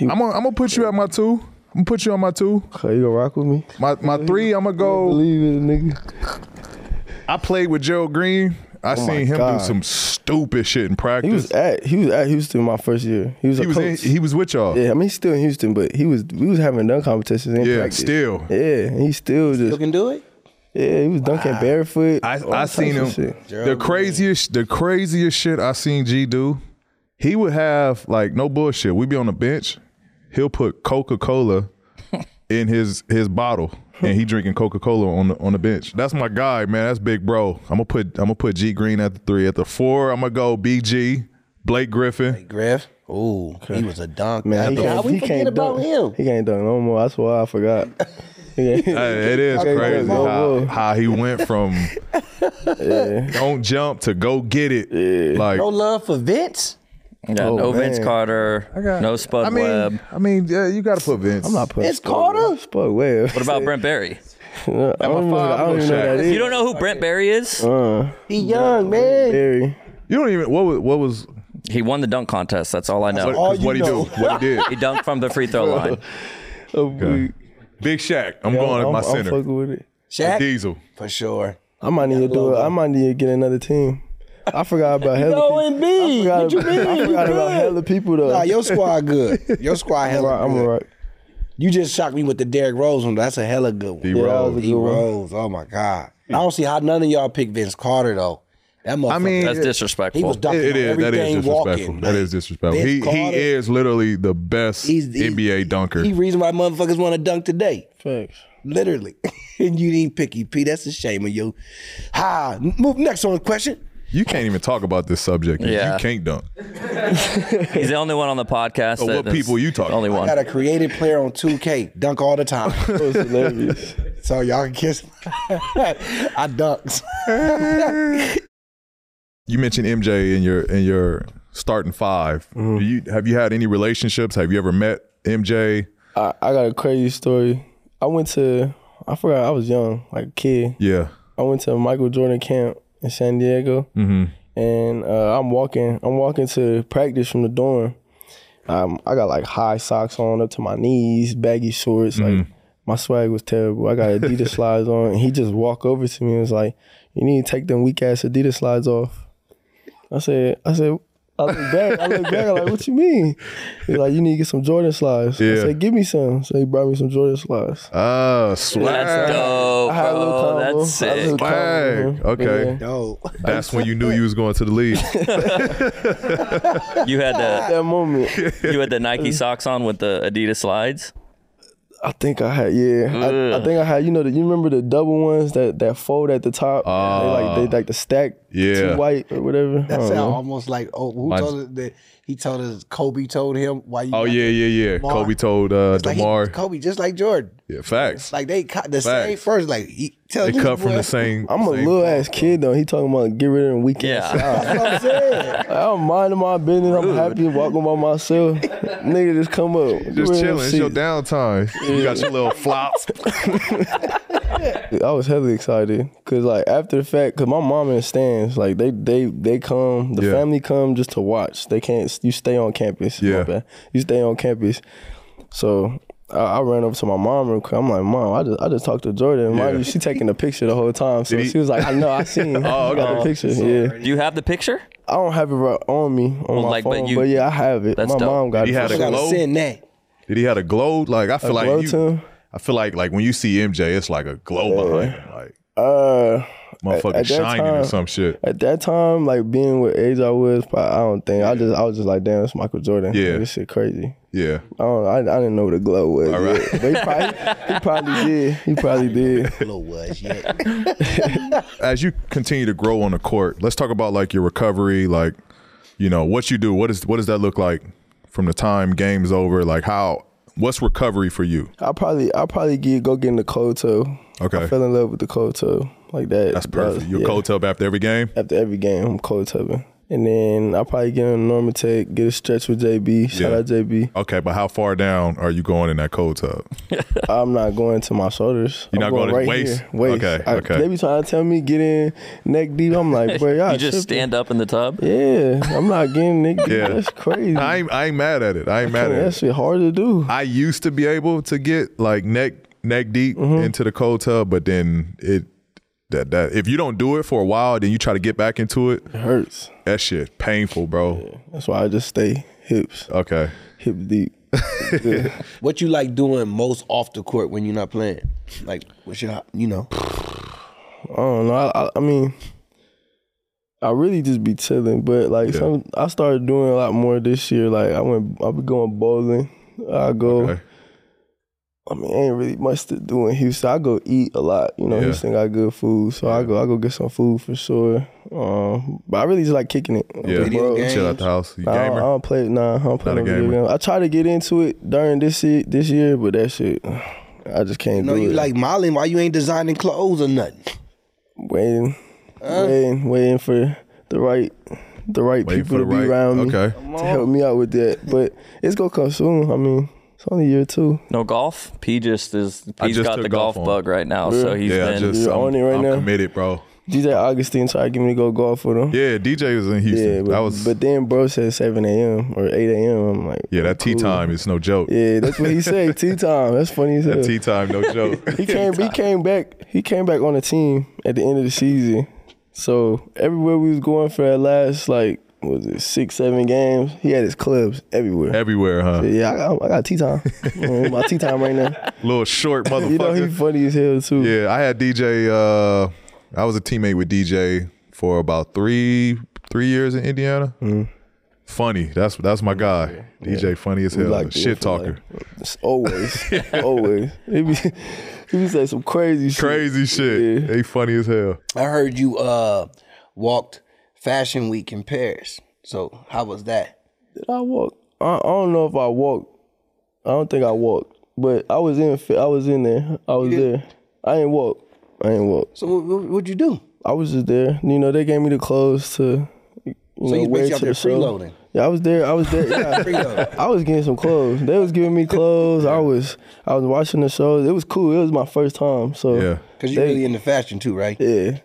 Speaker 1: I'm gonna I'm gonna put you at my two. I'm gonna put you on my two.
Speaker 2: Okay, you gonna rock with me?
Speaker 1: My my three. I'm gonna go.
Speaker 2: Believe it, nigga.
Speaker 1: I played with Gerald Green. I seen him
Speaker 2: Oh God.
Speaker 1: do some stupid shit in practice.
Speaker 2: He was at he was at Houston my first year. He was a
Speaker 1: He was
Speaker 2: coach.
Speaker 1: in, he was with y'all.
Speaker 2: yeah, I mean he's still in Houston, but he was we was having dunk competitions in
Speaker 1: Yeah,
Speaker 2: practice.
Speaker 1: still.
Speaker 2: Yeah, and he still
Speaker 4: You
Speaker 2: just
Speaker 4: can do it.
Speaker 2: yeah he was dunking barefoot.
Speaker 1: I,
Speaker 2: all
Speaker 1: I
Speaker 2: types
Speaker 1: seen
Speaker 2: of
Speaker 1: him.
Speaker 2: shit.
Speaker 1: The craziest, the craziest shit I seen G do. He would have like no bullshit. We'd be on the bench. He'll put Coca Cola in his his bottle, and he drinking Coca Cola on the on the bench. That's my guy, man. That's big bro. I'm gonna put I'm gonna put G Green at the three. At the four, I'm gonna go BG Blake Griffin.
Speaker 4: Griff. Ooh, he was a dunk.
Speaker 2: Man,
Speaker 4: Man,
Speaker 2: he,
Speaker 4: how
Speaker 2: can't,
Speaker 4: we
Speaker 2: he
Speaker 4: forget
Speaker 2: can't
Speaker 4: about
Speaker 2: dunk.
Speaker 4: him?
Speaker 2: He can't dunk no more. That's why I forgot. He can't-
Speaker 1: Hey, it is
Speaker 2: Okay,
Speaker 1: crazy
Speaker 2: go,
Speaker 1: how,
Speaker 2: go.
Speaker 1: how he went from don't jump to go get it. Like
Speaker 4: No love for Vince.
Speaker 3: Yeah,
Speaker 4: Oh,
Speaker 3: no
Speaker 2: man.
Speaker 3: Vince Carter. no Spud
Speaker 1: I mean,
Speaker 3: Webb.
Speaker 1: I mean, yeah, you gotta put Vince.
Speaker 2: I'm not putting
Speaker 4: It's Carter?
Speaker 2: Spud Webb.
Speaker 3: What about Brent Berry?
Speaker 2: I don't, know,
Speaker 1: five,
Speaker 2: I
Speaker 1: I'm
Speaker 2: don't even know
Speaker 1: gonna
Speaker 2: who that
Speaker 1: Shaq.
Speaker 2: is. Uh,
Speaker 3: You don't know who Brent Berry is?
Speaker 4: He young man.
Speaker 2: Barry.
Speaker 1: You don't even what was what was
Speaker 3: He won the dunk contest. That's all I know.
Speaker 1: what,
Speaker 4: all
Speaker 1: what he
Speaker 4: you
Speaker 1: do?
Speaker 4: know.
Speaker 1: What he did?
Speaker 3: He dunked from the free throw line.
Speaker 2: Oh, we-
Speaker 1: Big Shaq. I'm
Speaker 2: I'm,
Speaker 1: going
Speaker 2: I'm,
Speaker 1: at my
Speaker 2: I'm
Speaker 1: center.
Speaker 2: fucking with it.
Speaker 4: Shaq
Speaker 1: Diesel.
Speaker 4: for sure.
Speaker 2: I might need to do it. I might need to get another team. I forgot about hella
Speaker 7: No,
Speaker 2: people.
Speaker 7: Embiid,
Speaker 2: I forgot
Speaker 7: what you
Speaker 2: about,
Speaker 7: mean?
Speaker 2: I
Speaker 7: You
Speaker 2: forgot about
Speaker 7: good.
Speaker 2: hella people though.
Speaker 4: Nah, your squad good. Your squad
Speaker 2: I'm
Speaker 4: hella
Speaker 2: alright. I'm
Speaker 4: good.
Speaker 2: alright.
Speaker 4: You just shocked me with the Derrick Rose one. That's a hella good one.
Speaker 2: Yeah, that was a
Speaker 4: D
Speaker 2: good one.
Speaker 4: Rose. Oh my God. I don't see how none of y'all picked Vince Carter though. That motherfucker.
Speaker 1: I mean,
Speaker 3: That's disrespectful.
Speaker 4: he was dunking
Speaker 1: It- it
Speaker 4: on
Speaker 1: is. That is
Speaker 4: everything
Speaker 1: disrespectful.
Speaker 4: walking.
Speaker 1: That is disrespectful.
Speaker 4: Vince
Speaker 1: He he
Speaker 4: Carter,
Speaker 1: is literally the best
Speaker 4: he's- he's-
Speaker 1: NBA dunker.
Speaker 4: He reason why motherfuckers want to dunk today.
Speaker 2: Thanks.
Speaker 4: Literally. and you didn't pick EP. That's a shame of you. Ha. Move next on question.
Speaker 1: you can't even talk about this subject. 'cause
Speaker 3: Yeah.
Speaker 1: You can't dunk.
Speaker 3: He's the only one on the podcast.
Speaker 1: Oh,
Speaker 3: that-
Speaker 1: what
Speaker 3: that's
Speaker 1: people you talking
Speaker 3: Only
Speaker 1: about?
Speaker 3: one.
Speaker 4: Got a creative player on 2K. Dunk all the time.
Speaker 2: That was hilarious.
Speaker 4: so y'all can kiss me. I dunked.
Speaker 1: You mentioned MJ in your in your starting 5
Speaker 4: Mm-hmm.
Speaker 1: Do you have you had any relationships? Have you ever met MJ?
Speaker 2: I, I got a crazy story. I went to I forgot I was young, like a kid.
Speaker 1: Yeah.
Speaker 2: I went to Michael Jordan camp in San Diego,
Speaker 4: Mm-hmm.
Speaker 2: and uh, I'm walking. I'm walking to practice from the dorm. Um, I got like high socks on up to my knees, baggy shorts.
Speaker 1: Mm.
Speaker 2: Like my swag was terrible. I got Adidas slides on, and he just walked over to me and was like, "You need to take them weak ass Adidas slides off." I said, "I said." I look back. I look back. I'm like, what you mean? He's like, you need to get some Jordan slides. I
Speaker 1: Yeah.
Speaker 2: said, give me some. So he brought me some Jordan slides.
Speaker 1: Ah, swag.
Speaker 3: Oh, That's dope.
Speaker 2: I had a little
Speaker 3: bro.
Speaker 2: combo.
Speaker 3: That's
Speaker 2: I had a
Speaker 3: sick.
Speaker 2: little combo
Speaker 1: Swag.
Speaker 2: with him.
Speaker 1: Okay.
Speaker 2: Yeah.
Speaker 4: No.
Speaker 1: That's when you knew you was going to the league.
Speaker 3: You had
Speaker 2: At
Speaker 3: the
Speaker 2: that moment,
Speaker 3: you had the Nike socks on with the Adidas slides.
Speaker 2: I think I had yeah. I, I think I had you know the, you remember the double ones that that fold at the top. they like they like the stack.
Speaker 1: Ah. yeah.
Speaker 2: Two white or whatever. I
Speaker 4: That
Speaker 2: don't
Speaker 4: sound
Speaker 2: know.
Speaker 4: almost like oh, who
Speaker 1: Mine's-
Speaker 4: told us that he told us Kobe told him why you.
Speaker 1: Oh
Speaker 4: got
Speaker 1: yeah,
Speaker 4: the-
Speaker 1: yeah, yeah.
Speaker 4: Demar.
Speaker 1: Kobe told uh,
Speaker 4: It's like he-
Speaker 1: Demar.
Speaker 4: Kobe just like Jordan,
Speaker 1: yeah, facts.
Speaker 4: like they cut the same
Speaker 1: Facts.
Speaker 4: first. Like he tell
Speaker 1: they
Speaker 4: you,
Speaker 1: cut from
Speaker 4: boy.
Speaker 1: the same.
Speaker 2: I'm a
Speaker 1: same-
Speaker 2: little ass kid though. He talking about get rid of them weekend.
Speaker 3: Yeah.
Speaker 2: slides.
Speaker 4: That's what I'm saying.
Speaker 2: I don't mind my business. I'm happy walking by myself. Nigga, just come up. Get rid of
Speaker 1: Just
Speaker 2: them
Speaker 1: chilling. It's your
Speaker 2: shits.
Speaker 1: downtime. You got your little flops.
Speaker 2: I was heavily excited because like after the fact, because my mom and the stands like they they they come, the
Speaker 1: Yeah.
Speaker 2: family come just to watch. They can't. You stay on campus. My
Speaker 1: Yeah.
Speaker 2: bad. you stay on campus. So I, I ran over to my mom real quick. I'm like, mom, I just I just talked to Jordan. Mind
Speaker 1: Yeah.
Speaker 2: you, she taking the picture the whole time. So
Speaker 1: Did he-
Speaker 2: she was like, I know, I seen. oh, I got the picture. Yeah,
Speaker 3: Do you have the picture?
Speaker 2: I don't have it right on me on my
Speaker 3: like, but
Speaker 2: phone, but,
Speaker 3: you-
Speaker 2: yeah, I have it.
Speaker 3: That's
Speaker 2: my
Speaker 3: dope.
Speaker 2: mom got
Speaker 1: He
Speaker 2: it.
Speaker 1: had
Speaker 4: I
Speaker 1: a
Speaker 4: gotta
Speaker 1: glow.
Speaker 4: send that.
Speaker 1: Did he had a glow? Like I feel like
Speaker 2: glow
Speaker 1: you,
Speaker 2: to him?
Speaker 1: I feel like like when you see MJ, it's like a glow behind him, like
Speaker 2: uh,
Speaker 1: motherfucker
Speaker 2: at that
Speaker 1: shining or
Speaker 2: time-
Speaker 1: some shit.
Speaker 2: At that time, like being with age I was, probably, I don't think I just I was just like, damn, it's Michael Jordan.
Speaker 1: Yeah.
Speaker 2: this shit crazy.
Speaker 1: Yeah,
Speaker 2: I don't know. I, I didn't know what a glow was.
Speaker 1: right.
Speaker 2: yet. But he probably, he probably did. He probably did.
Speaker 4: Little was yeah.
Speaker 1: as you continue to grow on the court, let's talk about like your recovery, like you know what you do. What is what does that look like from the time game's over? Like how what's recovery for you?
Speaker 2: I probably I probably get go get in the cold toe.
Speaker 1: Okay.
Speaker 2: I fell in love with the cold toe like that.
Speaker 1: That's perfect. Your
Speaker 2: yeah.
Speaker 1: cold tub after every game.
Speaker 2: after every game. I'm cold tubbing. And then I probably get on Norma Tech, get a stretch with JB. Shout
Speaker 1: Yeah.
Speaker 2: out JB.
Speaker 1: Okay, but how far down are you going in that cold tub?
Speaker 2: I'm not going to my shoulders.
Speaker 1: You're
Speaker 2: I'm
Speaker 1: not going to
Speaker 2: right
Speaker 1: waist?
Speaker 2: Here, waist.
Speaker 1: Okay,
Speaker 2: I-
Speaker 1: okay.
Speaker 2: They be trying to tell me get in neck deep. I'm like, bro, y'all
Speaker 3: You just
Speaker 2: tripping.
Speaker 3: stand up in the tub.
Speaker 2: Yeah, I'm not getting neck deep.
Speaker 1: Yeah.
Speaker 2: That's crazy.
Speaker 1: I ain't, I ain't mad at it. I ain't mad
Speaker 2: Man,
Speaker 1: at
Speaker 2: that
Speaker 1: it.
Speaker 2: shit hard to do.
Speaker 1: I used to be able to get like neck neck deep into the cold tub, but then it that that if you don't do it for a while, then you try to get back into it.
Speaker 2: It hurts.
Speaker 1: That shit painful, bro.
Speaker 2: That's why I just stay hips,
Speaker 1: Okay,
Speaker 2: hip deep.
Speaker 4: What you like doing most off the court when you're not playing? Like what's your you know?
Speaker 2: I don't know. I, I, I mean, I really just be chilling, but like
Speaker 1: Yeah.
Speaker 2: some, I started doing a lot more this year. Like I went, I be going bowling. I go.
Speaker 1: okay.
Speaker 2: I mean, ain't really much to do in Houston. I go eat a lot. You know,
Speaker 1: Yeah.
Speaker 2: Houston got good food, so I go, I go get some food for sure. Um, but I really just like kicking it. with
Speaker 1: Yeah,
Speaker 2: the bros.
Speaker 4: games.
Speaker 1: chill out the house. You
Speaker 2: Nah, I, don't, I
Speaker 1: gamer?
Speaker 2: don't play. Nah, I don't play
Speaker 1: Not a
Speaker 2: no video
Speaker 1: gamer.
Speaker 2: game. I try to get into it during this year, this year, but that shit, I just can't
Speaker 4: No,
Speaker 2: do
Speaker 4: you
Speaker 2: it.
Speaker 4: like modeling why you ain't designing clothes or nothing.
Speaker 2: waiting, waiting, waiting for the right, the right
Speaker 1: Waiting
Speaker 2: people
Speaker 1: for
Speaker 2: to
Speaker 1: the
Speaker 2: be
Speaker 1: right-
Speaker 2: around me
Speaker 1: okay.
Speaker 2: to help me out with that. But it's gonna come soon. I mean, it's only year two.
Speaker 3: No golf. P just is.
Speaker 1: I
Speaker 3: He's
Speaker 1: just
Speaker 3: got
Speaker 1: took
Speaker 3: the golf,
Speaker 1: golf on.
Speaker 3: bug right now, so he's
Speaker 1: Yeah, I
Speaker 3: been.
Speaker 1: just
Speaker 2: You're
Speaker 1: I'm,
Speaker 2: on it right
Speaker 1: I'm
Speaker 2: now?
Speaker 1: committed, bro.
Speaker 2: DJ Augustine tried to get me to go golf with him.
Speaker 1: Yeah, DJ was in Houston.
Speaker 2: Yeah, but,
Speaker 1: that was
Speaker 2: but then bro said 7 a.m. or 8 a.m. I'm like,
Speaker 1: yeah, that tea
Speaker 2: cool.
Speaker 1: time is no joke.
Speaker 2: Yeah, that's what he said. tea time. That's funny as hell.
Speaker 1: That tea time, no joke.
Speaker 2: he came. He came back. He came back on the team at the end of the season So everywhere we was going for that last like what was it six seven games, he had his clubs everywhere.
Speaker 1: Everywhere, huh?
Speaker 2: yeah, I got I got tea time. I'm on my tea time right now.
Speaker 1: Little short motherfucker.
Speaker 2: You know he funny as hell too.
Speaker 1: Yeah, I had DJ. Uh, I was a teammate with DJ for about three three years in Indiana.
Speaker 2: Mm.
Speaker 1: Funny, that's that's my guy. DJ, funny as
Speaker 2: We
Speaker 1: hell,
Speaker 2: locked in
Speaker 1: shit
Speaker 2: for
Speaker 1: talker,
Speaker 2: like- it's always, always. He be, he be say some crazy, shit.
Speaker 1: crazy shit.
Speaker 2: Yeah.
Speaker 1: They funny as hell.
Speaker 4: I heard you uh walked Fashion Week in Paris. So how was that?
Speaker 2: Did I walk? I, I don't know if I walked. I don't think I walked, but I was in. I was in there. I was there. I ain't walk. I ain't walk.
Speaker 4: So what, what, what'd you do?
Speaker 2: I was just there. You know, they gave me the clothes to. You
Speaker 4: So
Speaker 2: know,
Speaker 4: you
Speaker 2: wear
Speaker 4: basically out
Speaker 2: to the
Speaker 4: there
Speaker 2: show.
Speaker 4: freeloading.
Speaker 2: Yeah, I was there. I was there. Yeah.
Speaker 4: Freeloading.
Speaker 2: I was getting some clothes. They was giving me clothes. I was I was watching the shows. It was cool. It was my first time. So
Speaker 1: Yeah.
Speaker 4: Cause you
Speaker 2: They-
Speaker 4: really into fashion too, right?
Speaker 2: yeah,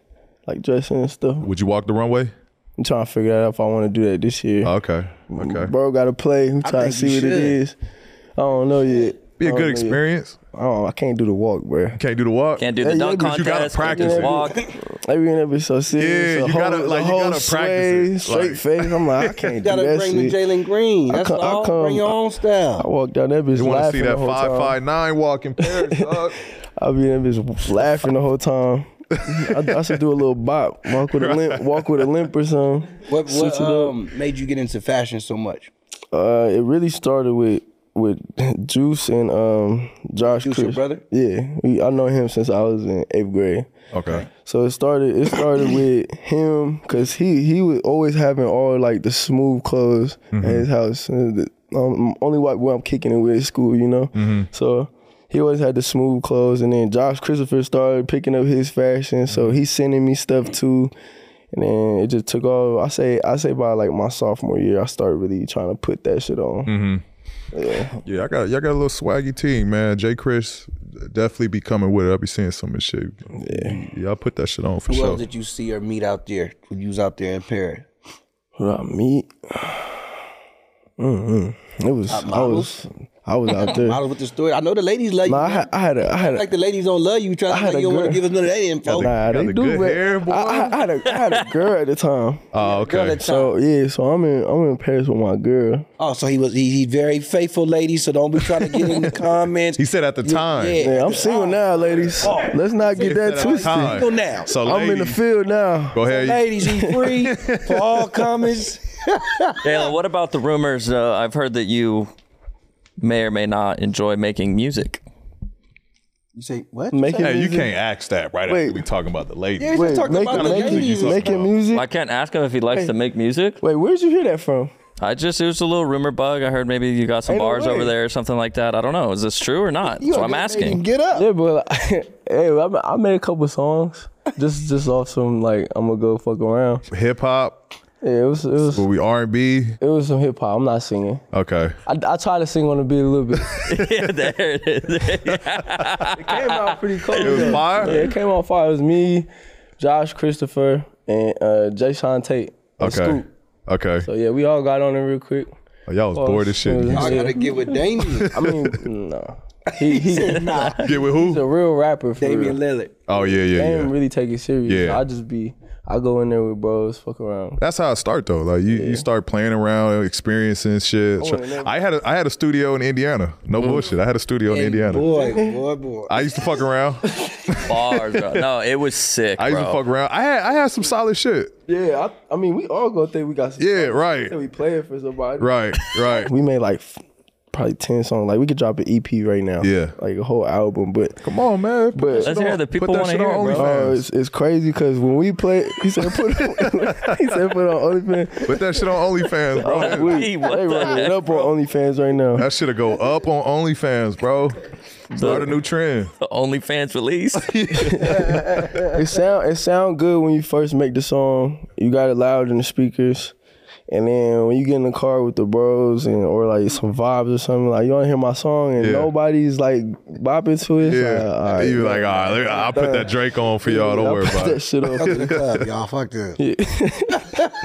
Speaker 2: like dressing and stuff.
Speaker 1: Would you walk the runway?
Speaker 2: I'm trying to figure out if I want to do that this year.
Speaker 1: Okay, Oh, okay.
Speaker 2: Bro, got to play. I'm trying to
Speaker 4: think you
Speaker 2: see what it
Speaker 4: should.
Speaker 2: is. I don't know yet.
Speaker 1: Be a
Speaker 2: I don't know
Speaker 1: good
Speaker 2: yet.
Speaker 1: experience.
Speaker 2: Oh, I can't do the walk, bro.
Speaker 1: Can't do the walk.
Speaker 3: Can't do the
Speaker 2: Hey,
Speaker 3: dunk
Speaker 2: yeah, but
Speaker 3: contest.
Speaker 1: you gotta practice
Speaker 2: it.
Speaker 3: walk.
Speaker 2: Every and every so serious.
Speaker 1: Yeah,
Speaker 2: the
Speaker 1: you gotta-
Speaker 2: whole- the
Speaker 1: like, you
Speaker 2: whole
Speaker 1: gotta practice
Speaker 2: sway,
Speaker 1: it. Like-
Speaker 2: Straight face. I'm like, I can't
Speaker 4: You gotta
Speaker 2: do that
Speaker 4: bring the
Speaker 2: shit.
Speaker 4: Jalen Green. That's
Speaker 2: come- I
Speaker 4: all.
Speaker 2: come-
Speaker 4: bring your own
Speaker 2: I
Speaker 4: style.
Speaker 2: walked down there, bitch
Speaker 1: You want to
Speaker 2: laughing
Speaker 1: see
Speaker 2: the
Speaker 1: that
Speaker 2: whole
Speaker 1: five
Speaker 2: time.
Speaker 1: five nine walk in Paris? dog.
Speaker 2: I be in there, bitch laughing the whole time. I, I should do a little bop, walk with a limp, walk with a limp or something.
Speaker 4: What,
Speaker 2: switch
Speaker 4: what
Speaker 2: it up.
Speaker 4: um, made you get into fashion so much?
Speaker 2: Uh, it really started with with Juice and um Josh.
Speaker 4: Juice, your
Speaker 2: Chris.
Speaker 4: brother?
Speaker 2: Yeah, we, I know him since I was in eighth grade.
Speaker 1: Okay.
Speaker 2: So it started. It started with him because he he was always having all like the smooth clothes at his house. And the- Um, only what where I'm kicking it with is school, you know. So he always had the smooth clothes, and then Josh Christopher started picking up his fashion. So he's sending me stuff too, and then it just took off. I say I say by like my sophomore year, I started really trying to put that shit on.
Speaker 1: Yeah, I got y'all got a little swaggy team, man. J. Chris definitely be coming with it. I'll be seeing some of this shit. Yeah, y'all put that shit on for
Speaker 4: Who
Speaker 1: sure.
Speaker 4: else did you see or meet out there? When you was out there in Paris?
Speaker 2: Who did I meet? Mm-hmm. It was I was I was out there.
Speaker 4: I was with the story. I know the ladies love you.
Speaker 2: Nah, I
Speaker 4: man.
Speaker 2: had I had a I had a,
Speaker 4: like the ladies don't love you. Trying
Speaker 2: I
Speaker 4: to
Speaker 2: had
Speaker 4: like
Speaker 2: a
Speaker 4: you don't want to
Speaker 2: girl.
Speaker 4: give us none of that
Speaker 2: Nah,
Speaker 4: info.
Speaker 1: got
Speaker 2: they
Speaker 1: the
Speaker 2: do,
Speaker 1: good
Speaker 2: but
Speaker 1: hair, boy.
Speaker 2: I, I, I had a I had a girl at the time.
Speaker 1: oh,
Speaker 4: Girl,
Speaker 1: okay.
Speaker 4: that
Speaker 2: So yeah, so I'm in I'm in Paris with my girl.
Speaker 4: Oh, so he was he, he very faithful, ladies. So don't be trying to get in the comments.
Speaker 1: He said at the time.
Speaker 4: yeah.
Speaker 2: Yeah, I'm single now, ladies. Let's not get that
Speaker 1: At the
Speaker 2: twisted.
Speaker 1: Oh. time.
Speaker 4: Single now.
Speaker 1: So
Speaker 2: I'm in the
Speaker 1: ladies,
Speaker 2: field now.
Speaker 1: Go ahead.
Speaker 4: ladies, he free for all comments.
Speaker 3: Jalen, what about the rumors? Uh, I've heard that you may or may not enjoy making music.
Speaker 4: You say what?
Speaker 2: Making
Speaker 1: Hey, you
Speaker 2: music.
Speaker 1: can't ask that right
Speaker 2: Wait.
Speaker 1: after we talking about the ladies.
Speaker 4: Yeah,
Speaker 2: Wait,
Speaker 4: talking
Speaker 2: make,
Speaker 4: about the
Speaker 2: making,
Speaker 4: ladies.
Speaker 2: making music.
Speaker 3: I can't ask him if he likes to make music.
Speaker 2: Wait, where'd you hear that from?
Speaker 3: I just it was a little rumor bug. I heard maybe you got some
Speaker 2: Ain't no
Speaker 3: bars
Speaker 2: way.
Speaker 3: over there or something like that. I don't know. Is this true or not? That's what I'm asking.
Speaker 4: Get up.
Speaker 2: Yeah, but like, hey, I ma- I made a couple songs. Just just off some like I'm gonna go fuck around.
Speaker 1: Hip hop,
Speaker 2: Yeah, it was it was
Speaker 1: but we R and B.
Speaker 2: it was some hip hop. I'm not singing.
Speaker 1: Okay.
Speaker 2: I, I try to sing on the beat a little bit.
Speaker 3: yeah, there it is.
Speaker 2: came out pretty cold.
Speaker 1: It was fire?
Speaker 2: Yeah, it came out fire. It was me, Josh Christopher, and uh, Jay Sean Tate. and
Speaker 1: Okay.
Speaker 2: Scoop.
Speaker 1: Okay.
Speaker 2: So yeah, we all got on it real quick.
Speaker 1: Y'all was bored as shit.
Speaker 2: Yeah.
Speaker 4: I gotta get with Damien.
Speaker 2: I mean, no, he, he, he's
Speaker 4: nah,
Speaker 1: Get with who?
Speaker 2: a real rapper. For
Speaker 4: Damian
Speaker 2: real.
Speaker 4: Lillard.
Speaker 1: Oh yeah,
Speaker 2: They
Speaker 1: yeah,
Speaker 2: didn't
Speaker 1: yeah.
Speaker 2: really take it serious.
Speaker 1: Yeah.
Speaker 2: I just be, I go in there with bros, fuck around.
Speaker 1: That's how I start though. Like you, you start playing around, experiencing shit.
Speaker 2: would've never-
Speaker 1: I had a I had a studio in Indiana.
Speaker 2: Mm.
Speaker 1: No bullshit. I had a studio in Indiana.
Speaker 4: Boy, boy, boy.
Speaker 1: I used to fuck around.
Speaker 3: bars, bro. No, it was sick.
Speaker 1: I used
Speaker 3: bro.
Speaker 1: to fuck around. I had I had some solid shit.
Speaker 2: Yeah, I, I mean, we all go think we got. Some
Speaker 1: Yeah,
Speaker 2: songs
Speaker 1: right.
Speaker 2: That we playing for somebody.
Speaker 1: Right, right.
Speaker 2: We made like f- probably ten songs. Like we could drop an EP right now.
Speaker 1: Yeah.
Speaker 2: like a whole album. But
Speaker 1: Come on, man. Put
Speaker 2: But-
Speaker 1: that
Speaker 3: Let's
Speaker 1: shit
Speaker 3: hear
Speaker 1: on-
Speaker 3: the people
Speaker 1: put that
Speaker 3: wanna
Speaker 1: shit on
Speaker 3: hear it, bro.
Speaker 1: OnlyFans.
Speaker 2: Oh, it's, it's crazy because when we play, he said put it- he said put it on OnlyFans. Oh,
Speaker 1: Put that shit on OnlyFans, bro. That-
Speaker 3: Hey, what
Speaker 2: they
Speaker 3: the
Speaker 2: running
Speaker 3: heck,
Speaker 2: it up on OnlyFans right now.
Speaker 1: That shit'll go up on OnlyFans, bro. Start a new trend.
Speaker 3: The OnlyFans release.
Speaker 2: It sound it sound good when you first make the song. You got it loud in the speakers, and then when you get in the car with the bros and or like some vibes or something, like you want to hear my song and
Speaker 1: Yeah.
Speaker 2: nobody's like bopping to it. it's
Speaker 1: Yeah.
Speaker 2: like, all right,
Speaker 1: you like, all right, let- I'll put that Drake on for y'all. Don't
Speaker 2: I'll
Speaker 1: worry
Speaker 2: put
Speaker 1: about
Speaker 2: that
Speaker 1: it.
Speaker 2: shit on.
Speaker 4: the club, y'all. Fuck this.
Speaker 1: No,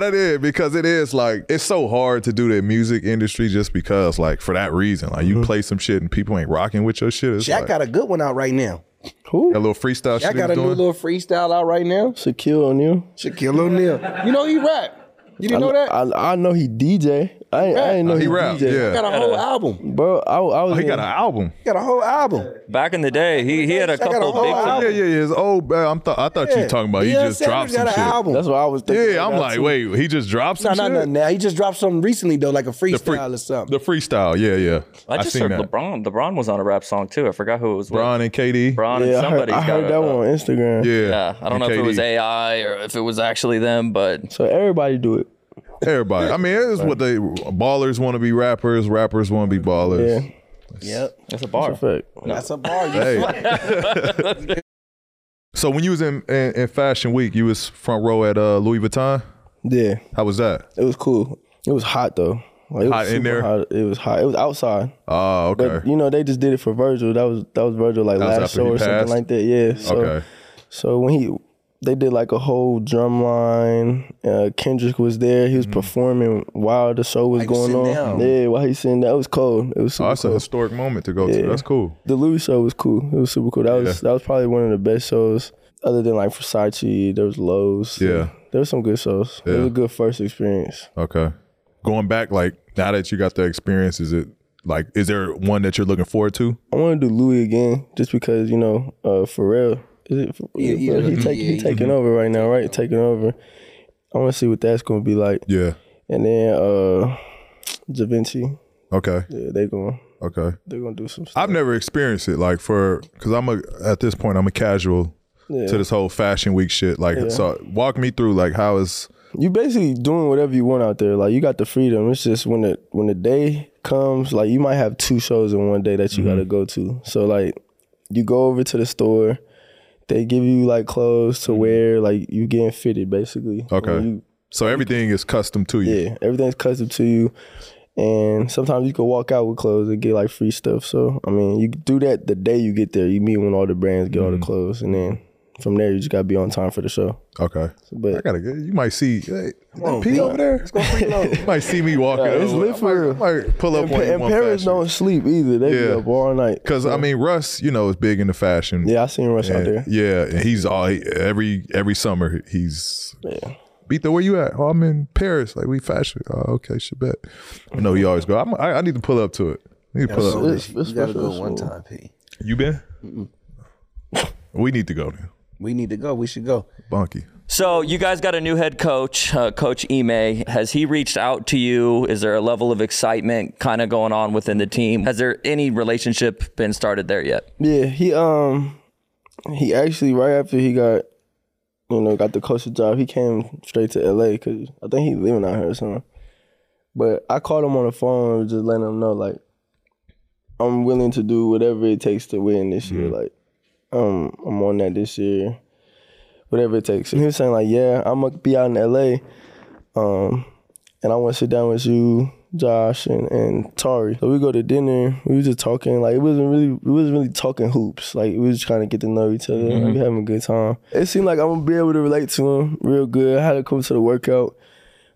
Speaker 1: that is because it is like it's so hard to do the music industry just because, like, for that reason, like you play some shit and people ain't rocking with your shit. It's
Speaker 4: Shaq
Speaker 1: like,
Speaker 4: got a good one out right now.
Speaker 2: Who?
Speaker 1: That little freestyle
Speaker 4: I
Speaker 1: shit he
Speaker 4: got
Speaker 1: was
Speaker 4: a new
Speaker 1: doing.
Speaker 4: little freestyle out right now.
Speaker 2: Shaquille O'Neal.
Speaker 4: Shaquille O'Neal. You know he rap.
Speaker 2: I
Speaker 4: You didn't know that? I,
Speaker 2: I, I know he DJ. I, ain't- I ain't know
Speaker 1: Oh, he
Speaker 2: he,
Speaker 1: rap,
Speaker 2: DJ.
Speaker 1: yeah.
Speaker 4: got a whole album.
Speaker 2: Bro, I, I was.
Speaker 1: Oh, he
Speaker 2: in-
Speaker 1: got an album.
Speaker 4: Got a whole album.
Speaker 3: Back in the day, he, he had a
Speaker 4: got a
Speaker 3: couple
Speaker 4: whole
Speaker 3: big
Speaker 4: album.
Speaker 1: Yeah, yeah, yeah. It's old. man. I'm th- I thought you were talking about. Oh, He
Speaker 4: Deion
Speaker 1: just dropped
Speaker 4: Sanders
Speaker 1: some
Speaker 4: got
Speaker 1: shit.
Speaker 4: an album.
Speaker 2: That's what I was thinking.
Speaker 1: Yeah, I'm
Speaker 2: about,
Speaker 1: like,
Speaker 2: too.
Speaker 1: wait, he just dropped
Speaker 4: No,
Speaker 1: some
Speaker 4: no,
Speaker 1: shit.
Speaker 4: no. Now he just dropped something recently though, like a freestyle
Speaker 1: free-
Speaker 4: or something.
Speaker 1: The freestyle. Yeah, yeah.
Speaker 3: I just
Speaker 1: seen
Speaker 3: heard
Speaker 1: that.
Speaker 3: LeBron. LeBron was on a rap song too. I forgot who it was. with.
Speaker 1: Bron and KD.
Speaker 3: LeBron and
Speaker 2: Yeah, I heard,
Speaker 3: somebody.
Speaker 2: I heard that one on Instagram.
Speaker 1: uh, Yeah.
Speaker 3: Yeah, I don't
Speaker 1: and
Speaker 3: know if it was
Speaker 1: KD.
Speaker 3: AI or if it was actually them, but
Speaker 2: So everybody do it.
Speaker 1: Everybody. I mean, it's what they ballers want to be rappers, rappers want to be ballers.
Speaker 2: Yeah.
Speaker 4: Yep.
Speaker 3: it's a bar.
Speaker 2: Fact.
Speaker 4: That's a bar. You
Speaker 1: Hey. so when you was in, in, in Fashion Week, you was front row at uh, Louis Vuitton.
Speaker 2: Yeah,
Speaker 1: How was that?
Speaker 2: it was cool. It was hot though. Like, it was
Speaker 1: Hot in
Speaker 2: super
Speaker 1: there?
Speaker 2: Hot. It was hot. It was outside.
Speaker 1: Oh, okay.
Speaker 2: But you know, they just did it for Virgil. That was that was Virgil like
Speaker 1: was
Speaker 2: last
Speaker 1: after
Speaker 2: show
Speaker 1: he
Speaker 2: or
Speaker 1: passed?
Speaker 2: something like that. Yeah. So,
Speaker 1: okay.
Speaker 2: So when he they did like a whole drum line, uh, Kendrick was there.
Speaker 1: Mm-hmm.
Speaker 2: He was performing while the show was
Speaker 4: Like,
Speaker 2: going
Speaker 4: sitting
Speaker 2: on.
Speaker 4: down.
Speaker 2: Yeah, while he's sitting there, it was cold. It was
Speaker 1: Oh,
Speaker 2: super
Speaker 1: that's a
Speaker 2: cool.
Speaker 1: historic moment to go to. That's cool.
Speaker 2: The Louis show was cool. It was super cool. That was that was probably one of the best shows. Other than like Versace, there was Lowe's.
Speaker 1: Yeah.
Speaker 2: There was some good shows. It was
Speaker 1: Yeah.
Speaker 2: a good first experience.
Speaker 1: Okay. Going back, like now that you got the experience, is it like is there one that you're looking forward to?
Speaker 2: I want to do Louis again, just because you know uh, Pharrell. Is it? Pharrell?
Speaker 4: Yeah, yeah,
Speaker 2: he, take,
Speaker 4: yeah,
Speaker 2: he
Speaker 4: yeah.
Speaker 2: taking over right now, right? Taking over. I want to see what that's gonna be like,
Speaker 1: Yeah.
Speaker 2: and then uh, Da Vinci.
Speaker 1: Okay.
Speaker 2: Yeah, they going
Speaker 1: Okay.
Speaker 2: they're gonna do some stuff.
Speaker 1: I've never experienced it like for because I'm a at this point I'm a casual to this whole fashion week shit. Like, so walk me through like how is
Speaker 2: you basically doing whatever you want out there. Like you got the freedom. It's just when the when the day comes, like you might have two shows in one day that you
Speaker 1: Mm-hmm.
Speaker 2: gotta go to. So like you go over to the store, they give you like clothes to wear, like you getting fitted basically.
Speaker 1: Mm-hmm. okay.
Speaker 2: And you-
Speaker 1: so everything is custom to you.
Speaker 2: yeah, everything's custom to you. And sometimes you can walk out with clothes and get like free stuff. So I mean, you do that the day you get there. You meet when all the brands get all the clothes, and then from there you just gotta be on time for the show.
Speaker 1: Okay.
Speaker 2: But
Speaker 1: I gotta get. You might see. Hey, that P over there. Let's go
Speaker 4: freeload.
Speaker 1: you might see me walking.
Speaker 2: it's
Speaker 1: over.
Speaker 2: lit
Speaker 1: I
Speaker 2: for
Speaker 1: might-
Speaker 2: real.
Speaker 1: I might pull up
Speaker 2: And,
Speaker 1: on
Speaker 2: Pa-
Speaker 1: you
Speaker 2: and
Speaker 1: one
Speaker 2: parents
Speaker 1: fashion.
Speaker 2: don't sleep either. They
Speaker 1: Yeah.
Speaker 2: be up all night.
Speaker 1: Because I mean, Russ, you know, is big into fashion.
Speaker 2: yeah, I seen Russ out
Speaker 1: And,
Speaker 2: there.
Speaker 1: yeah, and he's all he- every every summer he's. Beto, where you at? Oh, I'm in Paris. Like we fashion. Oh, okay, shit, bet. I know he always go. I'm, I, I need to pull up to it. I need to pull up.
Speaker 2: It's- it's
Speaker 4: you gotta
Speaker 2: special,
Speaker 4: go one
Speaker 2: so-
Speaker 4: time, P.
Speaker 1: You been? We need to go now.
Speaker 4: We need to go. We should go.
Speaker 1: Bonky.
Speaker 3: So you guys got a new head coach, uh, Coach Ime. Has he reached out to you? Is there a level of excitement kind of going on within the team? Has there any relationship been started there yet?
Speaker 2: Yeah, he um he actually right after he got you know got the coaching job, he came straight to LA because I think he's living out here or something. But I called him on the phone, just letting him know like I'm willing to do whatever it takes to win this year. Like um I'm on that this year, whatever it takes. And he was saying like, yeah, I'm gonna be out in LA, um, and I want to sit down with you. Josh and, and Tari. So we go to dinner. We was just talking. Like it wasn't really we wasn't really talking hoops. Like we was trying to get to know each other. Like we having a good time. It seemed like I'm gonna be able to relate to him real good. I had to come to the workout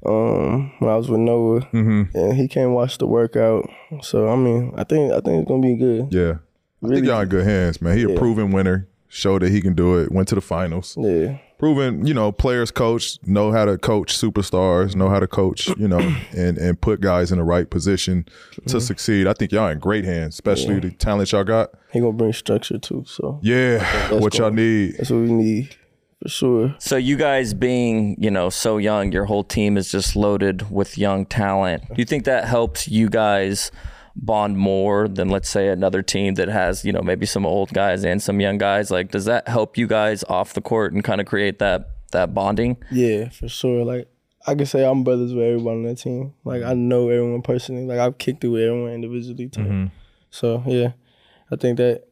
Speaker 2: um when I was with Noah. And he came watch the workout. So I mean I think I think it's gonna be good.
Speaker 1: Yeah. I think y'all in good hands, man. He a proven winner. Showed that he can do it. Went to the finals.
Speaker 2: Yeah.
Speaker 1: Proven, you know, players coach, know how to coach superstars, know how to coach, you know, and and put guys in the right position to succeed. I think y'all in great hands, especially the talent y'all got.
Speaker 2: He gonna bring structure too. So
Speaker 1: Yeah. What y'all
Speaker 2: cool.
Speaker 1: need.
Speaker 2: that's what we need for sure.
Speaker 3: So you guys being, you know, so young, your whole team is just loaded with young talent. Do you think that helps you guys bond more than let's say another team that has, you know, maybe some old guys and some young guys? Like does that help you guys off the court and kind of create that that bonding?
Speaker 2: Yeah, for sure. Like I can say I'm brothers with everyone on that team. Like I know everyone personally. Like I've kicked it with everyone individually too.
Speaker 1: Mm-hmm.
Speaker 2: So yeah, I think that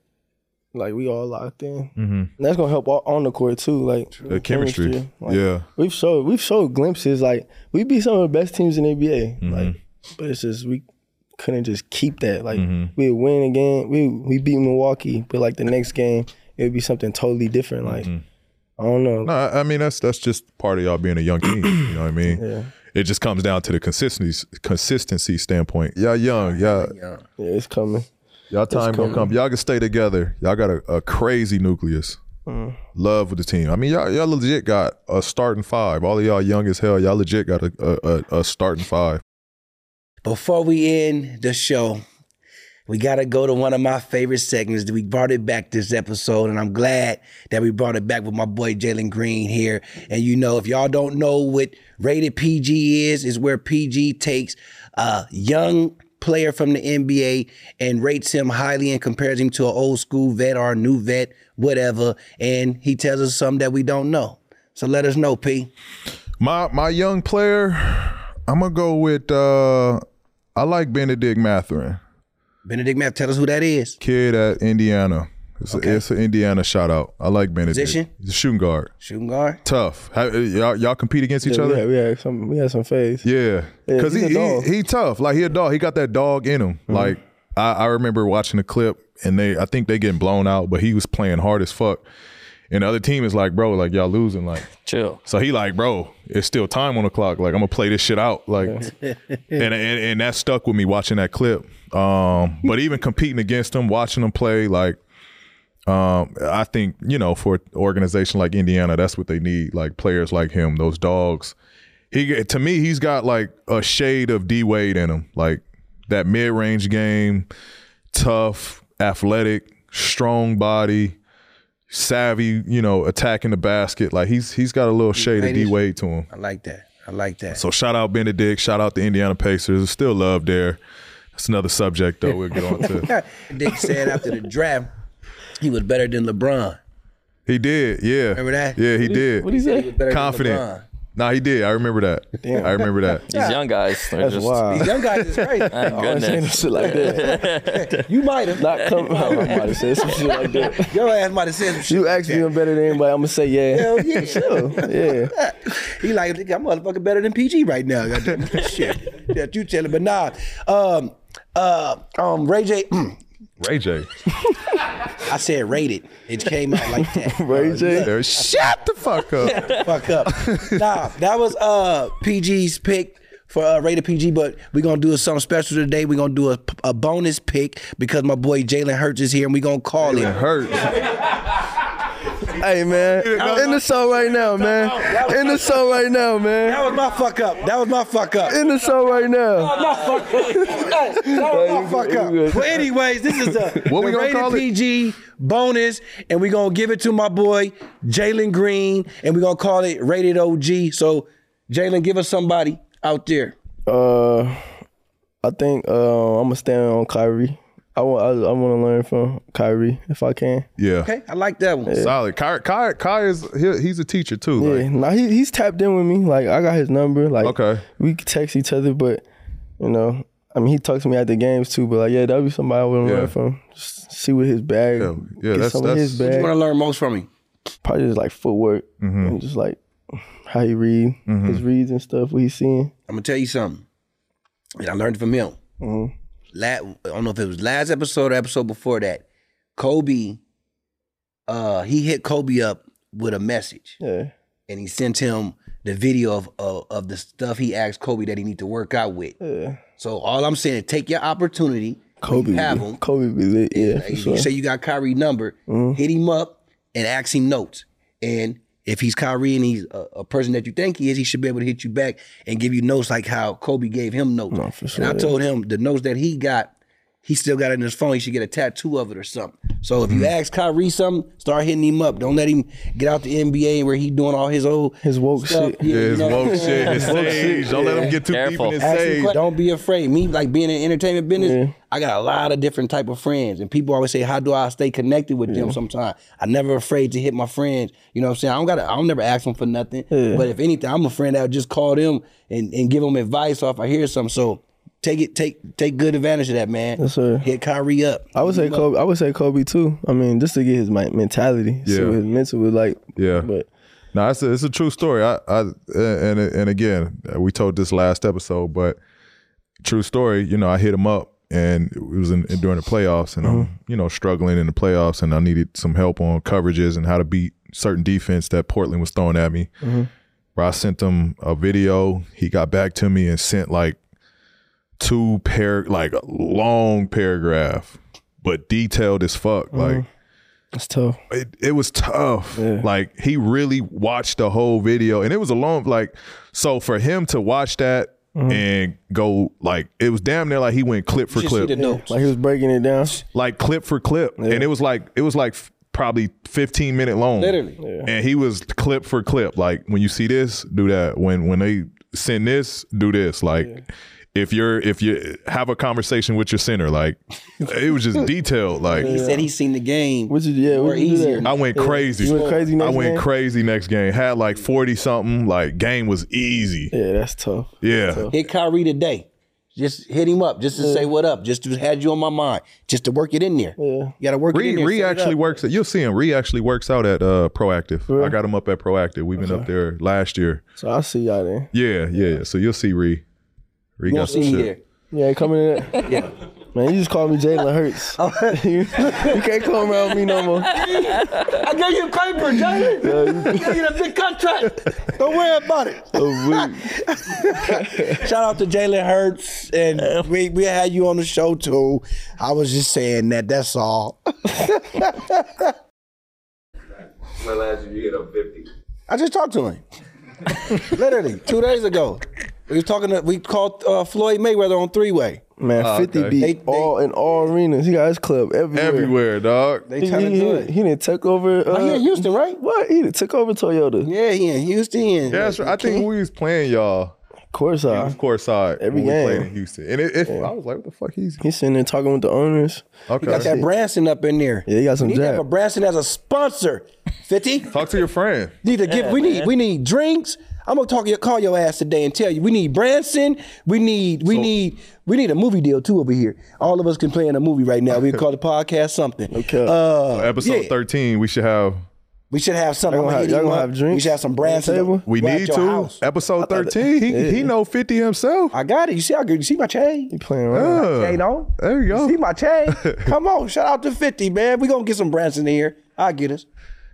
Speaker 2: like we all locked in. Mm-hmm. And that's gonna help all, on the court too. Like
Speaker 1: The chemistry.
Speaker 2: Like,
Speaker 1: yeah.
Speaker 2: we've showed we've showed glimpses. Like we be some of the best teams in the NBA. Like,
Speaker 1: Mm-hmm.
Speaker 2: but it's just we couldn't just keep that. Like we would win a game. We we beat Milwaukee, but like the next game it would be something totally different. Like
Speaker 1: Mm-hmm.
Speaker 2: I don't know.
Speaker 1: No, I I mean that's that's just part of y'all being a young team. You know what I mean? It just comes down to the consistency consistency standpoint. Y'all young, y'all
Speaker 2: Yeah, it's coming.
Speaker 1: Y'all time gonna come. Y'all can stay together. Y'all got a, a crazy nucleus.
Speaker 2: Mm.
Speaker 1: Love with the team. I mean, y'all, y'all legit got a starting five. All of y'all young as hell. Y'all legit got a a, a, a starting five.
Speaker 4: Before we end the show, we got to go to one of my favorite segments. We brought it back this episode, and I'm glad that we brought it back with my boy Jalen Green here. And you know, if y'all don't know what rated PG is, is where PG takes a young player from the NBA and rates him highly and compares him to an old school vet or a new vet, whatever. And he tells us something that we don't know. So let us know, P.
Speaker 1: My my young player, I'm gonna go with. uh I like Benedict Matherin,
Speaker 4: Benedict Math, tell us who that is.
Speaker 1: kid at Indiana. It's, a, it's an Indiana shout out. I like Benedict.
Speaker 4: Position?
Speaker 1: He's a shooting guard.
Speaker 4: Shooting guard.
Speaker 1: Tough. How- y'all y'all compete against each
Speaker 2: Yeah,
Speaker 1: other.
Speaker 2: we, had, we had some. We had some phase.
Speaker 1: Yeah,
Speaker 2: Yeah,
Speaker 1: because
Speaker 2: he's a
Speaker 1: he,
Speaker 2: dog. Mm-hmm.
Speaker 1: he he tough. Like he a dog. He got that dog in him. Like I, I remember watching a clip and they I think they getting blown out, but he was playing hard as fuck. And the other team is like, bro, like y'all losing. Like
Speaker 3: Chill.
Speaker 1: so he like, bro, it's still time on the clock. Like I'm gonna play this shit out. Like and, and and that stuck with me watching that clip. Um, but even competing against him, watching him play, like. Um, I think you know for an organization like Indiana, that's what they need. Like players like him, those dogs he to me he's got like a shade of D Wade in him, like that mid range game, tough, athletic, strong body, savvy. You know, attacking the basket. Like he's he's got a little shade of D Wade to him.
Speaker 4: I like that. I like that.
Speaker 1: So shout out Benedict, shout out the Indiana Pacers. There's Still love there. That's another subject though. We'll get on to.
Speaker 4: Dick said after the draft, he was better than LeBron.
Speaker 1: He did, yeah.
Speaker 4: Remember that?
Speaker 1: Yeah, he did.
Speaker 2: What do you say?
Speaker 4: Better than
Speaker 1: Confident.
Speaker 4: LeBron.
Speaker 1: Nah, he did. I remember that. I remember that.
Speaker 3: These young guys. They're
Speaker 2: That's
Speaker 3: just,
Speaker 2: wild.
Speaker 4: Young guys is crazy.
Speaker 3: Thank
Speaker 2: I'm saying
Speaker 3: goodness.
Speaker 2: shit like that.
Speaker 4: you might have.
Speaker 2: Not come. I might have said some shit like that.
Speaker 4: Your ass might have said some shit.
Speaker 2: You ask me, I'm better than anybody. I'm gonna say yeah.
Speaker 4: Hell yeah.
Speaker 2: Sure. Yeah.
Speaker 4: he like, "Nigga, I'm motherfucking better than PG right now. Goddamn shit that you telling, but nah. Um, uh, um, Ray J.
Speaker 1: Ray J.
Speaker 4: I said rated. It came out like that.
Speaker 2: Ray J.
Speaker 1: There. Shut the fuck up.
Speaker 4: fuck up. Nah, that was uh PG's pick for uh, rated PG, but we're gonna do something special today. We're gonna do a, a bonus pick because my boy Jalen Hurts is here, and we're gonna call
Speaker 1: It
Speaker 4: him.
Speaker 1: hurt.
Speaker 2: Hey man, in the show right now, man. In the show right now, man.
Speaker 4: That was my fuck up. That was my fuck up.
Speaker 2: In the show right now.
Speaker 4: that was my fuck
Speaker 2: you good.
Speaker 4: up. Well, anyways, this is a
Speaker 1: What we
Speaker 4: the
Speaker 1: gonna
Speaker 4: rated
Speaker 1: call it?
Speaker 4: PG bonus, and we're gonna give it to my boy Jalen Green, and we're gonna call it rated OG. So, Jalen, give us somebody out there.
Speaker 2: Uh, I think uh, I'm gonna stand on Kyrie. I want I, I want to learn from Kyrie if I can.
Speaker 1: Yeah.
Speaker 4: Okay, I like that one.
Speaker 1: Solid. Kai, Kai, Kai is he, he's a teacher too.
Speaker 2: Yeah,
Speaker 1: Like,
Speaker 2: nah, he, he's tapped in with me. Like I got his number. Like
Speaker 1: Okay.
Speaker 2: we could text each other, but you know, I mean, he talks to me at the games too. But like, yeah, that'd be somebody I would to
Speaker 1: Yeah.
Speaker 2: learn from. Just see what his bag.
Speaker 1: Yeah, yeah,
Speaker 2: get
Speaker 1: that's-
Speaker 2: some of
Speaker 1: that's- Mm-hmm.
Speaker 2: his
Speaker 4: What you
Speaker 2: bag.
Speaker 4: want to learn most from him?
Speaker 2: Probably just like footwork and just like how he read his reads and stuff. What he's seeing.
Speaker 4: I'm gonna tell you something, and I learned from him.
Speaker 2: Mm-hmm.
Speaker 4: La- I don't know if it was last episode or episode before that. Kobe, uh, he hit Kobe up with a message.
Speaker 2: Yeah.
Speaker 4: and he sent him the video of, of of the stuff he asked Kobe that he need to work out with. So all I'm saying, take your opportunity.
Speaker 2: Kobe,
Speaker 4: you have
Speaker 2: be-
Speaker 4: him.
Speaker 2: Kobe be lit. Yeah, for
Speaker 4: Like,
Speaker 2: sure. Mm-hmm.
Speaker 4: You say you got Kyrie number, hit him up and ask him notes. And if he's Kyrie and he's a, a person that you think he is, he should be able to hit you back and give you notes like how Kobe gave him notes.
Speaker 2: No, for sure,
Speaker 4: And I
Speaker 2: yeah.
Speaker 4: told him the notes that he got, he still got it in his phone. He should get a tattoo of it or something. So if you
Speaker 2: Mm-hmm.
Speaker 4: ask Kyrie something, start hitting him up. Don't let him get out the NBA where he doing all his old
Speaker 2: His woke
Speaker 4: stuff.
Speaker 2: shit.
Speaker 4: Yeah, you
Speaker 1: his
Speaker 4: know what I'm
Speaker 1: woke
Speaker 4: saying?
Speaker 1: shit, his sage. Don't let him get too
Speaker 3: Careful.
Speaker 1: deep in his
Speaker 4: Ask him
Speaker 1: sage.
Speaker 4: que- Don't be afraid. Me like being in entertainment business, I got a lot of different type of friends, and people always say, "How do I stay connected with them?" Sometimes I'm never afraid to hit my friends. You know what I'm saying? I don't gotta. I don't never ask them for nothing. But if anything, I'm a friend that would just call them and, and give them advice or if I hear something. So take it, take take good advantage of that, man.
Speaker 2: Yes, sir.
Speaker 4: Hit Kyrie up.
Speaker 2: I would say Kobe. I would say Kobe too. I mean, just to get his mi- mentality, see
Speaker 1: Yeah.
Speaker 2: what his mental was like.
Speaker 1: Yeah.
Speaker 2: but
Speaker 1: No, it's a, it's a true story. I, I and and again, we told this last episode, but true story. You know, I hit him up, and it was in, during the playoffs, and I'm you know struggling in the playoffs, and I needed some help on coverages and how to beat certain defense that Portland was throwing at me. Where I sent him a video, he got back to me and sent like two pair, like a long paragraph. but detailed as fuck. Like
Speaker 2: That's tough.
Speaker 1: it, it was tough. Like he really watched the whole video, and it was a long like. So for him to watch that and go like it was damn near like he went clip for
Speaker 4: Just see
Speaker 1: clip,
Speaker 4: the notes.
Speaker 2: Like he was breaking it down.
Speaker 1: like clip for clip, and it was like it was like f- probably fifteen minute long,
Speaker 4: Literally.
Speaker 1: And he was clip for clip. Like when you see this, do that. When when they send this, do this. Like. If you're if you have a conversation with your center, like it was just detailed. Like
Speaker 4: He said he seen the game.
Speaker 2: What you- yeah,
Speaker 4: more
Speaker 2: what you do
Speaker 4: easier.
Speaker 2: that?
Speaker 1: I went crazy.
Speaker 2: You went crazy
Speaker 1: I
Speaker 2: next
Speaker 1: went
Speaker 2: game?
Speaker 1: crazy next game. Had like forty something. Like game was easy.
Speaker 2: Yeah, that's tough.
Speaker 1: Yeah.
Speaker 4: Hit Kyrie today. Just hit him up, just to say what up, just to had you on my mind, just to work it in there. You got to work it in
Speaker 1: Ree
Speaker 4: there.
Speaker 1: Ree
Speaker 4: set it
Speaker 1: actually
Speaker 4: up.
Speaker 1: works. At, you'll see him. Ree actually works out at uh, Proactive. I got him up at Proactive. We've been up there last year.
Speaker 2: So I'll see y'all then.
Speaker 1: Yeah, yeah. yeah. So you'll see Ree. Ree
Speaker 4: You
Speaker 1: got
Speaker 4: won't
Speaker 1: some
Speaker 4: see me
Speaker 1: shit.
Speaker 4: there.
Speaker 2: Yeah, coming in. There. Yeah. Man, you just call me Jalen Hurts.
Speaker 4: Oh.
Speaker 2: you, you can't come around me no more.
Speaker 4: I gave you paper, Jalen. I gave you the big contract. Don't worry about it.
Speaker 2: A week.
Speaker 4: Shout out to Jalen Hurts, and we we had you on the show too. I was just saying that. That's all.
Speaker 7: My last year, you hit up 50.
Speaker 4: I just talked to him. Literally two days ago, we was talking. To, we called uh, Floyd Mayweather on three way.
Speaker 2: Man, 50
Speaker 1: okay.
Speaker 2: beat
Speaker 4: Oh, They- they-
Speaker 2: all in all arenas. He got his club everywhere.
Speaker 1: Everywhere, dog.
Speaker 4: They
Speaker 2: He,
Speaker 4: trying to
Speaker 2: he,
Speaker 4: do
Speaker 2: he,
Speaker 4: it.
Speaker 2: he didn't take over. Uh,
Speaker 4: Oh, he in Houston, right?
Speaker 2: What? He done took over Toyota.
Speaker 4: Yeah, he in Houston.
Speaker 1: Yeah, that's right. I think we was playing y'all.
Speaker 2: Of course, I.
Speaker 1: Of course, I
Speaker 2: Every
Speaker 1: when we played
Speaker 2: game.
Speaker 1: in Houston, and it, it, I was like, "What the fuck?" He's
Speaker 2: He's sitting there talking with the owners.
Speaker 4: Got
Speaker 1: okay.
Speaker 4: that Branson up in there.
Speaker 2: Yeah, he got some
Speaker 4: We need to have
Speaker 2: jab.
Speaker 4: a Branson as a sponsor. Fifty.
Speaker 1: Talk to your friend.
Speaker 4: Need to give. we need. We need drinks. I'm gonna talk. your- Call your ass today and tell you. We need Branson. We need. We need. We need a movie deal too over here. All of us can play in a movie right now. We can call the podcast something.
Speaker 2: Okay.
Speaker 4: Uh,
Speaker 1: Episode
Speaker 4: yeah.
Speaker 1: thirteen, we should have.
Speaker 4: we should have something.
Speaker 2: Y'all gonna
Speaker 4: I'ma
Speaker 2: have-
Speaker 4: hit
Speaker 2: y'all
Speaker 4: him
Speaker 2: gonna
Speaker 4: up.
Speaker 2: have drinks
Speaker 4: We should have some
Speaker 2: on the
Speaker 4: Branson.
Speaker 2: table?
Speaker 1: We
Speaker 4: We're at
Speaker 1: need
Speaker 4: your
Speaker 1: to.
Speaker 4: house.
Speaker 1: Episode 13. He, he know 50 himself.
Speaker 4: I got it. You see how good? You see my chain?
Speaker 2: He playing around.
Speaker 1: Yeah.
Speaker 4: Chain on.
Speaker 1: There you go.
Speaker 4: See my chain? Come on. Shout out to Fifty, man. We gonna get some Branson in here. I get us.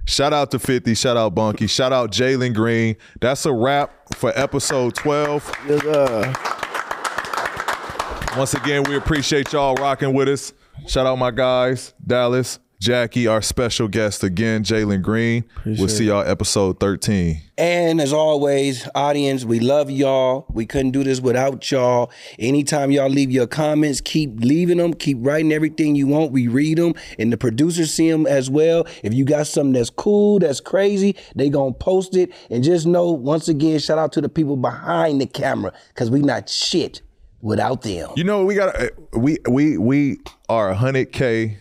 Speaker 1: Shout out to 50. Shout out Bunky. Shout out Jalen Green. That's a wrap for episode 12.
Speaker 2: Yes, uh,
Speaker 1: Once again, we appreciate y'all rocking with us. Shout out my guys, Dallas, Jackie, our special guest again, Jalen Green. we'll see y'all episode 13.
Speaker 4: And as always, audience, we love y'all. We couldn't do this without y'all. Anytime y'all leave your comments, keep leaving them. Keep writing everything you want. We read them, and the producers see them as well. If you got something that's cool, that's crazy, they gonna post it. And just know, once again, shout out to the people behind the camera, cause we not shit without them.
Speaker 1: You know, we got we we we are 100k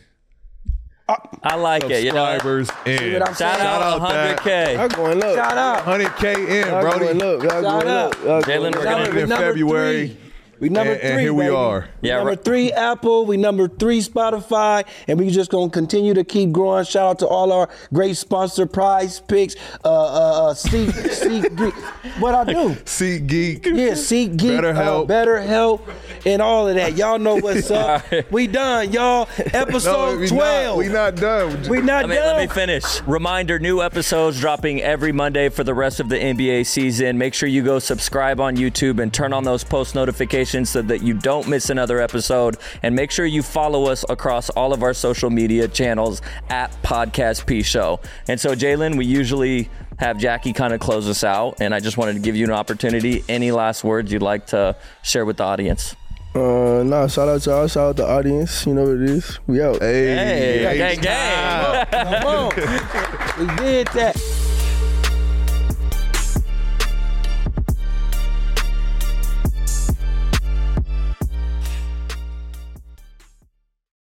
Speaker 3: I like it. You know,
Speaker 1: subscribers in.
Speaker 4: what I'm
Speaker 3: shout out 100K.
Speaker 2: y'all going low.
Speaker 4: Shout out.
Speaker 1: 100k in,
Speaker 2: Y'all going
Speaker 1: Brody.
Speaker 2: low. Y'all going low.
Speaker 4: out.
Speaker 2: Y'all going
Speaker 3: Jalen,
Speaker 2: low.
Speaker 3: we're
Speaker 4: Y'all
Speaker 3: gonna
Speaker 1: in
Speaker 4: number
Speaker 1: February.
Speaker 4: three. We number
Speaker 1: And-
Speaker 4: three.
Speaker 1: and here we
Speaker 4: baby.
Speaker 1: are.
Speaker 4: We
Speaker 3: Yeah,
Speaker 4: number
Speaker 3: right.
Speaker 4: three Apple. We number three Spotify, and we just gonna continue to keep growing. Shout out to all our great sponsor prize picks. Uh, uh, uh Seek, Seek, Geek. what I do?
Speaker 1: Seat Geek.
Speaker 4: Yeah, Seek Geek,
Speaker 1: Better
Speaker 4: uh,
Speaker 1: help.
Speaker 4: better help, and all of that. Y'all know what's up. We done, y'all.
Speaker 1: No,
Speaker 4: Episode
Speaker 1: we not,
Speaker 4: twelve.
Speaker 1: we not done.
Speaker 4: We not
Speaker 3: Let me,
Speaker 4: done.
Speaker 3: let me finish. Reminder new episodes dropping every Monday for the rest of the NBA season. Make sure you go subscribe on YouTube and turn on those post notifications so that you don't miss another episode. And make sure you follow us across all of our social media channels at Podcast P Show. And so, Jalen, we usually have Jackie kind of close us out. And I just wanted to give you an opportunity. Any last words you'd like to share with the audience?
Speaker 2: Uh, nah, shout out y'all. Shout out the audience. You know what it is. We out.
Speaker 1: Hey,
Speaker 3: Hey, gang, gang.
Speaker 4: Come on. we did that.